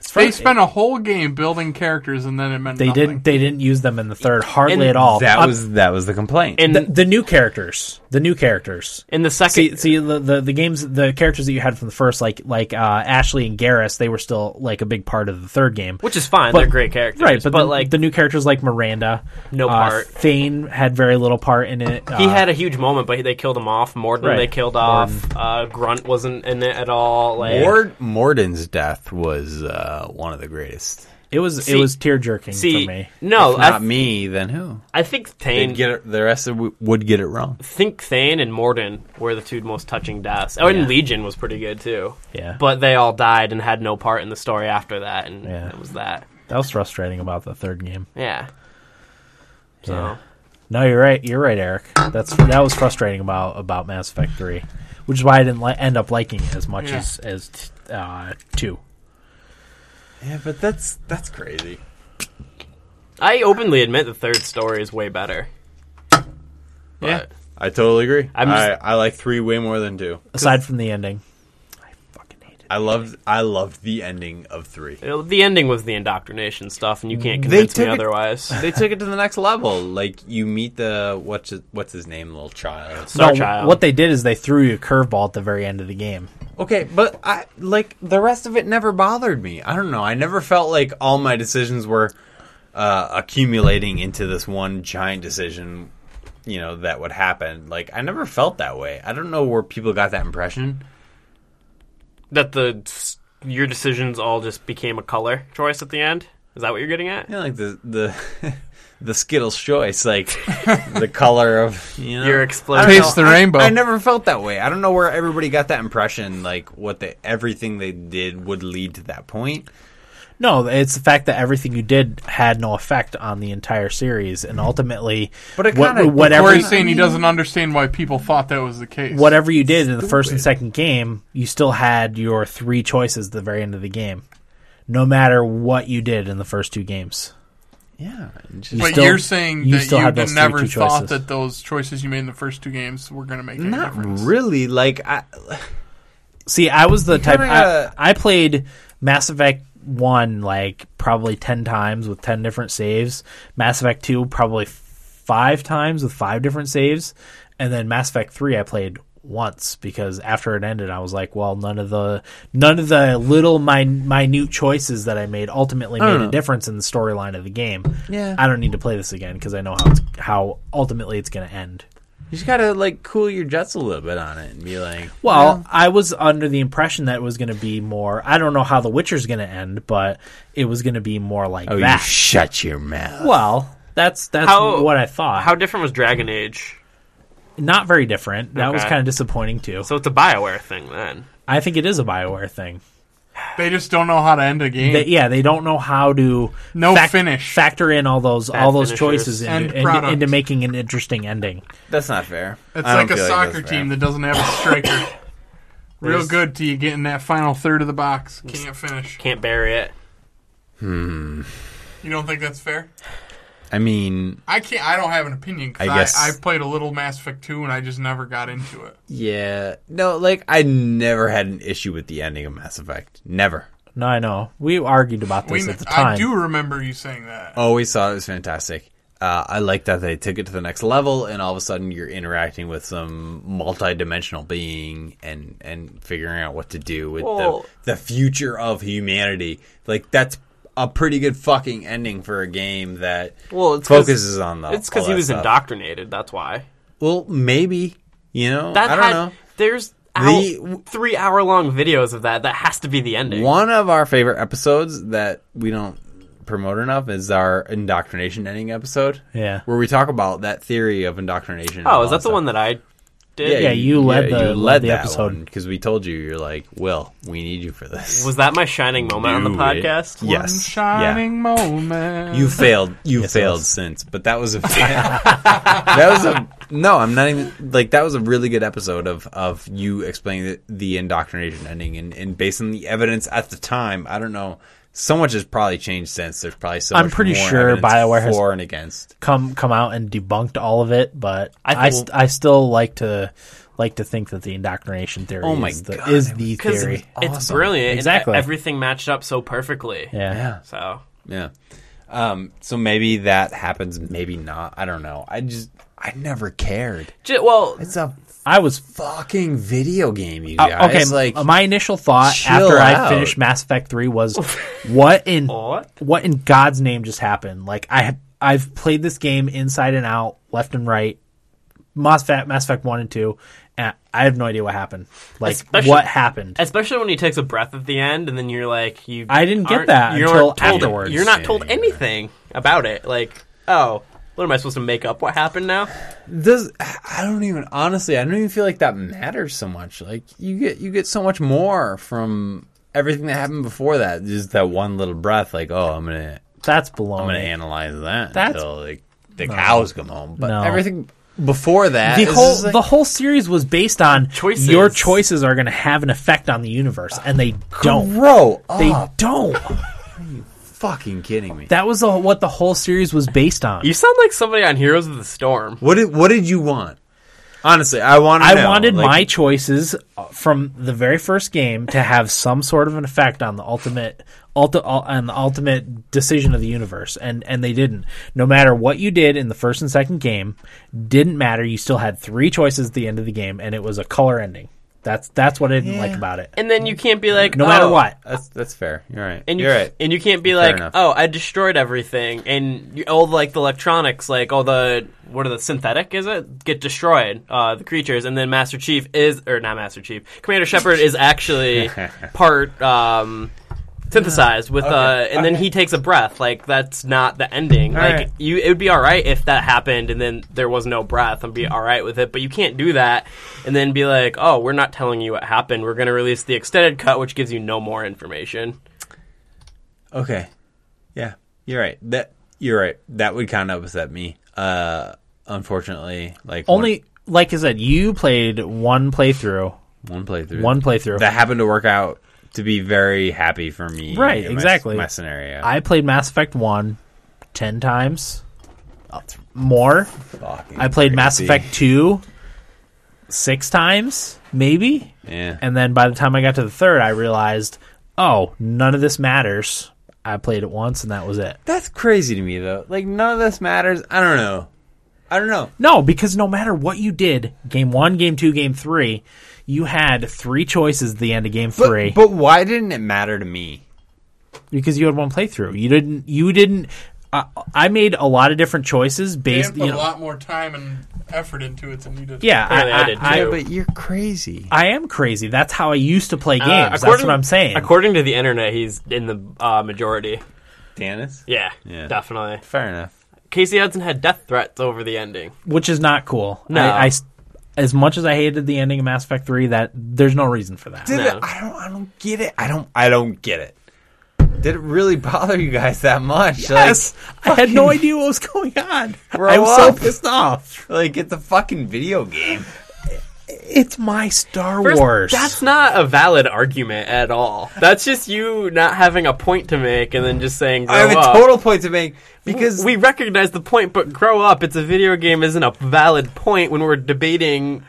It's
They
fun.
spent a whole game building characters and then it meant
They
nothing.
didn't. They didn't use them in the third hardly
and
at all.
That
Uh,
was that was the complaint.
the,
And
the new characters. The new characters.
in the second,
See, see the, the the games, the characters that you had from the first, like like uh, Ashley and Garrus, they were still like a big part of the third game.
which is fine,
But-
they're great characters,
right? But, the-
like
the new characters like Miranda,
No
uh,
part.
Thane had very little part in it.
he
Uh,
had a huge moment, but they killed him off. Morden
Right.
they killed off. Uh, Grunt wasn't in it at all. Like
Mord, Morden's death was uh, one of the greatest.
it was
see-
it was tear jerking for
see,
me.
no,
If
I,
not
th-
me, then who?
I think Thane
They'd get it, the rest of w- would get it wrong.
think Thane and Morden were the two most touching deaths. Oh, and Legion was pretty good too.
Yeah.
But they all died and had no part in the story after that, and
Yeah.
it was that.
That was frustrating about the third game.
Yeah. So
Yeah. No, you're right. You're right, Eric. That's that was frustrating about about Mass Effect Three, which is why I didn't li- end up liking it as much
Yeah.
as as uh, two.
Yeah, but that's that's crazy.
I openly admit the third story is way better.
Yeah.
I totally agree.
I'm just-
I, I like three way more than two.
Aside from the ending, I fucking hated. it.
I loved I loved the ending of three.
It- The ending was the indoctrination stuff, and you can't
They
convince me
took it-
otherwise.
They took it to the next level. Like you meet the what's his, what's his name, little child.
No,
Starchild.
what they did is they threw you a curveball at the very end of the game.
Okay, but I like the rest of it never bothered me. I don't know. I never felt like all my decisions were uh, accumulating into this one giant decision. You know that would happen. Like I never felt that way. I don't know where people got that impression.
that the s- your decisions all just became a color choice at the end. Is that what you're getting at?
You know, like the the the Skittles choice, like the color of you know.
Your
I
explosion.
don't
Taste
know.
the
I-
rainbow.
I never felt that way. I don't know where everybody got that impression. Like what the everything they did would lead to that point.
No, it's the fact that everything you did had no effect on the entire series, and ultimately,
But it
what-
kinda-
whatever
Corey's saying he doesn't understand why people thought that was the case.
whatever you did in the first and second game, you still had your three choices at the very end of the game, no matter what you did in the first two games.
Yeah, it just-
But
still-
you're saying
you
that
still
you
had
had
those three
never
two
thought
choices.
that those choices you made in the first two games were going to make any
not
difference.
really. Like I.
See, I was the type
kinda
I,
gotta-
I played Mass Effect one like probably ten times with ten different saves. Mass Effect two probably five times with five different saves, and then Mass Effect three I played once because after it ended I was like, well, none of the none of the little min- minute choices that I made ultimately made a difference in the storyline of the game.
Yeah.
I don't need to play this again because I know how it's, how ultimately it's going to end.
You just gotta like cool your jets a little bit on it and be like,
Well, I was under the impression that it was going to be more. I don't know how The Witcher's going to end, but it was going to be more like
"Oh, you
that.
shut your mouth."
well, that's that's
How-
what I thought.
How different was Dragon Age?
Not very different. That was
Okay.
kind of disappointing too.
So it's a Bioware thing then.
I think it is a Bioware thing.
They just don't know how to end a game.
That yeah, they don't know how to
No finish.
factor in all those all those
finishers.
choices into,
End
into,
product.
into making an interesting ending.
that's not fair.
it's
I don't
like a
feel
soccer
that's fair.
team that doesn't have a striker. Real
There's-
good till you get in that final third of the box. Can't finish.
Can't bury it.
You don't think that's fair?
I mean,
I can't. I don't have an opinion because
I
I,
guess-
I, played a little Mass Effect two and I just never got into it.
yeah, no, like I never had an issue with the ending of Mass Effect. Never.
No, I know we argued about
We,
this at the
I
time.
do remember you saying that.
Always thought it was fantastic. Uh, I like that they took it to the next level, and all of a sudden you're interacting with some multi-dimensional being and and figuring out what to do with
Well-
the, the future of humanity. Like that's a pretty good fucking ending for a game that
Well, it's 'cause-
focuses on the.
It's because
all
he
that
was
stuff.
indoctrinated. That's why.
Well, maybe you know.
That
I don't
had,
know.
There's
The-
three hour long videos of that. That has to be the ending.
One of our favorite episodes that we don't promote enough is our indoctrination ending episode.
Yeah.
Where we talk about that theory of indoctrination.
oh, is that the one that I did?
Yeah, you led the- led the episode.
because we told you you're like, Will, we need you for this.
Was that my shining moment on the
Do it.
podcast?
Yes.
One shining moment.
You failed. You
Yes, it
failed
was.
since, but that was a that was a no. I'm not even like that was a really good episode of of you explaining the, the indoctrination ending and and based on the evidence at the time. I don't know so much has probably changed since. There's probably so.
I'm
much
pretty
more
sure
evidence
BioWare has-
for and against.
come come out and debunked all of it, but
I
I,
think-
st- I still like to like to think that the indoctrination theory
Oh my
is the,
God,
is
it
the
because
theory.
it's brilliant. and e-
Exactly.
everything matched up so perfectly.
Yeah.
So
Yeah. Um, so maybe that happens, maybe not. I don't know. I just I never cared.
Ju- well,
It's a
I was
fucking video game, you
uh,
guys.
okay.
like
my initial thought
chill
after I
out.
finished Mass Effect Three was, what in
What?
what in God's name just happened? Like I have I've played this game inside and out, left and right, Mass Effect, Mass Effect One and Two, and I have no idea what happened. Like
Especially-
what happened?
especially when he takes a breath at the end, and then you're like, you.
I didn't get
aren't-
that
you
until
aren't told-
afterwards.
You're not told
Yeah, yeah.
anything about it. Like, oh, what am I supposed to make up? What happened now?
does I don't even honestly I don't even feel like that matters so much. Like you get you get so much more from everything that happened before that. Just that one little breath, like oh I'm gonna
That's baloney.
I'm gonna analyze that
That's-
until like the cows come home. But
No.
everything before that,
the
is
whole
just, like-
the whole series was based on
Choices.
your choices are going to have an effect on the universe, and they don't.
grow
They
up.
don't.
fucking kidding me.
That was the, what the whole series was based on.
You sound like somebody on Heroes of the Storm.
What did What did you want? Honestly, I want.
I wanted my choices uh, from the very first game to have some sort of an effect on the ultimate ulti- ul- on the ultimate decision of the universe and and they didn't. No matter what you did in the first and second game, didn't matter. You still had three choices at the end of the game and it was a color ending. That's that's what I didn't like about it.
And then you can't be like,
No matter
oh,
what.
That's That's fair. You're right.
And you,
You're right.
and you can't be like,
enough.
oh, I destroyed everything, and you, all like the electronics, like all the what are the synthetic? Is it get destroyed? Uh, the creatures, and then Master Chief is or not Master Chief, Commander Shepard is actually part um, synthesized with uh, and then he takes a breath. Like that's not the ending. like
right.
you, it would be all right if that happened, and then there was no breath, and be all right with it. But you can't do that, and then be like, oh, we're not telling you what happened. We're gonna release the extended cut, which gives you no more information.
Okay. Yeah, you're right. That you're right. That would kind of upset me. Uh, unfortunately, like
Only like I said, you played one playthrough.
one, one playthrough.
One playthrough.
that happened to work out to be very happy for me.
Right,
in my-
exactly.
My scenario.
I played Mass Effect 1 10 times uh, more.
Fucking
I played Mass
crazy.
Effect 2 6 times maybe.
Yeah.
And then by the time I got to the third, I realized, "Oh, none of this matters." I played it once and that was it.
That's crazy to me though. Like none of this matters. I don't know. I don't know.
No, because no matter what you did, game 1, game 2, game 3, you had three choices at the end of game 3.
But, but why didn't it matter to me?
because you had one playthrough. You didn't. You didn't. Uh, I made a lot of different choices
They
based.
put
You
a
know,
lot more time and effort into it than you did.
yeah, I,
Apparently I did,
I,
too.
I,
Yeah, but you're crazy.
I am crazy. That's how I used to play games.
Uh,
That's what I'm saying.
According to the internet, he's in the uh, majority.
Dennis.
Yeah,
Yeah.
definitely.
Fair enough.
Casey Hudson had death threats over the ending.
Which is not cool.
No.
I, I s- as much as I hated the ending of Mass Effect Three, that there's no reason for that.
Did
No.
it, I don't. I don't get it. I don't. I don't get it. Did it really bother you guys that much?
Yes, I had no idea what was going on.
Grow
I was so
up.
pissed off.
Like, like it's a fucking video game.
It's my Star
First,
Wars.
That's not a valid argument at all. That's just you not having a point to make and then just saying, grow
I have
up.
a total point to make because
we recognize the point, but grow up. It's a video game, isn't a valid point when we're debating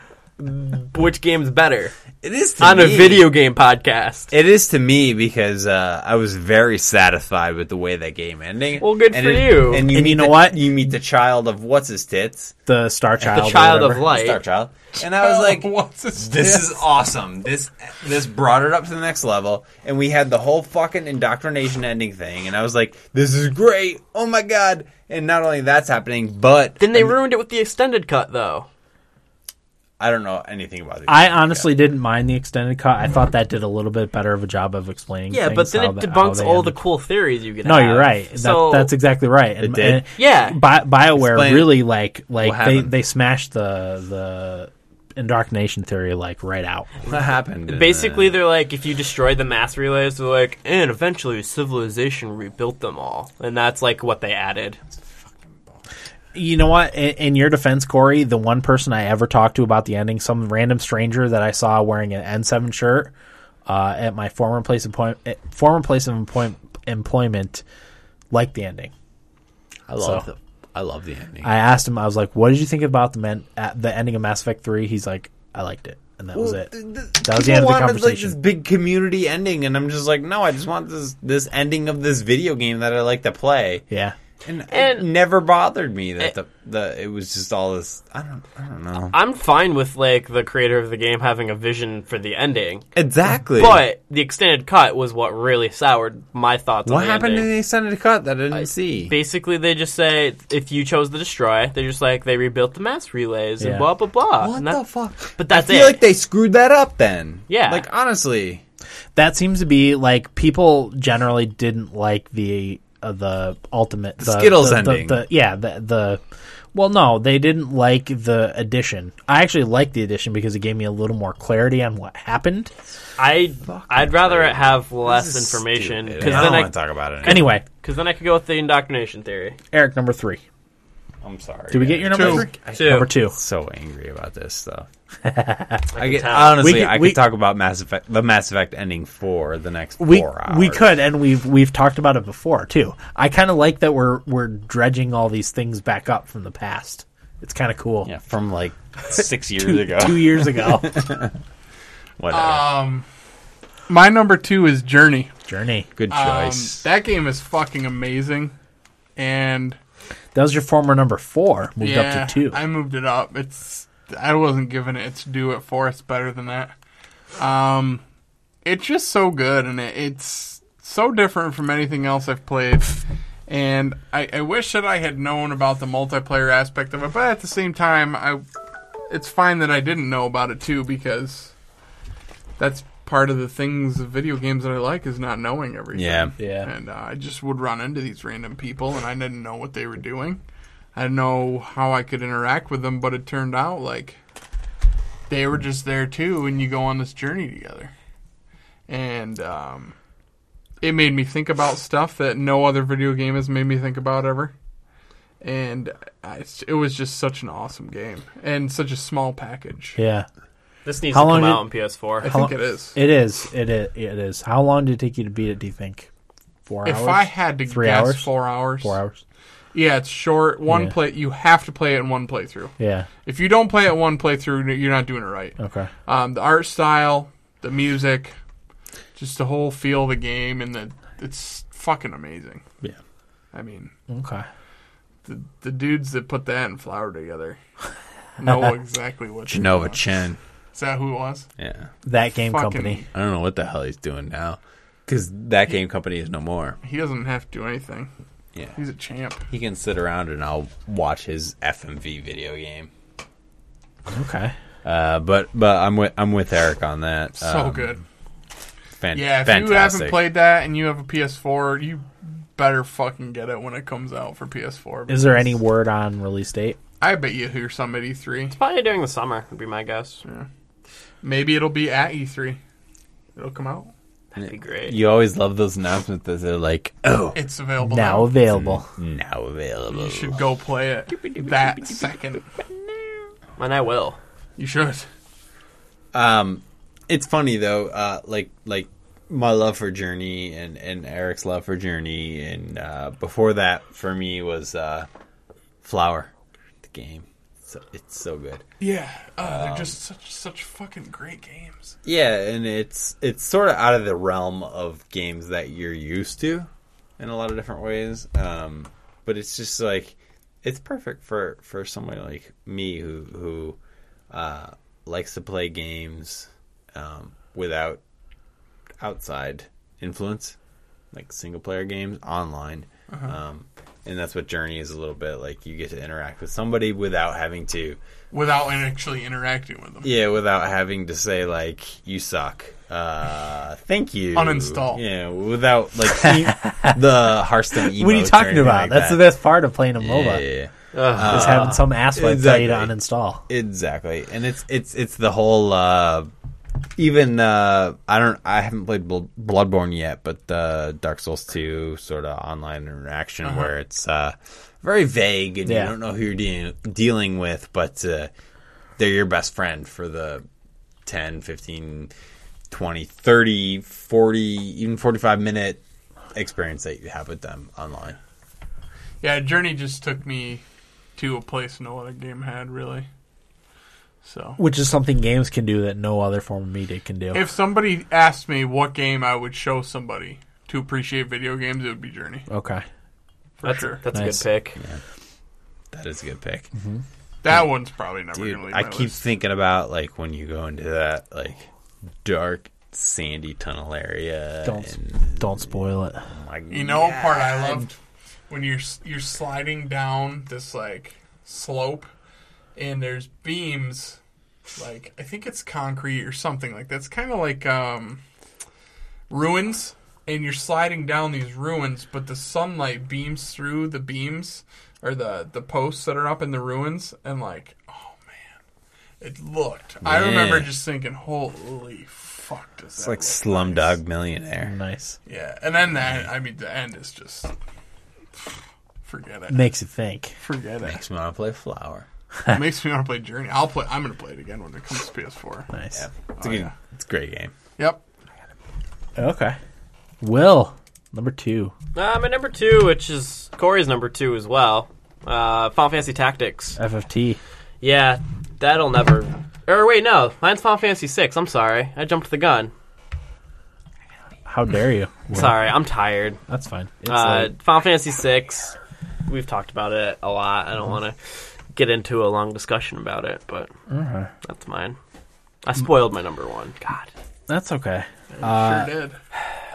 which game's better
it is to
on a
me-
video game podcast.
It is to me because uh, I was very satisfied with the way that game ended.
Well, good
And
for
it-
you.
And you,
And
meet
you know
the-
what?
You meet the child of what's his tits,
the Star Child.
the
or
child of
whatever.
light.
Star Child, and I was like,
what's this?
This is awesome. This this brought it up to the next level, and we had the whole fucking indoctrination ending thing. And I was like, "This is great! Oh my god!" And not only that's happening, but
Then they
and
ruined it with the extended cut, though.
I don't know anything about it.
I honestly didn't mind the extended cut. I thought that did a little bit better of a job of explaining.
Yeah, but
things,
then
how
it
the- how
debunks
they
all
ended.
the cool theories you can
No,
have.
you're right.
So
that, that's exactly right. And,
did?
and
Yeah.
Bi- Bioware
Explain-
really like like
What
they
happened?
they smashed the the indoctrination theory like right out.
what happened.
basically they're like if you destroy the mass relays, they're like, and eventually civilization rebuilt them all, and that's like what they added.
You know what? In, in your defense, Corey, the one person I ever talked to about the ending, some random stranger that I saw wearing an N7 shirt uh, at my eh, former place of point, at former place of employment employment like the ending.
I love
So-
the I love the ending.
I asked him, I was like, "What did you think about the men at the ending of Mass Effect 3? He's like, "I liked it," and that was it. That was the end of the
Like
conversation.
this big community ending, and I'm just like, no, I just want this this ending of this video game that I like to play.
yeah,
And, it
And-
never bothered me that
Eh.
the, the it was just all this. I don't I don't know
I'm fine with like the creator of the game having a vision for the ending,
exactly.
but the extended cut was what really soured my thoughts. on
what
the
happened
ending.
in the extended cut that I didn't
I-
see?
Basically, they just say if you chose to destroy, they're just like they rebuilt the mass relays
Yeah.
and blah blah blah.
what
and that-
the fuck?
Uh, But that's
I feel
it.
like they screwed that up. Then
Yeah.
like honestly,
that seems to be like people generally didn't like the uh, the ultimate the,
Skittles
the,
ending.
The, the, yeah, the the well, no, they didn't like the addition. I actually liked the addition because it gave me a little more clarity on what happened.
I I'd rather it have less
This is
information
stupid.
because
I don't
then I
want to talk about it. Anymore.
Anyway,
because then I could go with the indoctrination theory.
Eric, number three.
I'm sorry.
Did we get your number
Two.
three?
Two.
Number two.
so angry about this stuff. I, get,
tell.
honestly,
We could-
I could
we-
talk about Mass Effect, the Mass Effect ending for the next
We
four hours.
we could, and we've we've talked about it before too. I kind of like that we're we're dredging all these things back up from the past. It's kind of cool.
yeah, from like six years
Two,
ago.
two years ago,
Whatever.
Um, my number two is Journey.
Journey.
Good
Um,
choice.
that game is fucking amazing, and
That was your former number four, moved
yeah,
up to two.
I moved it up. It's I wasn't giving it its due at four. It's better than that. Um, it's just so good, and it, it's so different from anything else I've played. And I, I wish that I had known about the multiplayer aspect of it, but at the same time, I it's fine that I didn't know about it too because that's part of the things of video games that I like is not knowing everything.
yeah.
yeah,
And uh, I just would run into these random people, and I didn't know what they were doing. I didn't know how I could interact with them, but it turned out like they were just there too, and you go on this journey together. And um, it made me think about stuff that no other video game has made me think about ever. And I, it was just such an awesome game and such a small package.
yeah.
This needs
How
to
long
come
did-
out on PS4.
I think it is.
It is. It is. It is. How long did it take you to beat it? Do you think? Four
If
hours.
I had to
Three
guess,
hours?
four hours.
Four hours.
Yeah, it's short. One
Yeah.
play. You have to play it in one playthrough.
Yeah.
If you don't play it one playthrough, you're not doing it right.
Okay.
Um, the art style, the music, just the whole feel of the game, and the it's fucking amazing.
Yeah.
I mean,
Okay.
the the dudes that put that and Flower together know exactly what. they're
Genova
doing.
Chen.
Is that who it was?
Yeah.
That game
Fucking-
company.
I don't know what the hell he's doing now. Because that game company is no more.
He doesn't have to do anything.
Yeah.
He's a champ.
He can sit around and I'll watch his FMV video game.
Okay.
Uh, but but I'm with I'm with Eric on that.
So
Um,
good.
fan-
Yeah, if you
fantastic.
haven't played that and you have a PS4, you better fucking get it when it comes out for PS4.
Is there any word on release date?
I bet you hear some at E E3.
Probably during the summer would be my guess.
Maybe it'll be at E3. It'll come out.
That'd be great.
You always love those announcements that they're like, oh,
It's available
Now
now.
Hmm.
available.
now available.
You should go play it that second.
And I will.
You should.
Um, it's funny though. Uh, like like my love for Journey and and Eric's love for Journey, and uh, before that for me was uh, Flower, the game. So it's so good.
Yeah, uh, they're just such such fucking great games.
Yeah, and it's it's sort of out of the realm of games that you're used to in a lot of different ways. Um, but it's just like it's perfect for for somebody like me who who uh, likes to play games um, without outside influence, like single player games online. Um, and that's what Journey is a little bit like. You get to interact with somebody without having to
Without actually interacting with them.
yeah, without having to say like you suck. Uh, thank you.
Uninstall.
Yeah, without like e- the Hearthstone.
What are you
emotes or
talking
anything
about?
like
That's
that.
the best part of playing a
Yeah,
MOBA.
yeah, yeah.
Is having some asswipe tell you to
exactly.
uninstall.
Exactly, and it's it's it's the whole. Uh, even uh, I don't. I haven't played Bl- Bloodborne yet, but uh, Dark Souls two sort of online interaction where it's uh, very vague and
Yeah.
you don't know who you're de- dealing with, but uh, they're your best friend for the 10, 15, 20, 30, 40, even 45 minute experience that you have with them online.
Yeah, Journey just took me to a place no other game had really. So
which is something games can do that no other form of media can do.
if somebody asked me what game I would show somebody to appreciate video games, it would be Journey
okay.
for
That's,
sure.
that's
Nice.
a good pick.
That is a good pick,
that one's probably never gonna
dude.
leave
I
my
keep
list.
thinking about like when you go into that like dark sandy tunnel area.
Don't
and,
Don't spoil it.
oh my
You know what part
God.
I loved when you're s- you're sliding down this like slope, and there's beams, like I think it's concrete or something like that's kind of like um, ruins, and you're sliding down these ruins, but the sunlight beams through the beams or the the posts that are up in the ruins, and like oh man, it looked. I remember
Yeah.
just thinking, holy fuck, does
It's
that
like
look nice.
Slumdog Millionaire.
Nice.
Yeah, and then that I mean the end is just forget it.
Makes you think.
Forget it.
Makes me want to play Flower.
Makes me want to play Journey. I'll play. I'm gonna play it again when it comes to PS4.
Nice.
It's a
Oh,
good,
yeah.
it's a great game.
Yep.
Okay. Will number two.
Uh, my number two, which is Corey's number two as well, uh, Final Fantasy Tactics.
Uh. FFT.
Yeah, that'll never. Or wait, no, mine's Final Fantasy VI. I'm sorry, I jumped the gun.
How dare you? Will.
Sorry, I'm tired.
That's fine. It's
Uh,
late.
Final Fantasy VI. We've talked about it a lot. I don't
Mhm.
want to get into a long discussion about it, but that's mine. I spoiled my number one. God.
That's okay. Uh,
sure did.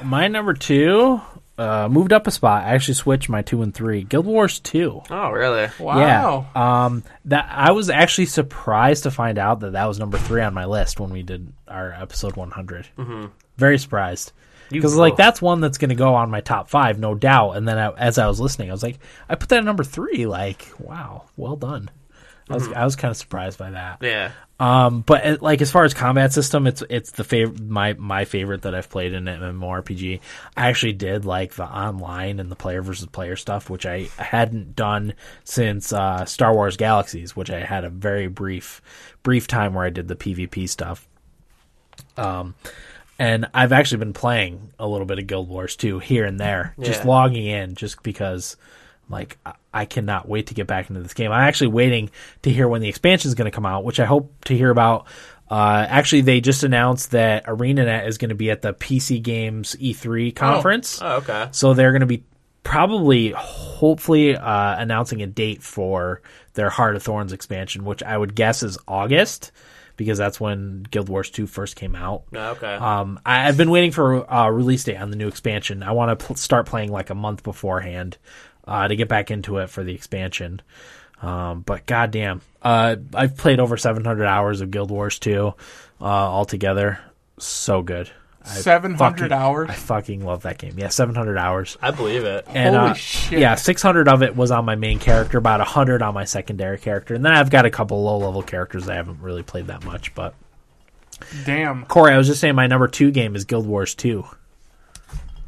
My number two uh, moved up a spot. I actually switched my two and three. Guild Wars two.
Oh, really?
Wow.
Yeah. Um, that I was actually surprised to find out that that was number three on my list when we did our episode 100. Mm-hmm. Very surprised. Because like
oh.
that's one that's going to go on my top five, no doubt. And then I, as I was listening, I was like, I put that at number three. Like, wow, well done. I was I was kind of surprised by that.
Yeah.
Um, but uh, like as far as combat system, it's it's the favorite my my favorite that I've played in an MMORPG. I actually did like the online and the player versus player stuff, which I hadn't done since uh, Star Wars Galaxies, which I had a very brief brief time where I did the PvP stuff. Um, and I've actually been playing a little bit of Guild Wars too here and there, just
Yeah.
logging in just because like I- I cannot wait to get back into this game. I'm actually waiting to hear when the expansion is going to come out, which I hope to hear about. Uh, actually, they just announced that ArenaNet is going to be at the PC Games E3 conference,
Oh, okay.
so they're going to be probably, hopefully, uh, announcing a date for their Heart of Thorns expansion, which I would guess is August, because that's when Guild Wars 2 first came out.
No, okay.
Um, I, I've been waiting for a uh, release date on the new expansion. I want to pl- start playing like a month beforehand uh, to get back into it for the expansion. Um, but goddamn, uh, I've played over 700 hours of Guild Wars 2 uh, altogether. So good. I
Seven hundred
fucking-
hours.
I fucking love that game. Yeah, 700 hours.
I believe it.
And,
Holy
uh,
shit.
Yeah, 600 of it was on my main character, about 100 on my secondary character. And then I've got a couple low level characters I haven't really played that much. But
Damn.
Corey, I was just saying my number two game is Guild Wars 2.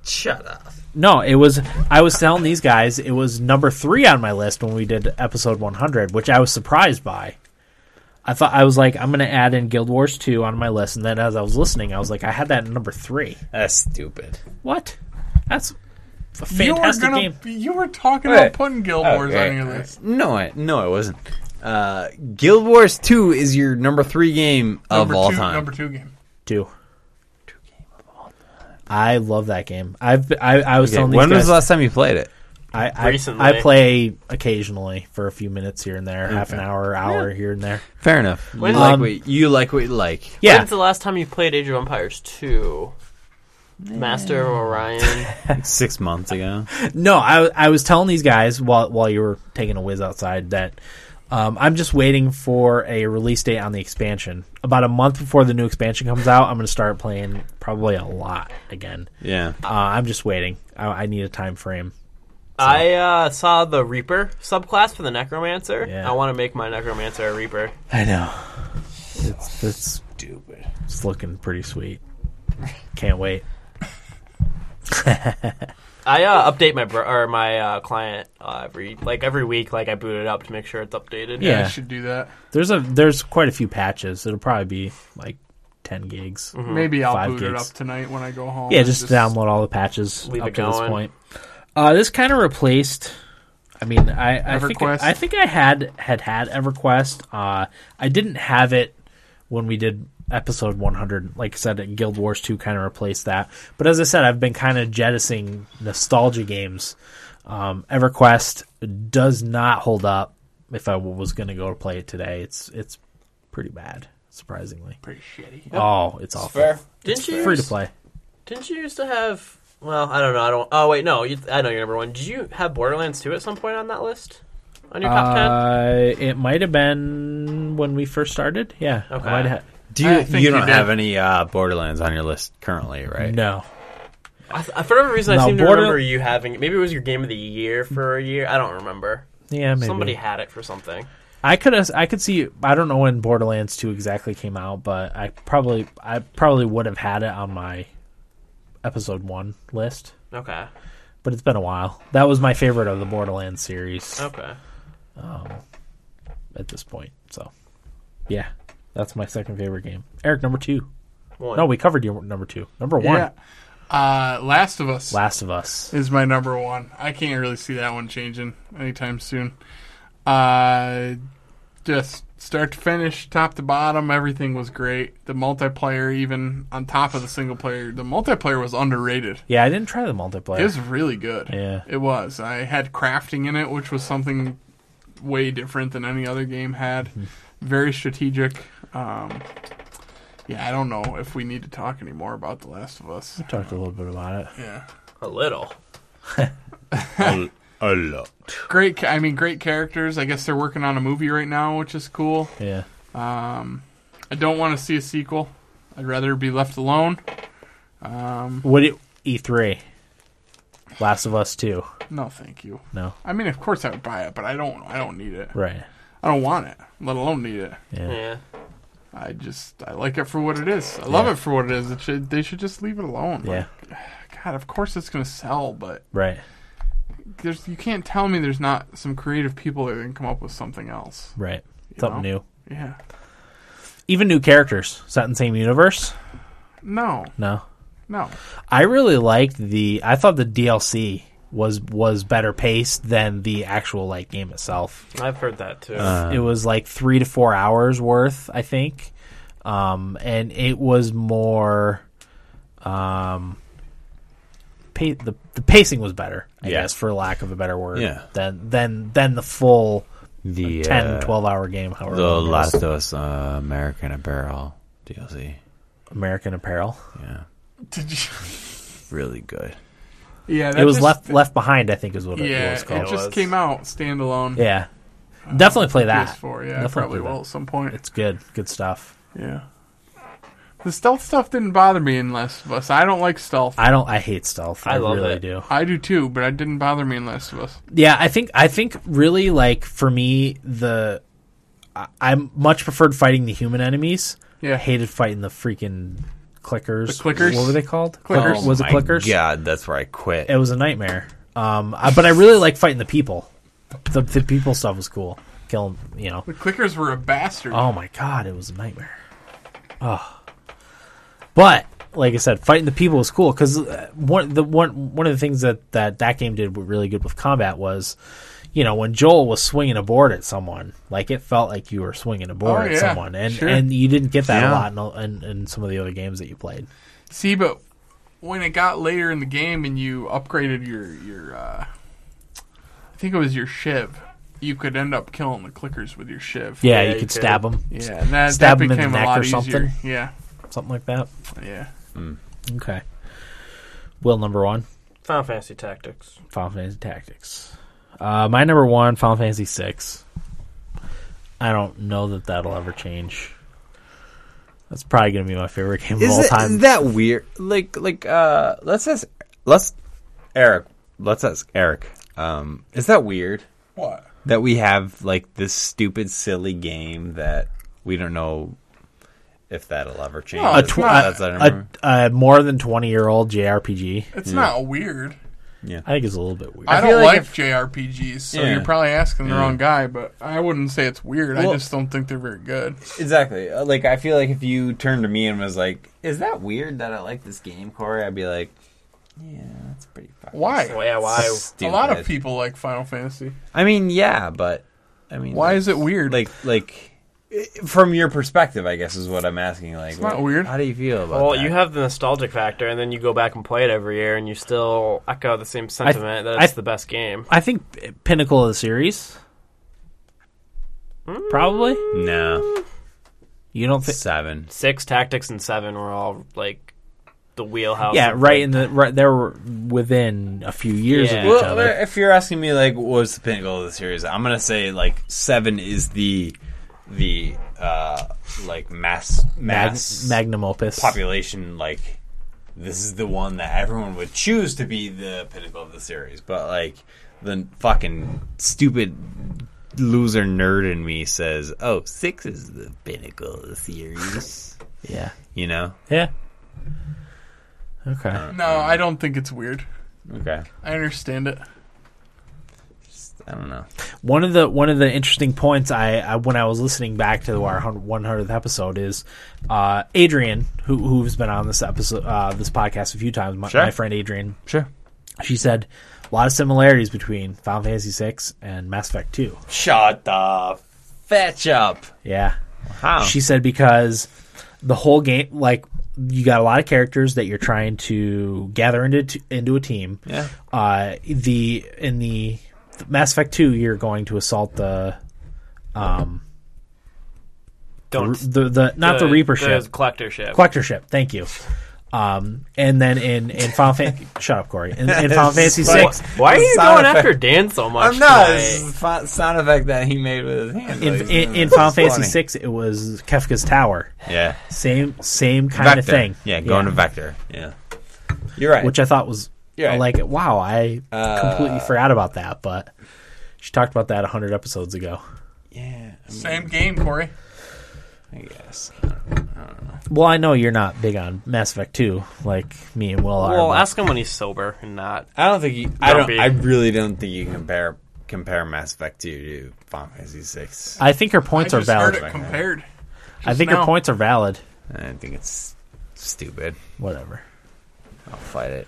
Shut up.
No, it was. I was telling these guys it was number three on my list when we did episode 100, which I was surprised by. I thought I was like, I'm going to add in Guild Wars 2 on my list, and then as I was listening, I was like, I had that at number three.
That's stupid.
What? That's a
You were
fantastic
gonna.
game.
You were talking
Wait.
about putting Guild Wars
Okay.
on your list.
No, I, no, it wasn't. Uh, Guild Wars Two is your number three game
Number
of all
two,
time.
Number two game.
Two. I love that game. I've I, I was
Okay,
telling these
when
guys
was the last time you played it?
I, I
Recently.
I play occasionally for a few minutes here and there, half an hour, hour here and there.
Fair enough. You
When-
like
Um,
what you like what you like.
Yeah,
When's the last time you played Age of Empires 2? Master of Orion.
Six months ago.
No, I, I was telling these guys while while you were taking a whiz outside that um, I'm just waiting for a release date on the expansion. About a month before the new expansion comes out, I'm going to start playing probably a lot again.
Yeah.
Uh, I'm just waiting. I, I need a time frame.
I uh, saw the Reaper subclass for the Necromancer.
Yeah.
I want to make my Necromancer a Reaper.
I know. It's it's It's looking pretty sweet. Can't wait.
I uh, update my bro- or my uh, client uh, every like every week. Like I boot it up to make sure it's updated.
Yeah.
I should do that.
There's a there's quite a few patches. It'll probably be like ten gigs.
Maybe I'll
Five
boot it
gigs.
up tonight when I go home.
Yeah,
and
just, download all the patches
Leave
up
it
to this
going.
point. Uh, this kind of replaced. I mean, I, I think
EverQuest?
I think I had had had EverQuest. Uh, I didn't have it when we did episode 100. Like I said, Guild Wars 2 kind of replaced that. But as I said, I've been kind of jettisoning nostalgia games. Um, EverQuest does not hold up. If I was going to go to play it today, it's it's pretty bad, surprisingly.
Pretty shitty.
Oh, it's
It's
awful.
fair.
Didn't you
Free to
used-
play.
Didn't you used to have? Well, I don't know. I don't. Oh wait, no. You, I know your number one. Did you have Borderlands two at some point on that list? On your top ten?
Uh, it might have been when we first started. Yeah. I
Okay.
might have-
Do
I
you?
think
You don't
you did.
have any uh, Borderlands on your list currently, right?
No.
I th- for whatever reason,
No,
I seem
Border-
to remember you having. Maybe it was your game of the year for a year. I don't remember.
Yeah, maybe.
Somebody had it for something.
I could I could see I don't know when Borderlands 2 exactly came out, but I probably I probably would have had it on my episode 1 list,
Okay.
but it's been a while. That was my favorite of the Borderlands series
Okay.
at this point. So, yeah. That's my second favorite game. Eric number 2.
One.
No, we covered your number 2. Number 1,
Yeah. Uh, Last of Us
Last of Us.
is my number one. I can't really see that one changing anytime soon. Uh, just start to finish, top to bottom, everything was great. The multiplayer, even on top of the single player, the multiplayer was underrated.
Yeah, I didn't try the multiplayer.
It was really good.
Yeah.
It was. I had crafting in it, which was something way different than any other game had. Very strategic. Um, yeah, I don't know if we need to talk anymore about The Last of Us.
Talked a little bit about it.
Yeah.
A little.
A, a lot.
Great, ca- I mean, great characters. I guess they're working on a movie right now, which is cool.
Yeah.
Um, I don't want to see a sequel. I'd rather be left alone. Um,
What it E3? Last of Us 2.
no, thank you.
No.
I mean, of course I would buy it, but I don't. I don't need it.
Right.
I don't want it, let alone need it.
Yeah.
Yeah.
I just I like it for what it is. I love
Yeah.
it for what it is. It should they should just leave it alone.
Yeah.
Like, God, of course it's gonna sell, but
Right.
there's you can't tell me there's not some creative people that can come up with something else.
Right. Something
know?
new.
Yeah.
Even new characters. Set in the same universe?
No.
No.
No.
I really liked the I thought the DLC was was better paced than the actual like game itself.
I've heard that too.
Um,
it was like 3 to 4 hours worth, I think. Um and it was more um pa- the the pacing was better, I
Yeah.
guess for lack of a better word.
Yeah.
Than than than the full
The
10
uh,
12 hour game however
The
long it
Last
is.
of Us uh, American Apparel DLC.
american apparel
Yeah,
Did you?
really good.
Yeah. That
it was
just,
left left behind i think is what it
Yeah.
was
It,
called
just
was.
came out standalone.
yeah definitely play that
PS4. Yeah. I
Definitely
probably
play that.
will at some point.
it's good good stuff
yeah. The stealth stuff didn't bother me in Last of Us. I don't like stealth. I,
i don't i hate stealth i,
I love
really
it.
do
do too, but it didn't bother me in Last of Us.
yeah i think i think really like for me the I, I much preferred fighting the human enemies
Yeah.
i hated fighting the freaking clickers
The clickers? Oh
what were they called Oh,
Clickers.
was it
Oh My
clickers
God, that's where I quit.
it was a nightmare um I, but i really like fighting the people the, the people stuff was cool killing you know
The clickers were a bastard.
Oh my god, it was a nightmare. Oh, but like I said, fighting the people was cool because one the one one of the things that that that game did really good with combat was, you know, when Joel was swinging a board at someone, like it felt like you were swinging a board
Oh,
at
yeah,
someone, and
sure.
and you didn't get that
Yeah.
a lot in, in in some of the other games that you played.
See, but when it got later in the game and you upgraded your your, uh, I think it was your shiv, you could end up killing the clickers with your shiv.
Yeah, you,
you
could
could.
stab them,
yeah, and that,
Stab 'em
that
in the
became a
neck
lot
or
easier.
something.
Yeah,
something like that.
yeah.
Okay. Will number one,
Final Fantasy Tactics.
Final Fantasy Tactics. Uh, my number one, Final Fantasy Six. I don't know that that'll ever change. That's probably gonna be my favorite game of
Is,
all
it-
time.
is that weird? Like, like, uh, let's ask, let's, Eric, let's ask Eric. Um, is that weird
What?
that we have like this stupid, silly game that we don't know if that'll ever change?
No,
a,
it's
tw-
not-
Mm-hmm. That's- I don't
a,
remember.
a, a more than twenty year old JRPG.
It's not weird.
Yeah.
I think it's a little bit weird.
I,
feel
don't
like
like
if-
JRPGs, so
Yeah.
you're probably asking the wrong guy. But I wouldn't say it's weird.
Well-
I just don't think they're very good.
Exactly. Uh, Like I feel like if you turned to me and was like, "Is that weird that I like this game, Corey?" I'd be like, "Yeah, that's pretty fucking
Why?
Well, yeah, why?
stupid."
A lot of people like Final Fantasy.
I mean, yeah, but I mean,
Why is it weird?
Like, like i- from your perspective, I guess is what I'm asking. Like,
not
what-
weird.
How do you feel about?
Well,
that?
you have the nostalgic factor, and then you go back and play it every year, and you still echo the same sentiment that
I-
it's the best game.
I think p- pinnacle of the series. Probably.
no
You don't think?
seven.
Six tactics and seven were all like the wheelhouse.
Yeah,
of,
right
like,
in the right. They were within a few years
Yeah.
of each
Well,
other.
there- if you're asking me, like, what's the pinnacle of the series? I'm gonna say like seven is the the uh like mass
Mag-
mass
magnum opus.
population like this is the one that everyone would choose to be the pinnacle of the series but like the fucking stupid loser nerd in me says oh six is the pinnacle of the series
Yeah.
you know
Yeah. Okay.
no, I don't think it's weird.
okay
I understand it.
i don't know
one of the one of the interesting points I, I when I was listening back to our one hundredth episode is uh, Adrian, who who's been on this episode uh, this podcast a few times, my,
Sure.
my friend Adrian,
sure
she said a lot of similarities between Final Fantasy VI and Mass Effect Two.
shut the fetch up
Yeah,
how
she said because the whole game like you got a lot of characters that you're trying to gather into t- into a team.
yeah
Uh, the in the Mass Effect Two, you're going to assault the um.
don't
the the, not the, Reaper ship,
the collector ship.
collector ship. Thank you. Um, and then in in Final Fantasy, shut up, Corey. In, in Final Fantasy
Why,
six,
why are you
Sound
going
effect.
after Dan so much?
i'm not this
tonight?
is the sound effect that he made with his hand
in,
Like,
in, in
it's
Final Fantasy
funny.
six, it was Kefka's tower.
yeah
Same same kind
vector
of thing.
yeah going to vector yeah you're right
which I thought was
Yeah.
like wow, I
Uh,
completely forgot about that, but. She talked about that hundred episodes ago.
yeah I mean,
Same game, Corey.
I guess.
Well, I know you're not big on Mass Effect 2, like me and Will are.
Well,
but-
ask him when he's sober and not.
I don't think you, I don't.
Grumpy.
I really don't think you can compare compare Mass Effect two to Final Fantasy six.
I think her points
I
are
just heard
valid.
it compared.
I think her
now.
points are valid.
I think it's stupid.
Whatever.
I'll fight it.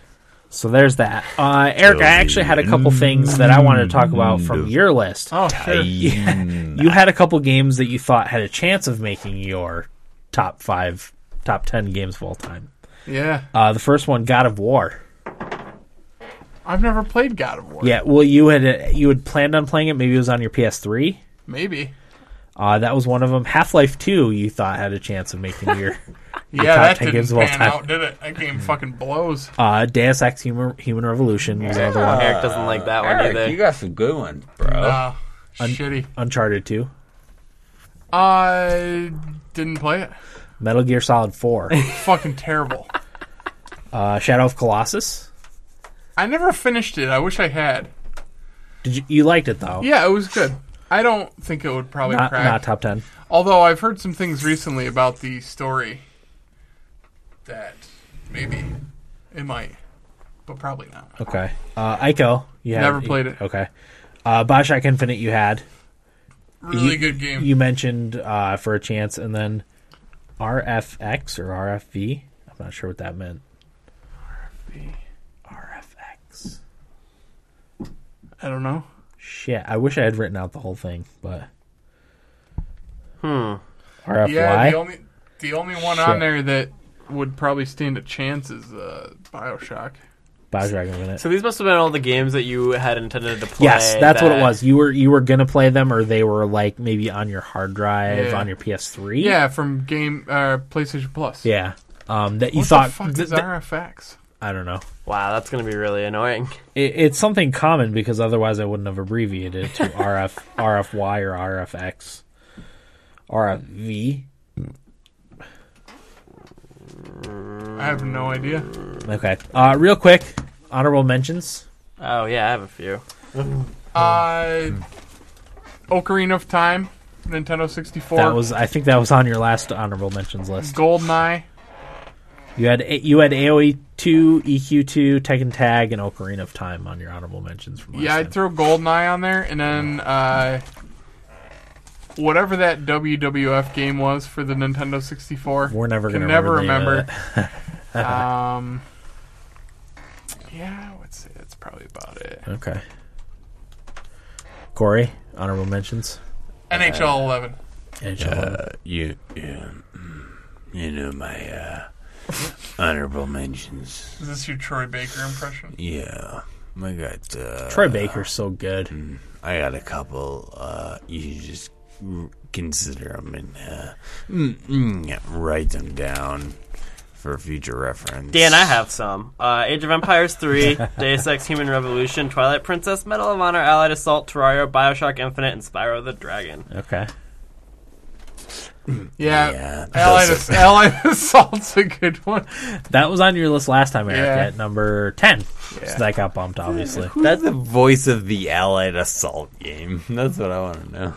So there's that. Uh, Eric, I actually had a couple things that I wanted to talk about from your list.
Oh, sure.
You had a couple games that you thought had a chance of making your top five, top ten games of all time.
Yeah,
Uh, the first one, God of War.
I've never played God of War.
Yeah, well, you had uh, you had planned on playing it. Maybe it was on your PS3.
Maybe.
Uh, that was one of them. Half Life Two, you thought had a chance of making your
Yeah,
top
that
10
didn't
games of all
pan
time.
out, did it? That game fucking blows.
uh, Deus Ex Human, Human Revolution was another one.
Eric doesn't like that one
Eric,
either.
you got some good ones, bro.
Uh, shitty.
Uncharted Two,
I didn't play it.
Metal Gear Solid Four,
Fucking terrible.
uh, Shadow of Colossus.
I never finished it. I wish I had.
Did you you liked it though?
Yeah, it was good. I don't think it would probably
Not,
crack.
not top ten.
Although I've heard some things recently about the story that maybe it might, but probably not.
Okay. Uh, Ico, you had,
Never played it.
Okay. Uh, Bioshock Infinite, you had.
Really
you,
good game.
You mentioned uh, for a chance, and then RFX or RFV. I'm not sure what that meant. RFX.
I don't know.
Shit, I wish I had written out the whole thing, but. Hmm. RFY.
Yeah, the only the only one
Shit.
on there that would probably stand a chance is uh, Bioshock.
Bioshock Infinite.
So these must have been all the games that you had intended to play.
Yes, that's what it
that-
was. You were you were gonna play them, or they were like maybe on your hard drive,
Yeah.
on your PS3.
Yeah, from game uh, PlayStation Plus.
yeah. Um, that you
What
thought
the fuck
th-
is
th-
RFX?
I don't know.
Wow, that's gonna be really annoying.
It, it's something common because otherwise I wouldn't have abbreviated it to RF, RFY, or RFX, RFV.
I have no idea.
Okay. Uh, real quick, honorable mentions.
Oh yeah, I have a few.
Uh,
Hmm.
Ocarina of Time, Nintendo 64,
That was I think that was on your last honorable mentions list.
GoldenEye,
You had you had AOE two, EQ two, Tekken Tag, and Ocarina of Time on your honorable mentions from last
Yeah, I'd
time.
throw Goldeneye on there, and then uh, whatever that WWF game was for the Nintendo 64.
We're never
can
gonna
never
remember
remember. um, yeah, I would say that's probably about it.
okay. Corey, honorable mentions.
NHL 11.
NHL.
you, you, you know my uh, honorable mentions.
Is this your Troy Baker impression?
Yeah, I got. Uh,
Troy Baker's so good.
I got a couple. Uh, you just r- consider them and uh, mm, mm, yeah, write them down for future reference.
Dan, I have some. Uh, Age of Empires 3, Deus Ex Human Revolution, Twilight Princess, Medal of Honor, Allied Assault, Terraria, Bioshock Infinite, and Spyro the Dragon.
Okay.
Yeah.
Yeah,
Allied, Ass-
those
Allied Assault's a good one.
That was on your list last time, Eric,
Yeah.
at number 10.
Yeah.
So that got bumped, obviously.
are- That's the voice of the Allied Assault game. That's what I want to know.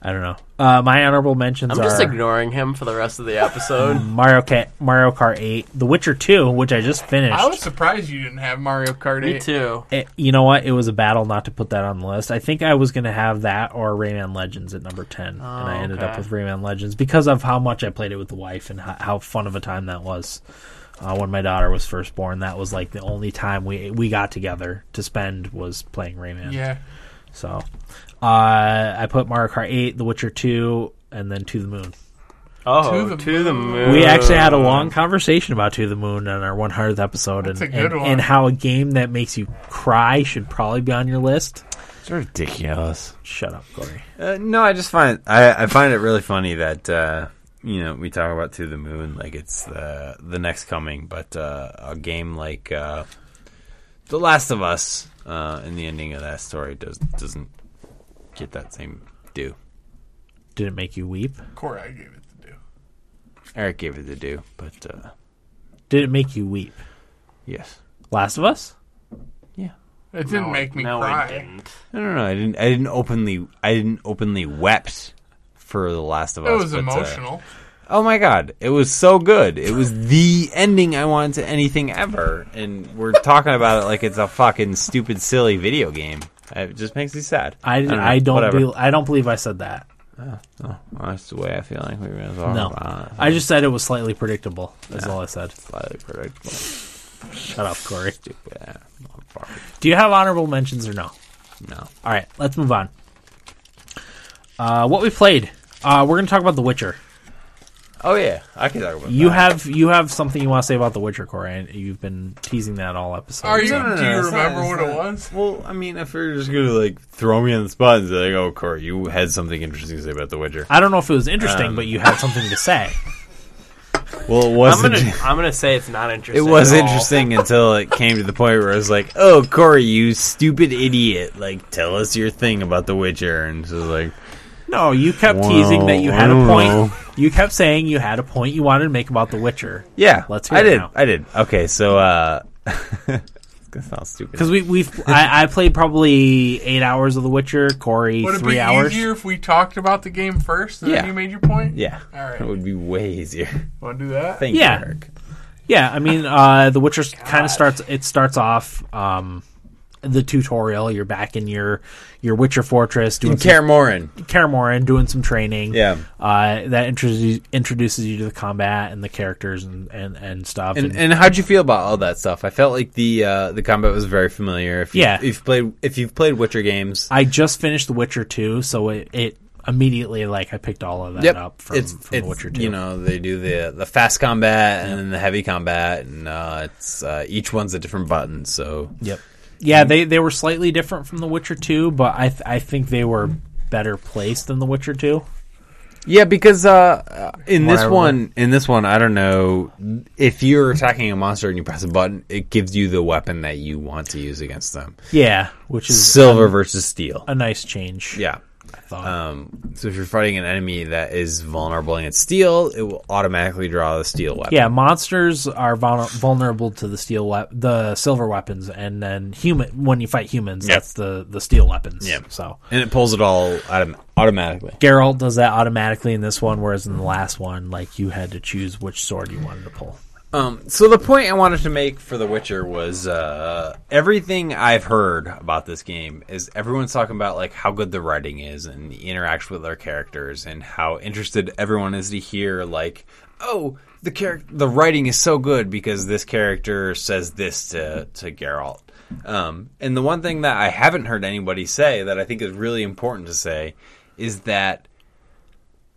I don't know. Uh, my honorable mentions
I'm
are
just ignoring him for the rest of the episode.
Mario, Ka- Mario Kart 8, The Witcher 2, which I just finished.
I was surprised you didn't have Mario Kart 8.
Me too.
It- you know what? It was a battle not to put that on the list. I think I was going to have that or Rayman Legends at number 10. and I
Oh,
ended
okay.
up with Rayman Legends because of how much I played it with the wife and how, how fun of a time that was. Uh, when my daughter was first born, that was like the only time we we got together to spend was playing Rayman.
Yeah.
So uh, I put Mario Kart 8, The Witcher 2, and then To the Moon.
Oh,
To
to
the
the,
moon.
moon.
We actually had a long conversation about To the Moon on our 100th episode
Uh. That's
and,
a good
and,
one.
and how a game that makes you cry should probably be on your list.
It's ridiculous.
Shut up, Corey.
Uh, no, I just find I, I find it really funny that uh, you know we talk about to the moon like it's the the next coming, but uh, a game like uh, The Last of Us uh, and the ending of that story does doesn't get that same due.
Did it make you weep?
Corey, I gave it to do.
Eric gave it the due, but uh,
Did it make you weep?
yes,
Last of Us?
It didn't make me
no,
cry.
it didn't.
no, no, no, I didn't. I didn't openly. I didn't openly wept for The Last of
It
Us.
was
but, uh,
emotional.
Oh my god, it was so good. It was the ending I wanted to anything ever. And we're talking about it like it's a fucking stupid silly video game. It just makes me sad.
I,
know,
I don't
whatever.
be, I don't believe I said that.
Oh, well, that's the way I feel like we were talking
No.
about it.
I just said it was slightly predictable. That's all I said.
Slightly predictable.
Shut up, Corey.
Stupid ass motherfucker.
Do you have honorable mentions or no?
No.
All right, let's move on. Uh, what we played? Uh, we're going to talk about The Witcher.
Oh yeah, I can talk about
You
that.
have you have something you want to say about The Witcher, Corey? And you've been teasing that all episode.
Are you?
No, no, no,
do you
it's not-
remember
it's
what
not-
it was?
Well, I mean, if you're just gonna like throw me on the spot and say like, "Oh, Corey, you had something interesting to say about The Witcher."
I don't know if it was interesting,
Um,
but you had something to say.
Well, it
I'm
wasn't.
gonna, I'm gonna say it's not
It
interesting.
was
at all.
interesting until it came to the point where I was like, "Oh, Corey, you stupid idiot! Like, tell us your thing about The Witcher." And so like,
No, you kept
Well,
teasing that you had
I
a
don't
point.
know.
You kept saying you had a point you wanted to make about The Witcher.
"Yeah,
Let's hear
I
it
did.
now.
I did. Okay, so uh, it's gonna sound stupid.
Because we we've I, I played probably eight hours of The Witcher, Corey
Would it
three
be
hours.
easier if we talked about the game first and
Yeah.
then you made your point?
yeah,
All right.
it would be way easier.
Want to do that?
Thank
Yeah.
you, Eric.
Yeah, I mean, uh, The Witcher kind of starts. It starts off um, the tutorial. You're back in your your Witcher fortress doing some
Kaer Morin.
Karamorin doing some training.
Yeah.
uh, that introduces introduces you to the combat and the characters and and, and stuff.
And, and how'd you feel about all that stuff? I felt like the uh, the combat was very familiar. If you,
Yeah.
if you've played if you've played Witcher games,
I just finished The Witcher two, so it, it immediately like I picked all of that up from,
it's,
from
it's,
The Witcher two.
You know, they do the the fast combat and then the heavy combat, and uh, it's uh, each one's a different button. So
Yep. Yeah,
Mm-hmm.
they they were slightly different from The Witcher 2, but I th- I think they were better placed than The Witcher 2.
yeah, because uh, in this
Whatever.
one, in this one, I don't know if you're attacking a monster and you press a button, it gives you the weapon that you want to use against them.
Yeah, which is
Silver versus steel.
a nice change.
Yeah.
I thought.
Um, so if you're fighting an enemy that is vulnerable against steel, it will automatically draw the steel weapon.
yeah, monsters are vulner- vulnerable to the steel we- the silver weapons and then human when you fight humans,
Yep.
that's the the steel weapons.
Yep.
So
And it pulls it all autom- automatically.
Geralt does that automatically in this one whereas in the last one like you had to choose which sword you wanted to pull.
Um, so the point I wanted to make for The Witcher was uh, everything I've heard about this game is everyone's talking about like how good the writing is and the interaction with their characters and how interested everyone is to hear like oh the character the writing is so good because this character says this to to Geralt. Um, and the one thing that I haven't heard anybody say that I think is really important to say is that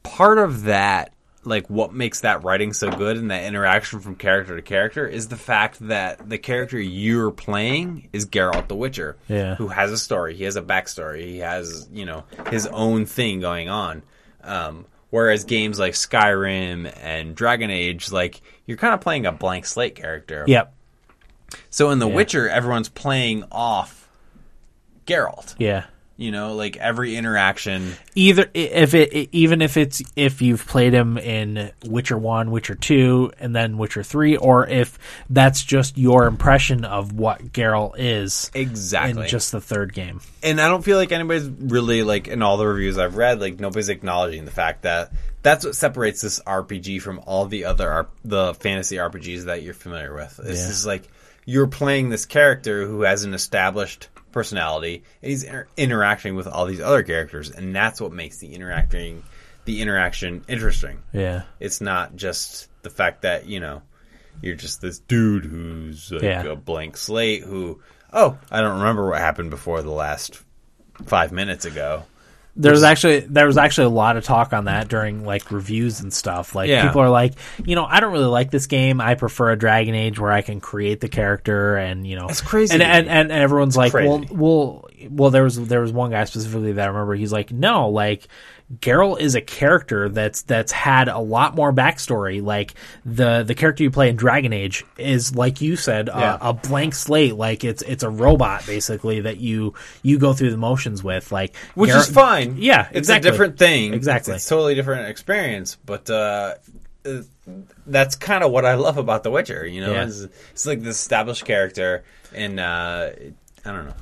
part of that like what makes that writing so good and that interaction from character to character is the fact that the character you're playing is Geralt the Witcher,
Yeah.
who has a story, he has a backstory, he has you know his own thing going on. Um, whereas games like Skyrim and Dragon Age, like you're kind of playing a blank slate character.
Yep.
So in The Witcher, everyone's playing off Geralt.
Yeah.
You know, like every interaction.
Either i- if it i- even if it's if you've played him in Witcher One, Witcher Two, and then Witcher Three, or if that's just your impression of what Geralt is
Exactly.
in just the third game.
and I don't feel like anybody's really like in all the reviews I've read, like nobody's acknowledging the fact that that's what separates this RPG from all the other R- the fantasy RPGs that you're familiar with. It's
Yeah.
just like you're playing this character who has an established personality, and he's inter- interacting with all these other characters, and that's what makes the interacting the interaction interesting.
Yeah.
It's not just the fact that you know you're just this dude who's like
Yeah.
a blank slate who oh I don't remember what happened before the last five minutes ago.
There's actually there was actually a lot of talk on that during like reviews and stuff. Like
Yeah.
people are like, you know, I don't really like this game. I prefer a Dragon Age where I can create the character and you know
That's crazy
And
to
and,
me.
and, and everyone's like,
crazy.
well, well, well. There was there was one guy specifically that I remember. He's like, no, like Geralt is a character that's that's had a lot more backstory. Like the the character you play in Dragon Age is like you said,
Yeah.
a, a blank slate. Like it's it's a robot basically that you you go through the motions with. Like
Which is
Geralt-
fine.
Yeah,
It's
exactly.
a different thing.
Exactly.
It's, it's totally different experience, but uh, uh, that's kind of what I love about The Witcher, you know?
Yeah.
It's, it's like the established character and uh, I don't know.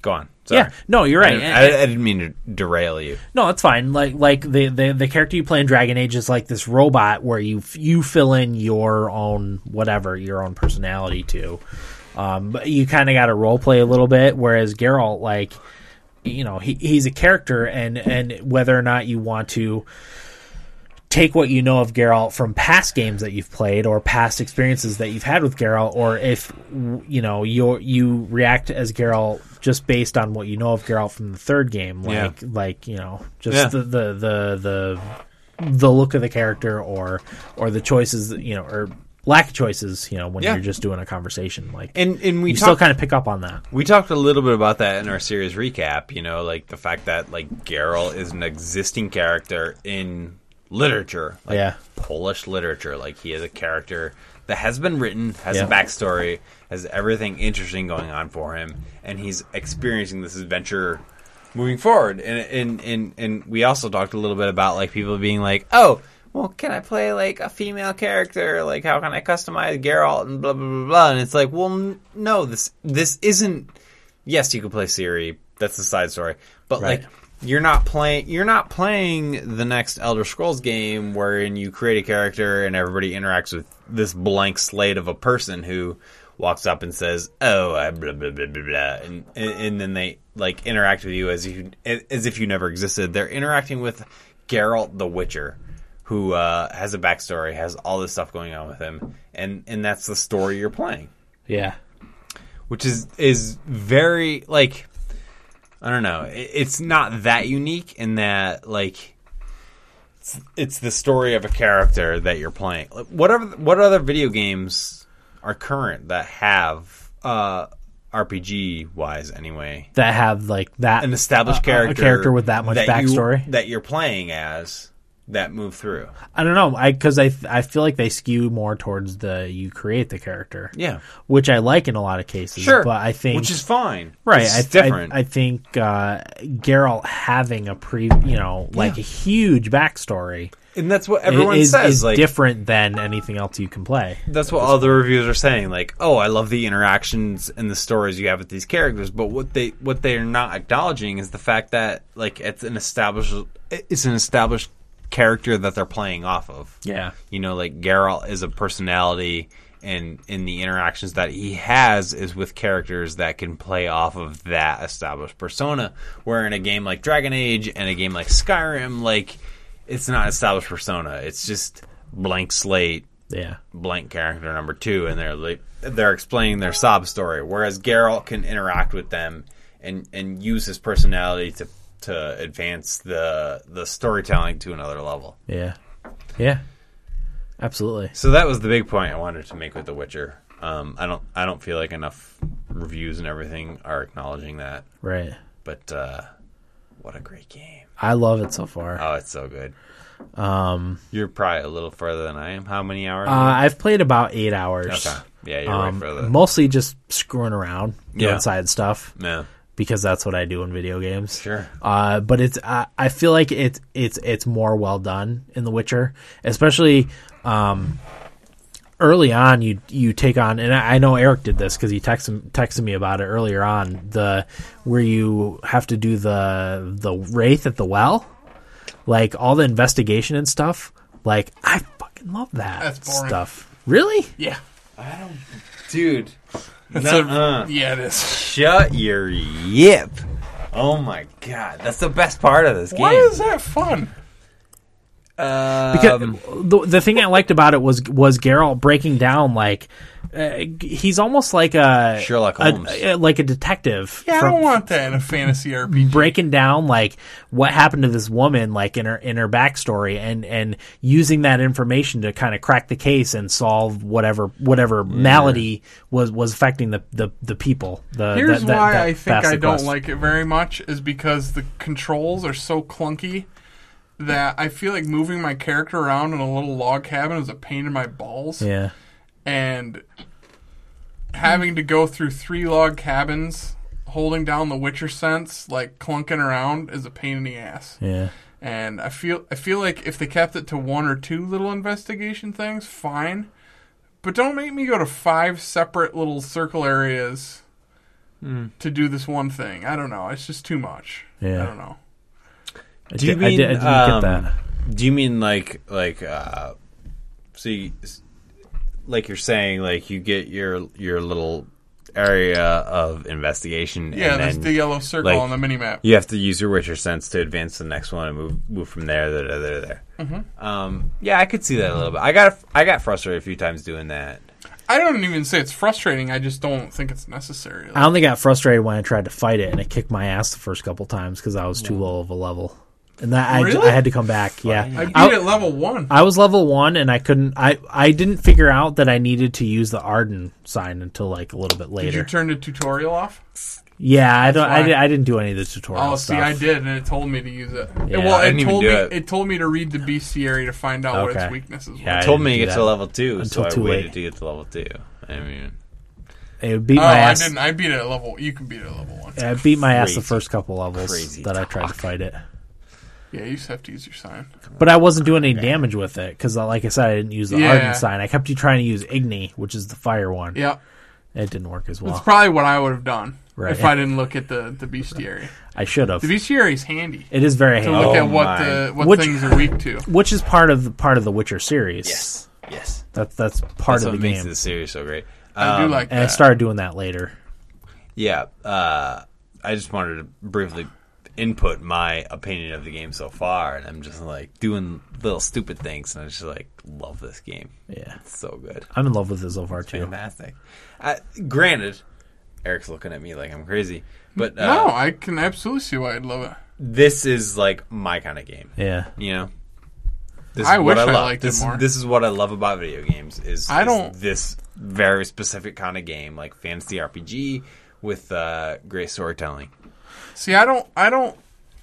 Go on. Sorry.
Yeah, no, you're right.
I, I, I didn't mean to derail you.
No, it's fine. Like like the, the the character you play in Dragon Age is like this robot where you f- you fill in your own whatever your own personality to. Um, but you kind of got to role play a little bit. Whereas Geralt, like you know, he, he's a character, and and whether or not you want to take what you know of Geralt from past games that you've played or past experiences that you've had with Geralt, or if w- you know you you react as Geralt just based on what you know of Geralt from the third game, like like you know just
Yeah.
the, the the the the look of the character or or the choices that, you know or lack of choices you know when
Yeah.
you're just doing a conversation like
And and we
you
talked
still kind of pick up on that
We talked a little bit about that in our series recap, you know, like the fact that like Geralt is an existing character in literature, like
Yeah.
Polish literature. Like he is a character that has been written, has
Yeah.
a backstory, has everything interesting going on for him, and he's experiencing this adventure moving forward. And and and and we also talked a little bit about like people being like, oh. Well, can I play like a female character? Like, how can I customize Geralt and blah blah blah blah? And it's like, well, n- no, this this isn't yes, you can play Siri. That's the side story. But
Right.
like you're not playing you're not playing the next Elder Scrolls game wherein you create a character and everybody interacts with this blank slate of a person who walks up and says, "Oh, I blah blah blah blah,", blah and, and and then they like interact with you as you as if you never existed. They're interacting with Geralt the Witcher who uh, has a backstory, has all this stuff going on with him, and and that's the story you're playing
yeah
which is is very like I don't know. It, it's not that unique in that like it's, it's the story of a character that you're playing. Like, Whatever. What other video games are current that have uh, RPG wise anyway?
that have like that
An established
a- a- a
character,
character with that much
you-
backstory?
that you're playing as that move through.
I don't know. I because I I feel like they skew more towards the you create the character.
Yeah.
which I like in a lot of cases.
Sure,
but I think
which is fine.
right.
it's
I, th- I-
different.
I, think uh, Geralt having a pre, you know, like a huge backstory.
and that's what
i-
everyone
is,
says.
is
like
different than anything else you can play.
That's what all the reviews are saying. Like, oh, I love the interactions and the stories you have with these characters, but what they what they are not acknowledging is the fact that like it's an established it's an established character that they're playing off of.
Yeah.
you know, like Geralt is a personality and in the interactions that he has is with characters that can play off of that established persona. Where in a game like Dragon Age and a game like Skyrim, like it's not established persona. It's just blank slate
Yeah.
blank character number two, and they're like, they're explaining their sob story. Whereas Geralt can interact with them and and use his personality to to advance the the storytelling to another level.
Yeah. Yeah. Absolutely.
So that was the big point I wanted to make with The Witcher. Um, I don't I don't feel like enough reviews and everything are acknowledging that,
Right.
but uh, what a great game!
I love it so far. Uh,
Oh, it's so good. Um, you're probably a little further than I am. How many hours?
Uh,
Uh, I've played about eight hours.
okay, yeah, you're
Um,
way further.
mostly just screwing around, doing
Yeah.
side stuff,
yeah,
because that's what I do in video games.
sure.
Uh, but it's I, I feel like it's it's it's more well done in The Witcher, especially um, early on. You you take on, and I, I know Eric did this because he texted texted me about it earlier on. The where you have to do the the wraith at the well, like all the investigation and stuff. Like I fucking love that
That's boring.
stuff. Really?
Yeah.
dude. Nuh-uh.
Yeah, it is.
Shut your yip. Oh my god, that's the best part of this game.
Why is that fun?
Um,
Because the the thing I liked about it was was Geralt breaking down like uh, g- he's almost like a
Sherlock
a-
Holmes.
a- like a detective.
Yeah, I
from-
don't want that in a fantasy RPG.
breaking down like what happened to this woman like in her in her backstory and and using that information to kind of crack the case and solve whatever whatever malady was was affecting the the, the people the
Here's
that- that-
why
that
I think
fast
I don't
quest.
like it very much is because the controls are so clunky that I feel like moving my character around in a little log cabin is a pain in my balls.
yeah
And having to go through three log cabins, holding down the Witcher sense, like clunking around, is a pain in the ass.
yeah
And I feel I feel like if they kept it to one or two little investigation things, fine. But don't make me go to five separate little circle areas to do this one thing. I don't know. It's just too much.
Yeah.
I don't know.
I
Do you
di- I, di- I
mean,
didn't get
um,
that
Do you mean like like uh so you, like you're saying like you get your your little area of investigation
Yeah,
and
there's
then
the
uh,
yellow circle
like,
on the mini map.
you have to use your Witcher sense to advance to the next one and move move from there there there there. there.
Mm-hmm.
Um, yeah, I could see that a little bit. I got I got frustrated a few times doing that.
I don't even say it's frustrating. I just don't think it's necessary.
I only got frustrated when I tried to fight it and it kicked my ass the first couple times because I was too low of a level and that I,
Really?
I had to come back yeah
I beat
I-
it level one.
I was level one, and I couldn't. I I didn't figure out that I needed to use the Arden sign until like a little bit
Did you
later.
turn the tutorial off?
yeah, I don't. I,
why.
di- I didn't do any of the tutorial
Oh, see,
stuff.
I did, and it told me to use it.
Yeah,
well,
I
it
didn't even
told
do
me
it.
it told me to read the BC area to find out what
Okay.
its weaknesses were. Oh,
Yeah, I
told me
didn't
to
do
get
that.
to level two,
Until
so I
too
waited
late.
to get to level two. I mean,
It beat
Oh,
my
I
ass.
didn't. I beat it at level. You can beat it at level one.
I beat my ass the
Crazy.
first couple levels
Crazy
that I tried to fight it,
Yeah, you just have to use your sign.
but I wasn't doing any damage with it because, like I said, I didn't use the
Yeah.
Arden sign. I kept trying to use Igni, which is the fire one.
Yeah,
It didn't work as
that's
well.
probably what I would have done
Right.
if I didn't look at the the bestiary.
I should have.
The bestiary is handy
It is very
to look
handy,
at what
my.
the what
Which-
things are weak to.
which is part of the part of the Witcher series.
yes, yes,
that's that's part
that's
of
what
the
makes
game,
the series so great.
I do
Um,
like
and I
that.
started doing that later.
Yeah, uh, I just wanted to briefly input my opinion of the game so far, and I'm just like doing little stupid things, and I just like love this game.
Yeah,
It's so good,
I'm in love with it so far too.
fantastic. I, granted, Eric's looking at me like I'm crazy, but uh,
no, I can absolutely see why I'd love it.
this is like my kind of game.
Yeah.
You know, this
I wish I
love.
liked it
this,
more.
This is what I love about video games. Is
I
is
don't-
this very specific kind of game like fantasy RPG with uh, great storytelling.
See, I don't. I don't.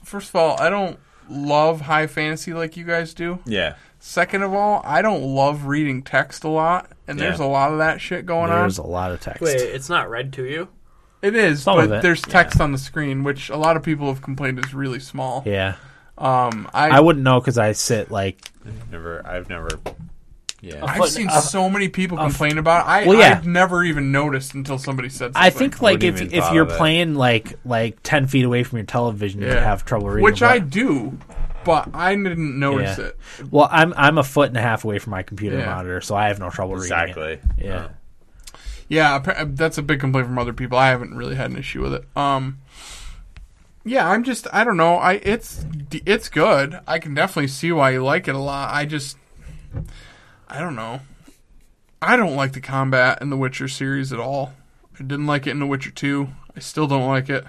First of all, I don't love high fantasy like you guys do.
Yeah.
Second of all, I don't love reading text a lot, and
Yeah.
there's a lot of that shit going on.
There's a lot of text.
Wait, it's not read to you.
It is,
Some
but
of it,
there's text on the screen, which a lot of people have complained is really small.
Yeah,
Um, I,
I wouldn't know because I sit like
Never, I've never. Yeah,
I've seen so many people complain about. It. I
Well, yeah.
I've never even noticed until somebody said. Something.
I think like
wouldn't
if
even
if
thought
you're
of it.
playing like like ten feet away from your television, you
Yeah.
have trouble reading.
which
but-
I do, but I didn't notice
Yeah.
it.
Well, I'm I'm a foot and a half away from my computer
Yeah.
monitor, so I have no trouble reading
Exactly. Uh,
it. Yeah.
Yeah, appa- uh, that's a big complaint from other people. I haven't really had an issue with it. Um, yeah, I'm just I don't know. I it's it's good. I can definitely see why you like it a lot. I just I don't know. I don't like the combat in the Witcher series at all. I didn't like it in The Witcher Two. I still don't like it.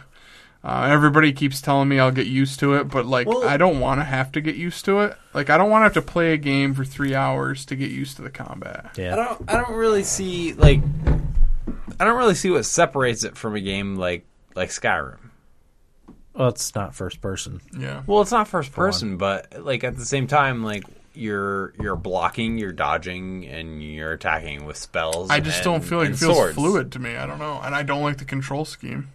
Uh, everybody keeps telling me I'll get used to it, but like I don't want to have to get used to it. Like I don't want to have to play a game for three hours to get used to the combat.
Yeah.
I don't I don't really see like I don't really see what separates it from a game like like Skyrim.
Well, it's not first person.
Yeah.
Well, it's not first person, but like at the same time like you're you're blocking, you're dodging and you're attacking with spells.
I just
and-
don't feel like it
and
feels
swords.
fluid to me. I don't know, and I don't like the control scheme.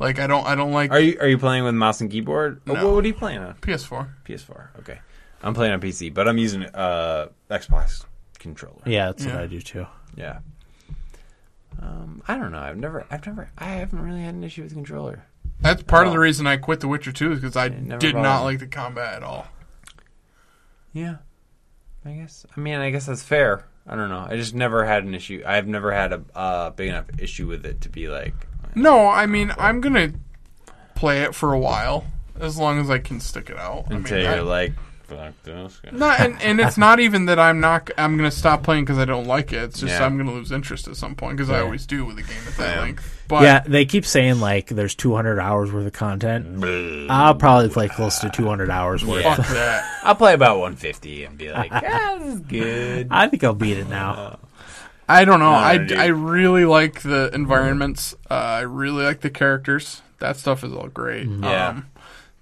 Like I don't, I don't like
Are you are you playing with mouse and keyboard?
No.
What, what are you playing on?
PS4.
PS4. Okay. I'm playing on PC, but I'm using uh Xbox controller.
Yeah, that's
Yeah.
what I do too.
Yeah. Um, I don't know. I've never, I've never, I haven't really had an issue with the controller.
That's part of the
Oh.
reason I quit The Witcher 2 is because I
never
did not
bothered.
like the combat at all.
Yeah. I guess. I mean, I guess that's fair. I don't know. I just never had an issue. I've never had a uh, big enough issue with it to be like,
No, I mean I'm gonna play it for a while as long as I can stick it out. I
until
mean, I-
you're like, fuck this. guy."
No, and, and it's not even that I'm not. I'm gonna stop playing because I don't like it. It's just
Yeah.
I'm gonna lose interest at some point because I always do with a game at that length. But
yeah, they keep saying like there's 200 hours worth of content. I'll probably play close to 200 hours worth.
fuck that.
I'll play about 150 and be like, yeah, this is good.
I think I'll beat it now.
I don't know. I,
dude.
I really like the environments. Uh, I really like the characters. That stuff is all great.
Mm-hmm.
Uh,
Yeah.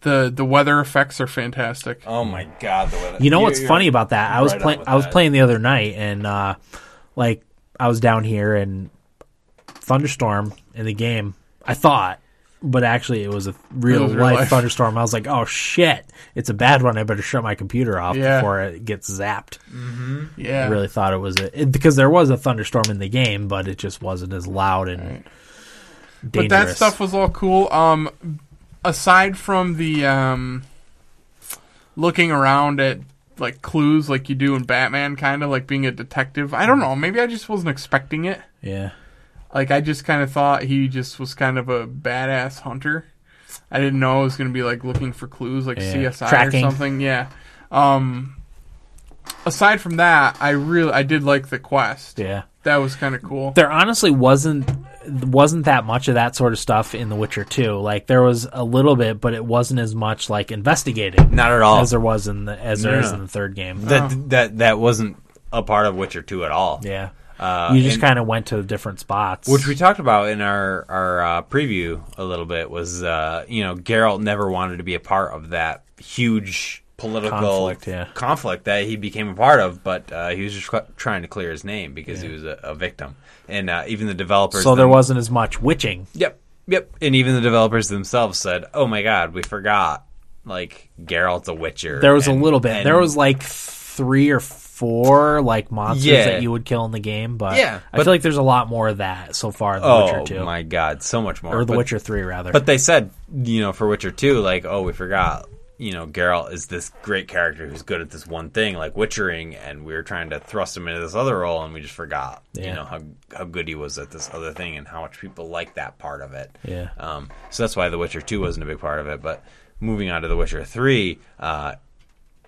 the the weather effects are fantastic.
Oh my god, the weather.
You know what's
You're-
funny about that? I was
right on
playing.
with
I was
that.
playing the other night, and uh, like I was down here and thunderstorm in the game. I thought, but actually it was a real,
was real
life,
life.
thunderstorm. I was like, oh shit, it's a bad one. I better shut my computer off
Yeah.
before it gets zapped.
Yeah,
I really thought it was a, it, because there was a thunderstorm in the game, but it just wasn't as loud and
but
dangerous.
that stuff was all cool. Um, aside from the um, looking around at like clues, like you do in Batman, kind of like being a detective. I
Mm-hmm.
don't know. Maybe I just wasn't expecting it.
yeah.
Like I just kind of thought he just was kind of a badass hunter. I didn't know it was going to be like looking for clues, like
Yeah.
CSI
Tracking.
or something. Yeah. Um. Aside from that, I really I did like the quest.
Yeah.
That was kind of cool.
there honestly wasn't wasn't that much of that sort of stuff in The Witcher 2. Like there was a little bit, but it wasn't as much like investigating
Not at all.
as there was in the as there
No.
is in the third game.
that that that wasn't a part of Witcher 2 at all.
Oh. yeah,
Uh,
you just
and-
kind of went to different spots.
which we talked about in our our uh, preview a little bit was uh, you know Geralt never wanted to be a part of that huge political
Conflict, yeah.
conflict that he became a part of, but uh, he was just cl- trying to clear his name because he was a, a victim, and uh, even the developers.
so there
them-
wasn't as much witching.
Yep, yep, and even the developers themselves said, "Oh my God, we forgot." Like Geralt's a witcher.
There was
and-
a little bit.
and-
There was like three or four like monsters
Yeah.
that you would kill in the game, but
Yeah,
I
but-
feel like there's a lot more of that so far in The
Oh
Witcher 2
my God, so much more.
or The
But-
Witcher 3 rather.
But they said, you know, for Witcher 2, like, oh, we forgot, you know, Geralt is this great character who's good at this one thing, like witchering, and we were trying to thrust him into this other role, and we just forgot,
Yeah.
you know, how, how good he was at this other thing and how much people like that part of it.
Yeah.
Um, so that's why The Witcher 2 wasn't a big part of it. But moving on to The Witcher 3, uh,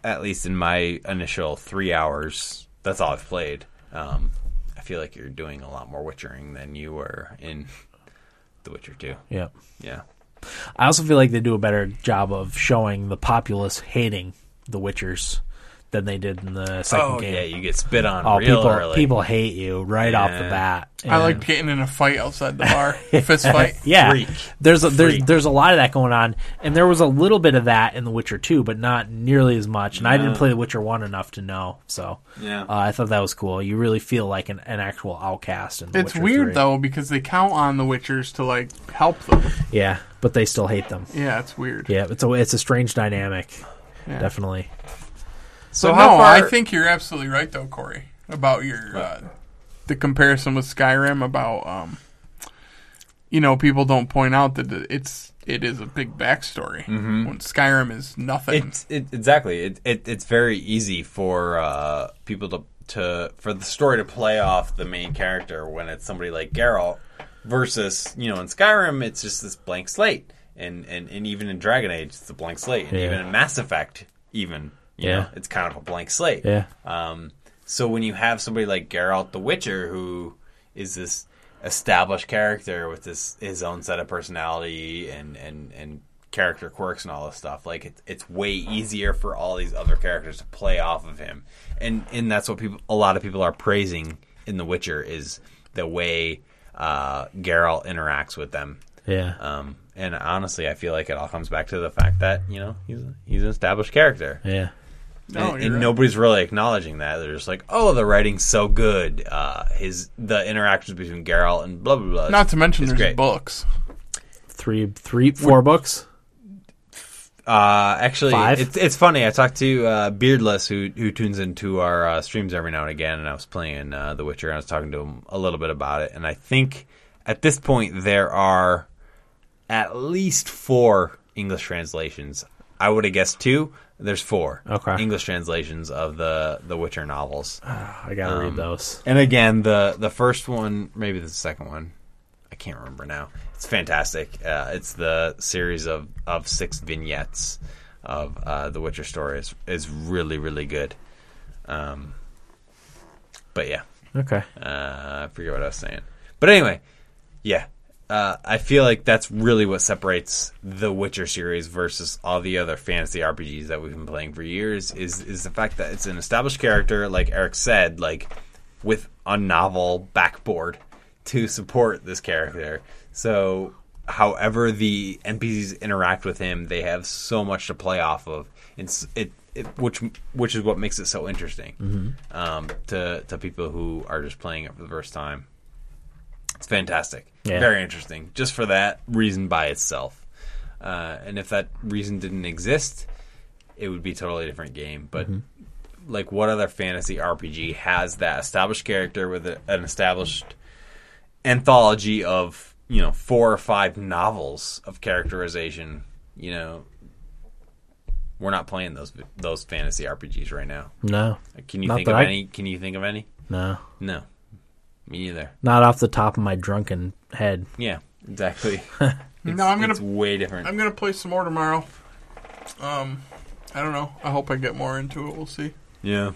at least in my initial three hours, that's all I've played. Um, I feel like you're doing a lot more witchering than you were in The Witcher 2.
yeah.
Yeah.
I also feel like they do a better job of showing the populace hating the Witchers than they did in the second
Oh
game.
yeah, you get spit on
oh,
real
people
early.
people hate you right off the
Yeah.
bat.
I
And-
liked getting in a fight outside the bar, fist fight.
yeah.
Freak.
There's a, there's
Freak.
there's a lot of that going on, and there was a little bit of that in The Witcher 2, but not nearly as much. And I didn't play The Witcher 1 enough to know, so
Yeah.
uh, I thought that was cool. You really feel like an, an actual outcast in The
It's
Witcher
weird
3.
though because they count on the Witchers to like help them.
Yeah, but they still hate them.
Yeah, it's weird.
Yeah, it's a it's a strange dynamic,
Yeah.
definitely.
so
But
how
no,
far?
I think you're absolutely right though, Corey, about your uh, the comparison with Skyrim about um you know, people don't point out that it's it is a big backstory. When Skyrim is nothing.
It's it, exactly. It, it it's very easy for uh, people to to for the story to play off the main character when it's somebody like Geralt versus you know in Skyrim it's just this blank slate and and, and even in Dragon Age it's a blank slate and
Yeah.
even in Mass Effect even you
Yeah.
know, it's kind of a blank slate
Yeah.
um, so when you have somebody like Geralt the Witcher, who is this established character with this his own set of personality and and and character quirks and all this stuff, like it, it's way easier for all these other characters to play off of him, and and that's what people a lot of people are praising in The Witcher is the way uh, Geralt interacts with them.
Yeah.
Um, and honestly, I feel like it all comes back to the fact that you know he's he's an established character
yeah.
no,
and,
you're
and
right.
nobody's really acknowledging that. They're just like, "Oh, the writing's so good. Uh, his the interactions between Geralt and blah blah blah."
Not to mention
it's
there's
great.
books.
Three, three, four books.
uh, actually,
Five?
it's it's funny. I talked to uh, Beardless, who who tunes into our uh, streams every now and again, and I was playing uh, The Witcher, and I was talking to him a little bit about it. And I think at this point there are at least four English translations. I would have guessed two. There's four
Okay.
English translations of the the Witcher novels.
I gotta
Um,
read those.
And again, the the first one, maybe the second one, I can't remember now. It's fantastic. Uh, it's the series of, of six vignettes of uh, the Witcher story is is really really good. Um, but yeah,
Okay.
uh, I forget what I was saying. But anyway, yeah. Uh, I feel like that's really what separates the Witcher series versus all the other fantasy RPGs that we've been playing for years is is the fact that it's an established character, like Eric said, like with a novel backboard to support this character. So, however the NPCs interact with him, they have so much to play off of. It's it, it which which is what makes it so interesting um, to to people who are just playing it for the first time. It's fantastic.
Yeah.
Very interesting. Just for that reason by itself. Uh, and if that reason didn't exist, it would be a totally different game. But
Mm-hmm.
like, what other fantasy RPG has that established character with a, an established anthology of you know four or five novels of characterization? You know, we're not playing those those fantasy RPGs right now.
No,
Can
Mm.
you
Not
think
that
of
I-
any? Can you think of any?
no,
No, me neither.
not off the top of my drunken head.
Yeah, exactly.
No, I'm gonna
it's way different.
I'm gonna play some more tomorrow. Um, I don't know. I hope I get more into it. We'll see.
yeah.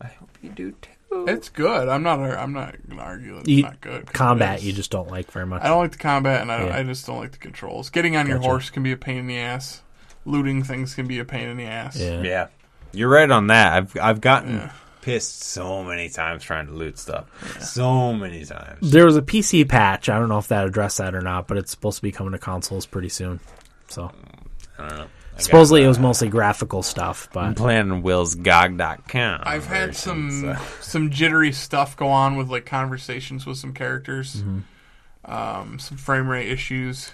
I hope you do too.
It's good. I'm not. I'm not gonna argue. that It's
You-
not good. 'cause it
Combat
is.
you just don't like very much.
I don't like the combat, and I, don't-
Yeah.
I just don't like the controls. Getting on your
Gotcha.
horse can be a pain in the ass. Looting things can be a pain in the ass.
yeah.
Yeah, you're right on that. I've I've gotten
Yeah.
pissed so many times trying to loot stuff. So many times.
There was a PC patch. I don't know if that addressed that or not, but it's supposed to be coming to consoles pretty soon. So
I don't know. I got,
supposedly it was
uh, Mm-hmm.
mostly graphical stuff,
I'm
but
playing WillsGog.com.
I've had
version,
uh.
some
so-
some jittery stuff go on with like conversations with some characters,
Mm-hmm.
um, some frame rate issues.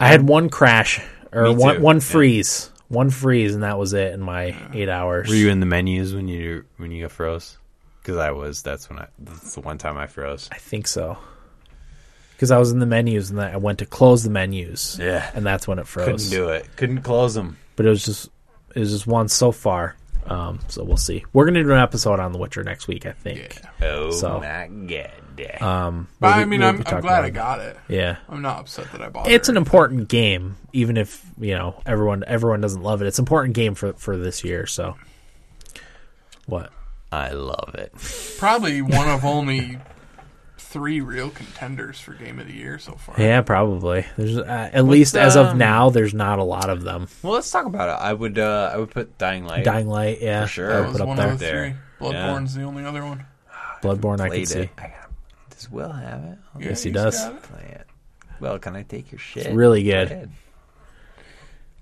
I had one crash or
Me
one
too,
one
yeah. Uh,
freeze, one freeze, and that was it in my eight hours.
Were you in the menus when you when you froze? Because I was. That's when I. That's the one time I froze.
I think so. Because I was in the menus and then I went to close the menus.
Yeah.
and that's when it froze.
Couldn't do it. Couldn't close them.
but it was just it was just one so far. Um, so we'll see. We're gonna do an episode on The Witcher next week, I think.
Yeah.
Oh
So-
my god.
Um,
But
we'll
I
be-
mean,
we'll
I'm,
be
I'm
talking
glad
about
I
it.
got it.
Yeah,
I'm not upset that I bought
it's
it.
an important game, even if you know everyone everyone doesn't love it. It's an important game for for this year. So what?
I love it.
probably one of only three real contenders for game of the year so far.
Yeah, probably. There's uh, at least as of
um,
now, there's not a lot of them.
Well, let's talk about it. I would. Uh, I would put Dying Light.
Dying Light, yeah,
For sure.
I would
that was
put up
one
there.
of the
there.
three. Bloodborne's the only other one.
Bloodborne, I
Played
could see.
it. I gotta, does Will have it? I'll
Yeah,
Yes, he
he's
does.
got it.
play it. Will, can I take your shit?
really
Go
good.
ahead.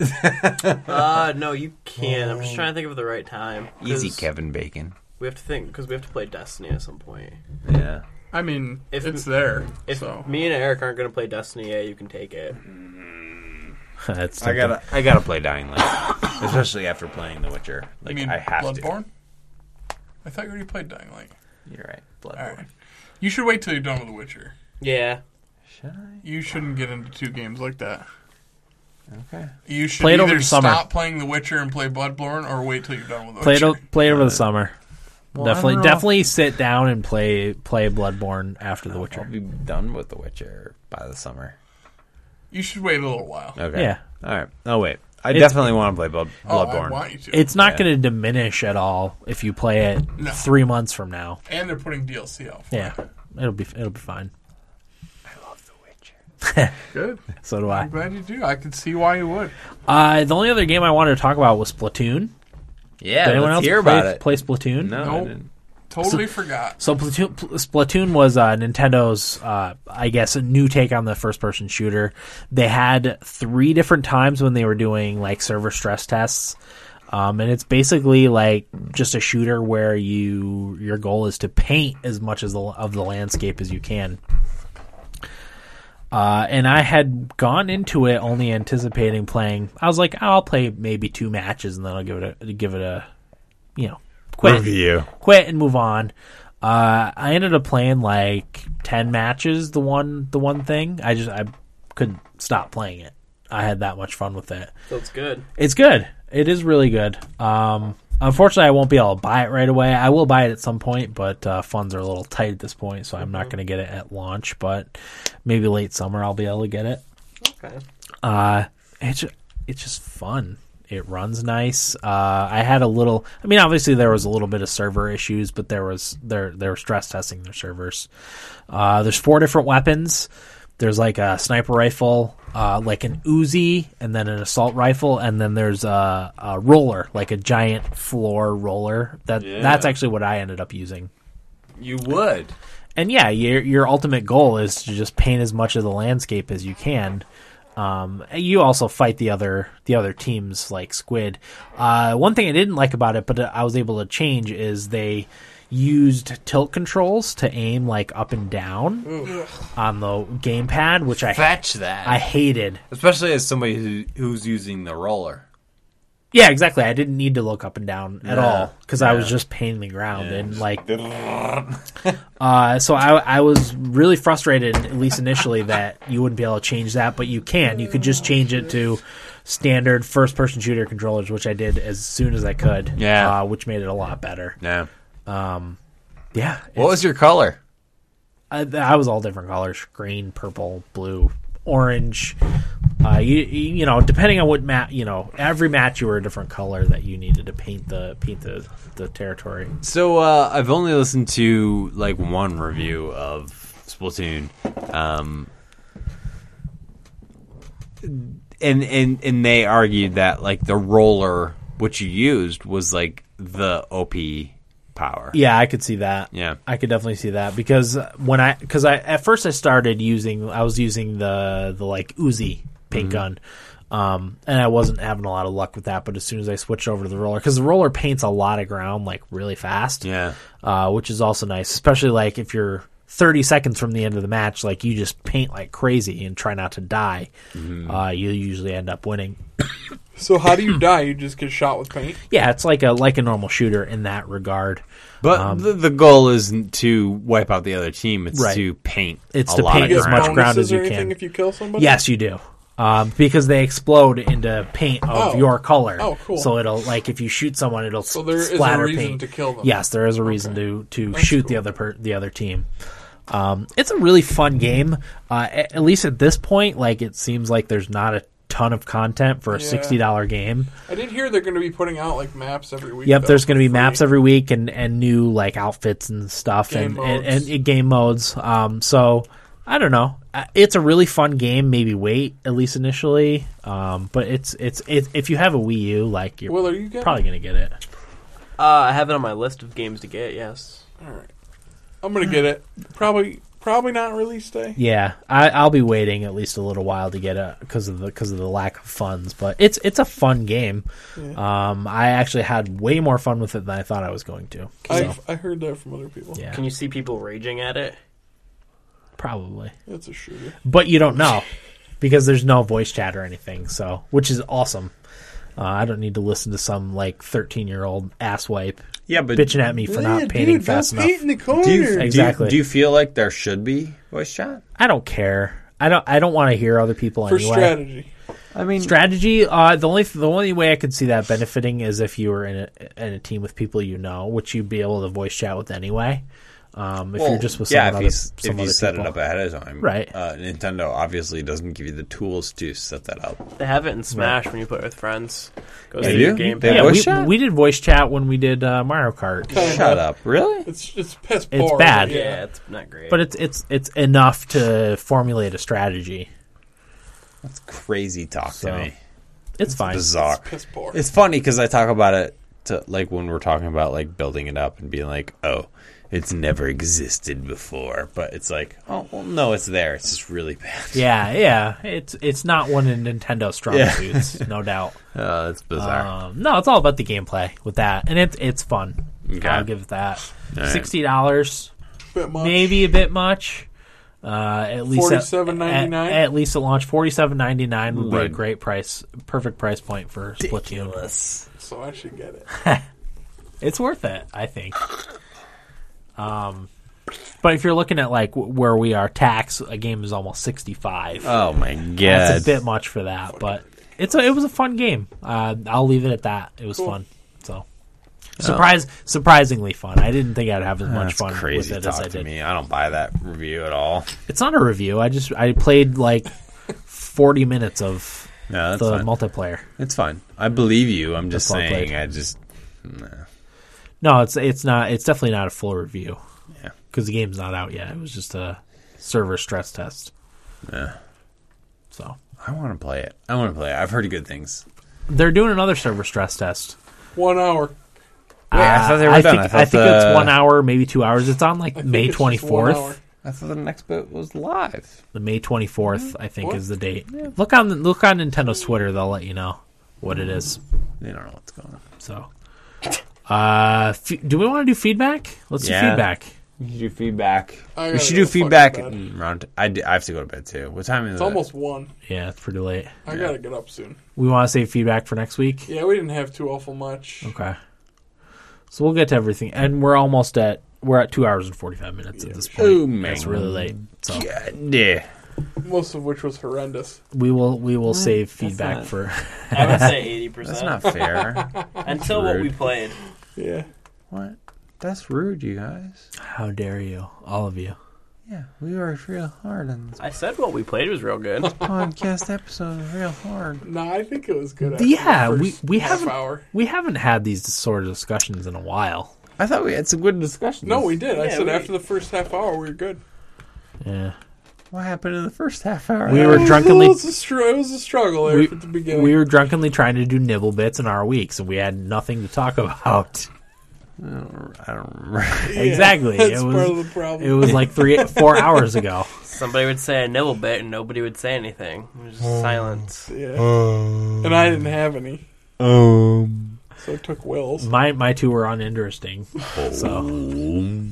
Uh, no, you can. I'm just trying to think of the right time. 'Cause
Easy, Kevin Bacon.
We have to think because we have to play Destiny at some point.
Yeah.
I mean,
If-
it's there.
If
so
me and Eric aren't gonna play Destiny, yeah, you can take it.
That's
I
something.
gotta. I gotta play Dying Light, especially after playing The Witcher. Like
you mean
I have
Bloodborne? I thought you already played Dying Light.
to. You're right. Bloodborne.
All right. You should wait till you're done with The Witcher.
Yeah,
Should I?
You shouldn't get into two games like that.
Okay.
You should
Play it
either
over the summer.
stop playing The Witcher and play Bloodborne, or wait till you're done with The
Play it,
Witcher.
o- play it over the summer.
I
definitely,
don't know.
definitely sit down and play play Bloodborne after The
I'll
Witcher.
be done with The Witcher by the summer.
You should wait a little while.
Uh,
Okay.
Yeah.
All right. Oh wait. I
It's-
definitely want to play Blood,
Oh,
Bloodborne.
I want you to.
It's not
Yeah.
going to diminish at all if you play it
No.
three months from now.
and they're putting DLC out. For
Yeah, it'll be it'll be fine.
it. Good.
So do I.
I'm glad you do. I can see why you would.
Uh, the only other game I wanted to talk about was Splatoon.
yeah.
Did anyone
let's
else
hear
play,
about it.
play Splatoon?
no. I
Nope.
didn't.
Totally forgot.
So Platoon, Pl- Splatoon was uh, Nintendo's, uh, I guess, a new take on the first-person shooter. They had three different times when they were doing like server stress tests, um, and it's basically like just a shooter where you your goal is to paint as much as the, of the landscape as you can. Uh, and I had gone into it only anticipating playing. I was like, I'll play maybe two matches and then I'll give it a give it a, you know, quit
Review.
quit and move on. Uh, I ended up playing like ten matches. The one, the one thing I just I couldn't stop playing it. I had that much fun with it.
That's good.
It's good. It is really good. Um, unfortunately, I won't be able to buy it right away. I will buy it at some point, but uh, funds are a little tight at this point, so I'm not going to get it at launch. But maybe late summer I'll be able to get it.
Okay.
Uh, it's ju- it's just fun. It runs nice. Uh, I had a little. I mean, obviously there was a little bit of server issues, but there was there they were stress testing their servers. Uh, there's four different weapons. There's like a sniper rifle, uh, like an Uzi, and then an assault rifle, and then there's a, a roller, like a giant floor roller. That that's actually what I ended up using.
You would.
And yeah, your your ultimate goal is to just paint as much of the landscape as you can. Um, and you also fight the other the other teams like Squid. Uh, one thing I didn't like about it, but I was able to change, is they used tilt controls to aim like up and down on the gamepad, which I
Fetch that.
I hated.
Especially as somebody who, who's using the roller.
Yeah, exactly. I didn't need to look up and down at all 'cause all because I was just painting the ground and like Uh, so I, I was really frustrated, at least initially, that you wouldn't be able to change that, but you can. You could just change it to standard first-person shooter controllers, which I did as soon as I could.
Yeah.
uh, which made it a lot better.
Yeah.
Yeah,
What was your color?
I, I was all different colors: green, purple, blue, orange. Uh, you you you know, depending on what map, you know, every match you were a different color that you needed to paint the paint the the territory.
So uh, I've only listened to like one review of Splatoon, um, and and and they argued that like the roller which you used was like the OP power.
Yeah, I could see that.
Yeah.
I could definitely see that because when I because I at first I started using I was using the the like Uzi
Mm-hmm.
paint gun, um, and I wasn't having a lot of luck with that. But as soon as I switched over to the roller, because the roller paints a lot of ground like really fast,
Yeah.
uh, which is also nice, especially like if you're 30 seconds from the end of the match, like you just paint like crazy and try not to die, uh, you usually end up winning.
So how do you die? You just get shot with paint.
Yeah, it's like a like a normal shooter in that regard.
But the, the goal isn't to wipe out the other team; it's
Um, Right.
to paint.
It's
a
to
lot
paint
of
as much
ground.
ground as you can.
if you kill somebody.
Yes, you do. Um, because they explode into paint of
Oh.
your color.
Oh, cool.
So it'll like if you shoot someone, it'll so
there is a
splatter
reason
paint.
to kill them.
Yes, there is a reason to to shoot the other per- the other team. Um, it's a really fun game. Uh, a- at least at this point, like it seems like there's not a ton of content for a
Yeah.
sixty dollar game.
I did hear they're going to be putting out like maps every week.
Yep,
though,
there's
for
going to be
free.
maps every week and, and new like outfits and stuff
Game
and, and,
modes.
and, and game modes. Um, so I don't know. Uh, It's a really fun game. Maybe wait at least initially. Um, but it's it's it, if you have a Wii U, like you're
Will, are you getting?
probably going to get it.
Uh, I have it on my list of games to get. Yes.
All right. I'm going to get it. Probably, probably not release day.
Yeah, I, I'll be waiting at least a little while to get it because of the because of the lack of funds. But it's it's a fun game. Um, I actually had way more fun with it than I thought I was going to.
I
So
I heard that from other people.
yeah,
Can you see people raging at it?
probably.
It's a shooter.
but you don't know because there's no voice chat or anything. So, which is awesome. Uh, I don't need to listen to some like 13 year old asswipe
Yeah, but
bitching at me for not painting fast enough.
Paint in the corner.
do you, do you-
Exactly.
do you feel like there should be voice chat?
I don't care. I don't. I don't want to hear other people
for
anyway.
strategy.
I mean,
Strategy. Uh, the only the only way I could see that benefiting is if you were in a, in a team with people you know, which you'd be able to voice chat with anyway. Um, if you're just with
yeah,
someone
if
other,
you, s-
some
if you
other
set
people.
it up ahead of time,
Right.
Uh, Nintendo obviously doesn't give you the tools to set that up.
They have it in Smash when you play with friends. Goes
They
through your
do?
game
They
pad.
yeah,
voice
we,
chat?
we did voice chat when we did uh, Mario Kart,
Shut up, really?
It's it's piss poor.
It's bad.
yeah. it's not great.
but it's it's it's enough to formulate a strategy.
That's crazy talk
So,
to me.
It's fine.
Bizarre.
Piss poor.
It's funny because I talk about it to like when we're talking about like building it up and being like, oh, it's never existed before, but it's like, oh, well, no, it's there. It's just really bad.
Yeah, yeah. It's it's not one of Nintendo's strong
Yeah.
suits, no doubt.
Uh, that's bizarre.
Um, no, it's all about the gameplay with that, and it's it's fun.
Okay.
I'll give it that.
right.
Sixty dollars,
Bit much.
maybe a bit much. Uh, at least at- At,
$47.99?
at least at launch, forty seven ninety nine would be a
Right.
great price, perfect price point for Splatoon.
so I should get it.
It's worth it, I think. Um, but if you're looking at like w- where we are, tax a game is almost sixty five.
oh my
That's
god.
a bit much for that, but it's a, it was a fun game. Uh, I'll leave it at that. It was fun. So surprise, surprisingly fun. I didn't think I'd have as much
that's
fun
crazy
with it as I
talk to
did.
me. I don't buy that review at all.
It's not a review. I just I played like forty minutes of
No, that's
the
fine.
multiplayer.
It's fine. I believe you. I'm just
That's all I
saying.
played.
I just
No, it's it's not. It's definitely not a full review.
Yeah.
because the game's not out yet. It was just a server stress test. Yeah. So
I want to play it. I want to play it. I've heard good things.
they're doing another server stress test.
One hour.
Wait, I thought they were done.
think,
I thought
think
the-
it's one hour, maybe two hours. It's on like
I
May
think it's just one
twenty
hour.
fourth.
I thought the next bit was live.
The May twenty fourth, I think,
What?
is the date. Look on the, look on Nintendo's Twitter; they'll let you know what it is.
They don't know what's going on.
So, uh, fe- do we want to do feedback? Let's do
Yeah.
feedback.
We should do feedback.
I
We
gotta
should
go
do
to fucking
feedback
bed.
Mm, round. I, d- I have to go to bed too. What time is
It's
it?
almost one.
Yeah, it's pretty late.
I gotta get up soon.
We want to save feedback for next week.
Yeah, we didn't have too awful much.
Okay. So we'll get to everything, and we're almost at we're at two hours and forty five minutes at this point.
Oh man,
It's really late. So
God, Uh, yeah.
Most of which was horrendous.
we will we will save feedback for.
I would say eighty
That's
percent
not fair.
until what
rude.
we played.
Yeah.
what? That's rude, you guys.
How dare you, all of you?
Yeah, we worked real hard on this
I said what we played was real good.
podcast episode. Real hard.
No, I think it was good. after
Yeah,
the
we
first
we
half
haven't
hour.
we haven't had these sort of discussions in a while.
I thought we had some good discussions.
No, we did. I
Yeah,
said
we-
after the first half hour we were good.
Yeah.
What happened in the first half hour?
We were
It was-
drunkenly
It was a, str- it was a struggle there
we,
at the beginning.
we were drunkenly trying to do nibble bits in our weeks, and we had nothing to talk about.
I don't remember.
Yeah,
exactly.
That's
It
part of
was
the problem.
it was like three four hours ago.
Somebody would say a nibble bit and nobody would say anything. It was just
Mm.
silence.
Uh,
yeah. And I didn't have any,
Um,
so I took Will's.
My my two were uninteresting. So
Mm.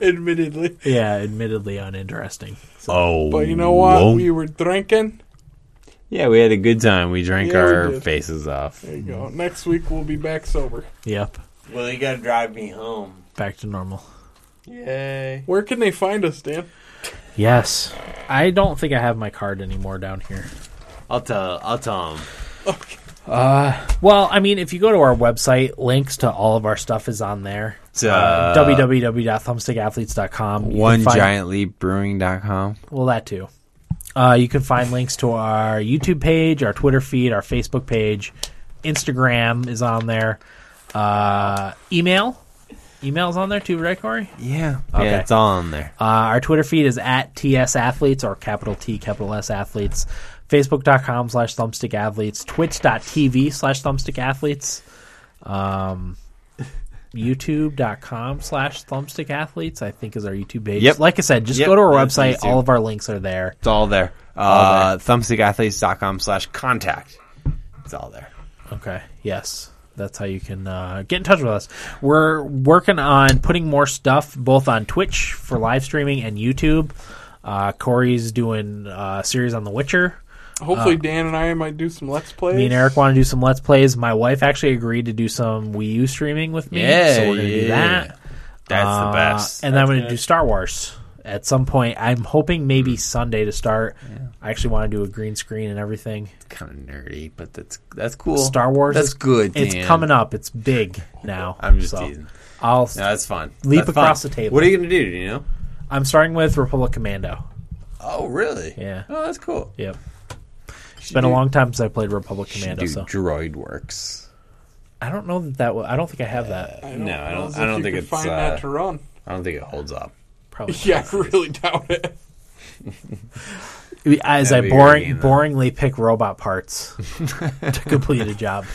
Admittedly.
yeah, admittedly uninteresting.
Oh,
But you know what?
whoa.
We were drinking.
yeah, we had a good time. We drank
Yeah, we
our
did.
faces off.
There you go. Next week we'll be back sober.
Yep,
Well, you gotta drive me home.
back to normal.
Yay.
Where can they find us, Dan?
Yes, I don't think I have my card anymore down here.
I'll tell. I'll tell him.
Well, I mean, if you go to our website, links to all of our stuff is on there.
It's, uh,
www.thumbstickathletes.com. You can
One
E find-
giant leap brewing.com.
Well, that too. Uh, you can find links to our YouTube page, our Twitter feed, our Facebook page, Instagram is on there. Uh, email, email's on there too, right, Corey?
Yeah.
Okay.
Yeah, it's all on there.
Uh, our Twitter feed is at TS Athletes or capital T, capital S Athletes. Facebook.com slash thumbstick athletes. Twitch.tv slash thumbstick athletes. Um, YouTube.com slash thumbstick athletes, I think, is our YouTube page.
Yep.
Like I said, just
Yep,
go to our
that's
website.
easy.
All of our links are there.
It's all there. Uh, thumbstickathletes.com slash contact. It's all there.
Okay. Yes. That's how you can uh, get in touch with us. We're working on putting more stuff both on Twitch for live streaming and YouTube. Uh, Corey's doing uh, a series on The Witcher.
Hopefully, Dan and I might do some let's plays.
Me and Eric want to do some Let's Plays. My wife actually agreed to do some Wii U streaming with me. Mm-hmm.
Yeah,
so we're going to do
yeah.
that.
That's
Uh,
the best.
And then I'm going to do Star Wars at some point. I'm hoping
Hmm.
maybe Sunday to start. I actually want to do a green screen and everything.
kind of nerdy, but that's that's cool.
Star Wars
That's
is-
good.
It's
man.
coming up. It's big now.
I'm just
so
teasing.
I'll.
No, that's fun.
Leap
That's
across
fun.
the table.
What are you gonna do? do You know?
I'm starting with Republic Commando.
Oh, really?
Yeah.
Oh, that's cool.
Yep. It's been a long time since I played Republic Commando,
do
so
Droid Works.
I don't know that that. wa- I don't think I have that.
I
No, I
know
don't-
if
I don't
you
think
could
it's,
find
uh,
that to run.
I don't think it holds up.
Probably.
Yeah, I really doubt it.
As I
That'd be a
boring,
good game, though.
boringly pick robot parts to complete a job.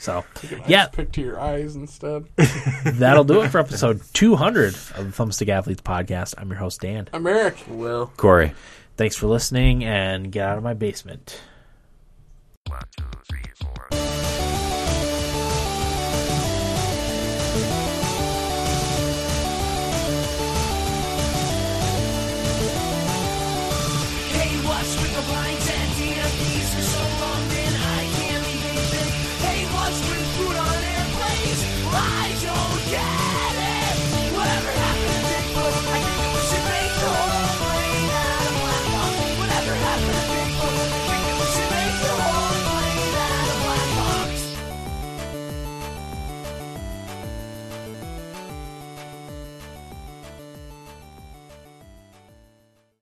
So, yeah,
Just pick to your eyes instead.
that'll do it for episode 200 of the Thumbstick Athletes podcast. I'm your host, Dan.
I'm Eric.
Will.
Corey.
Thanks for listening and get out of my basement.
One, two,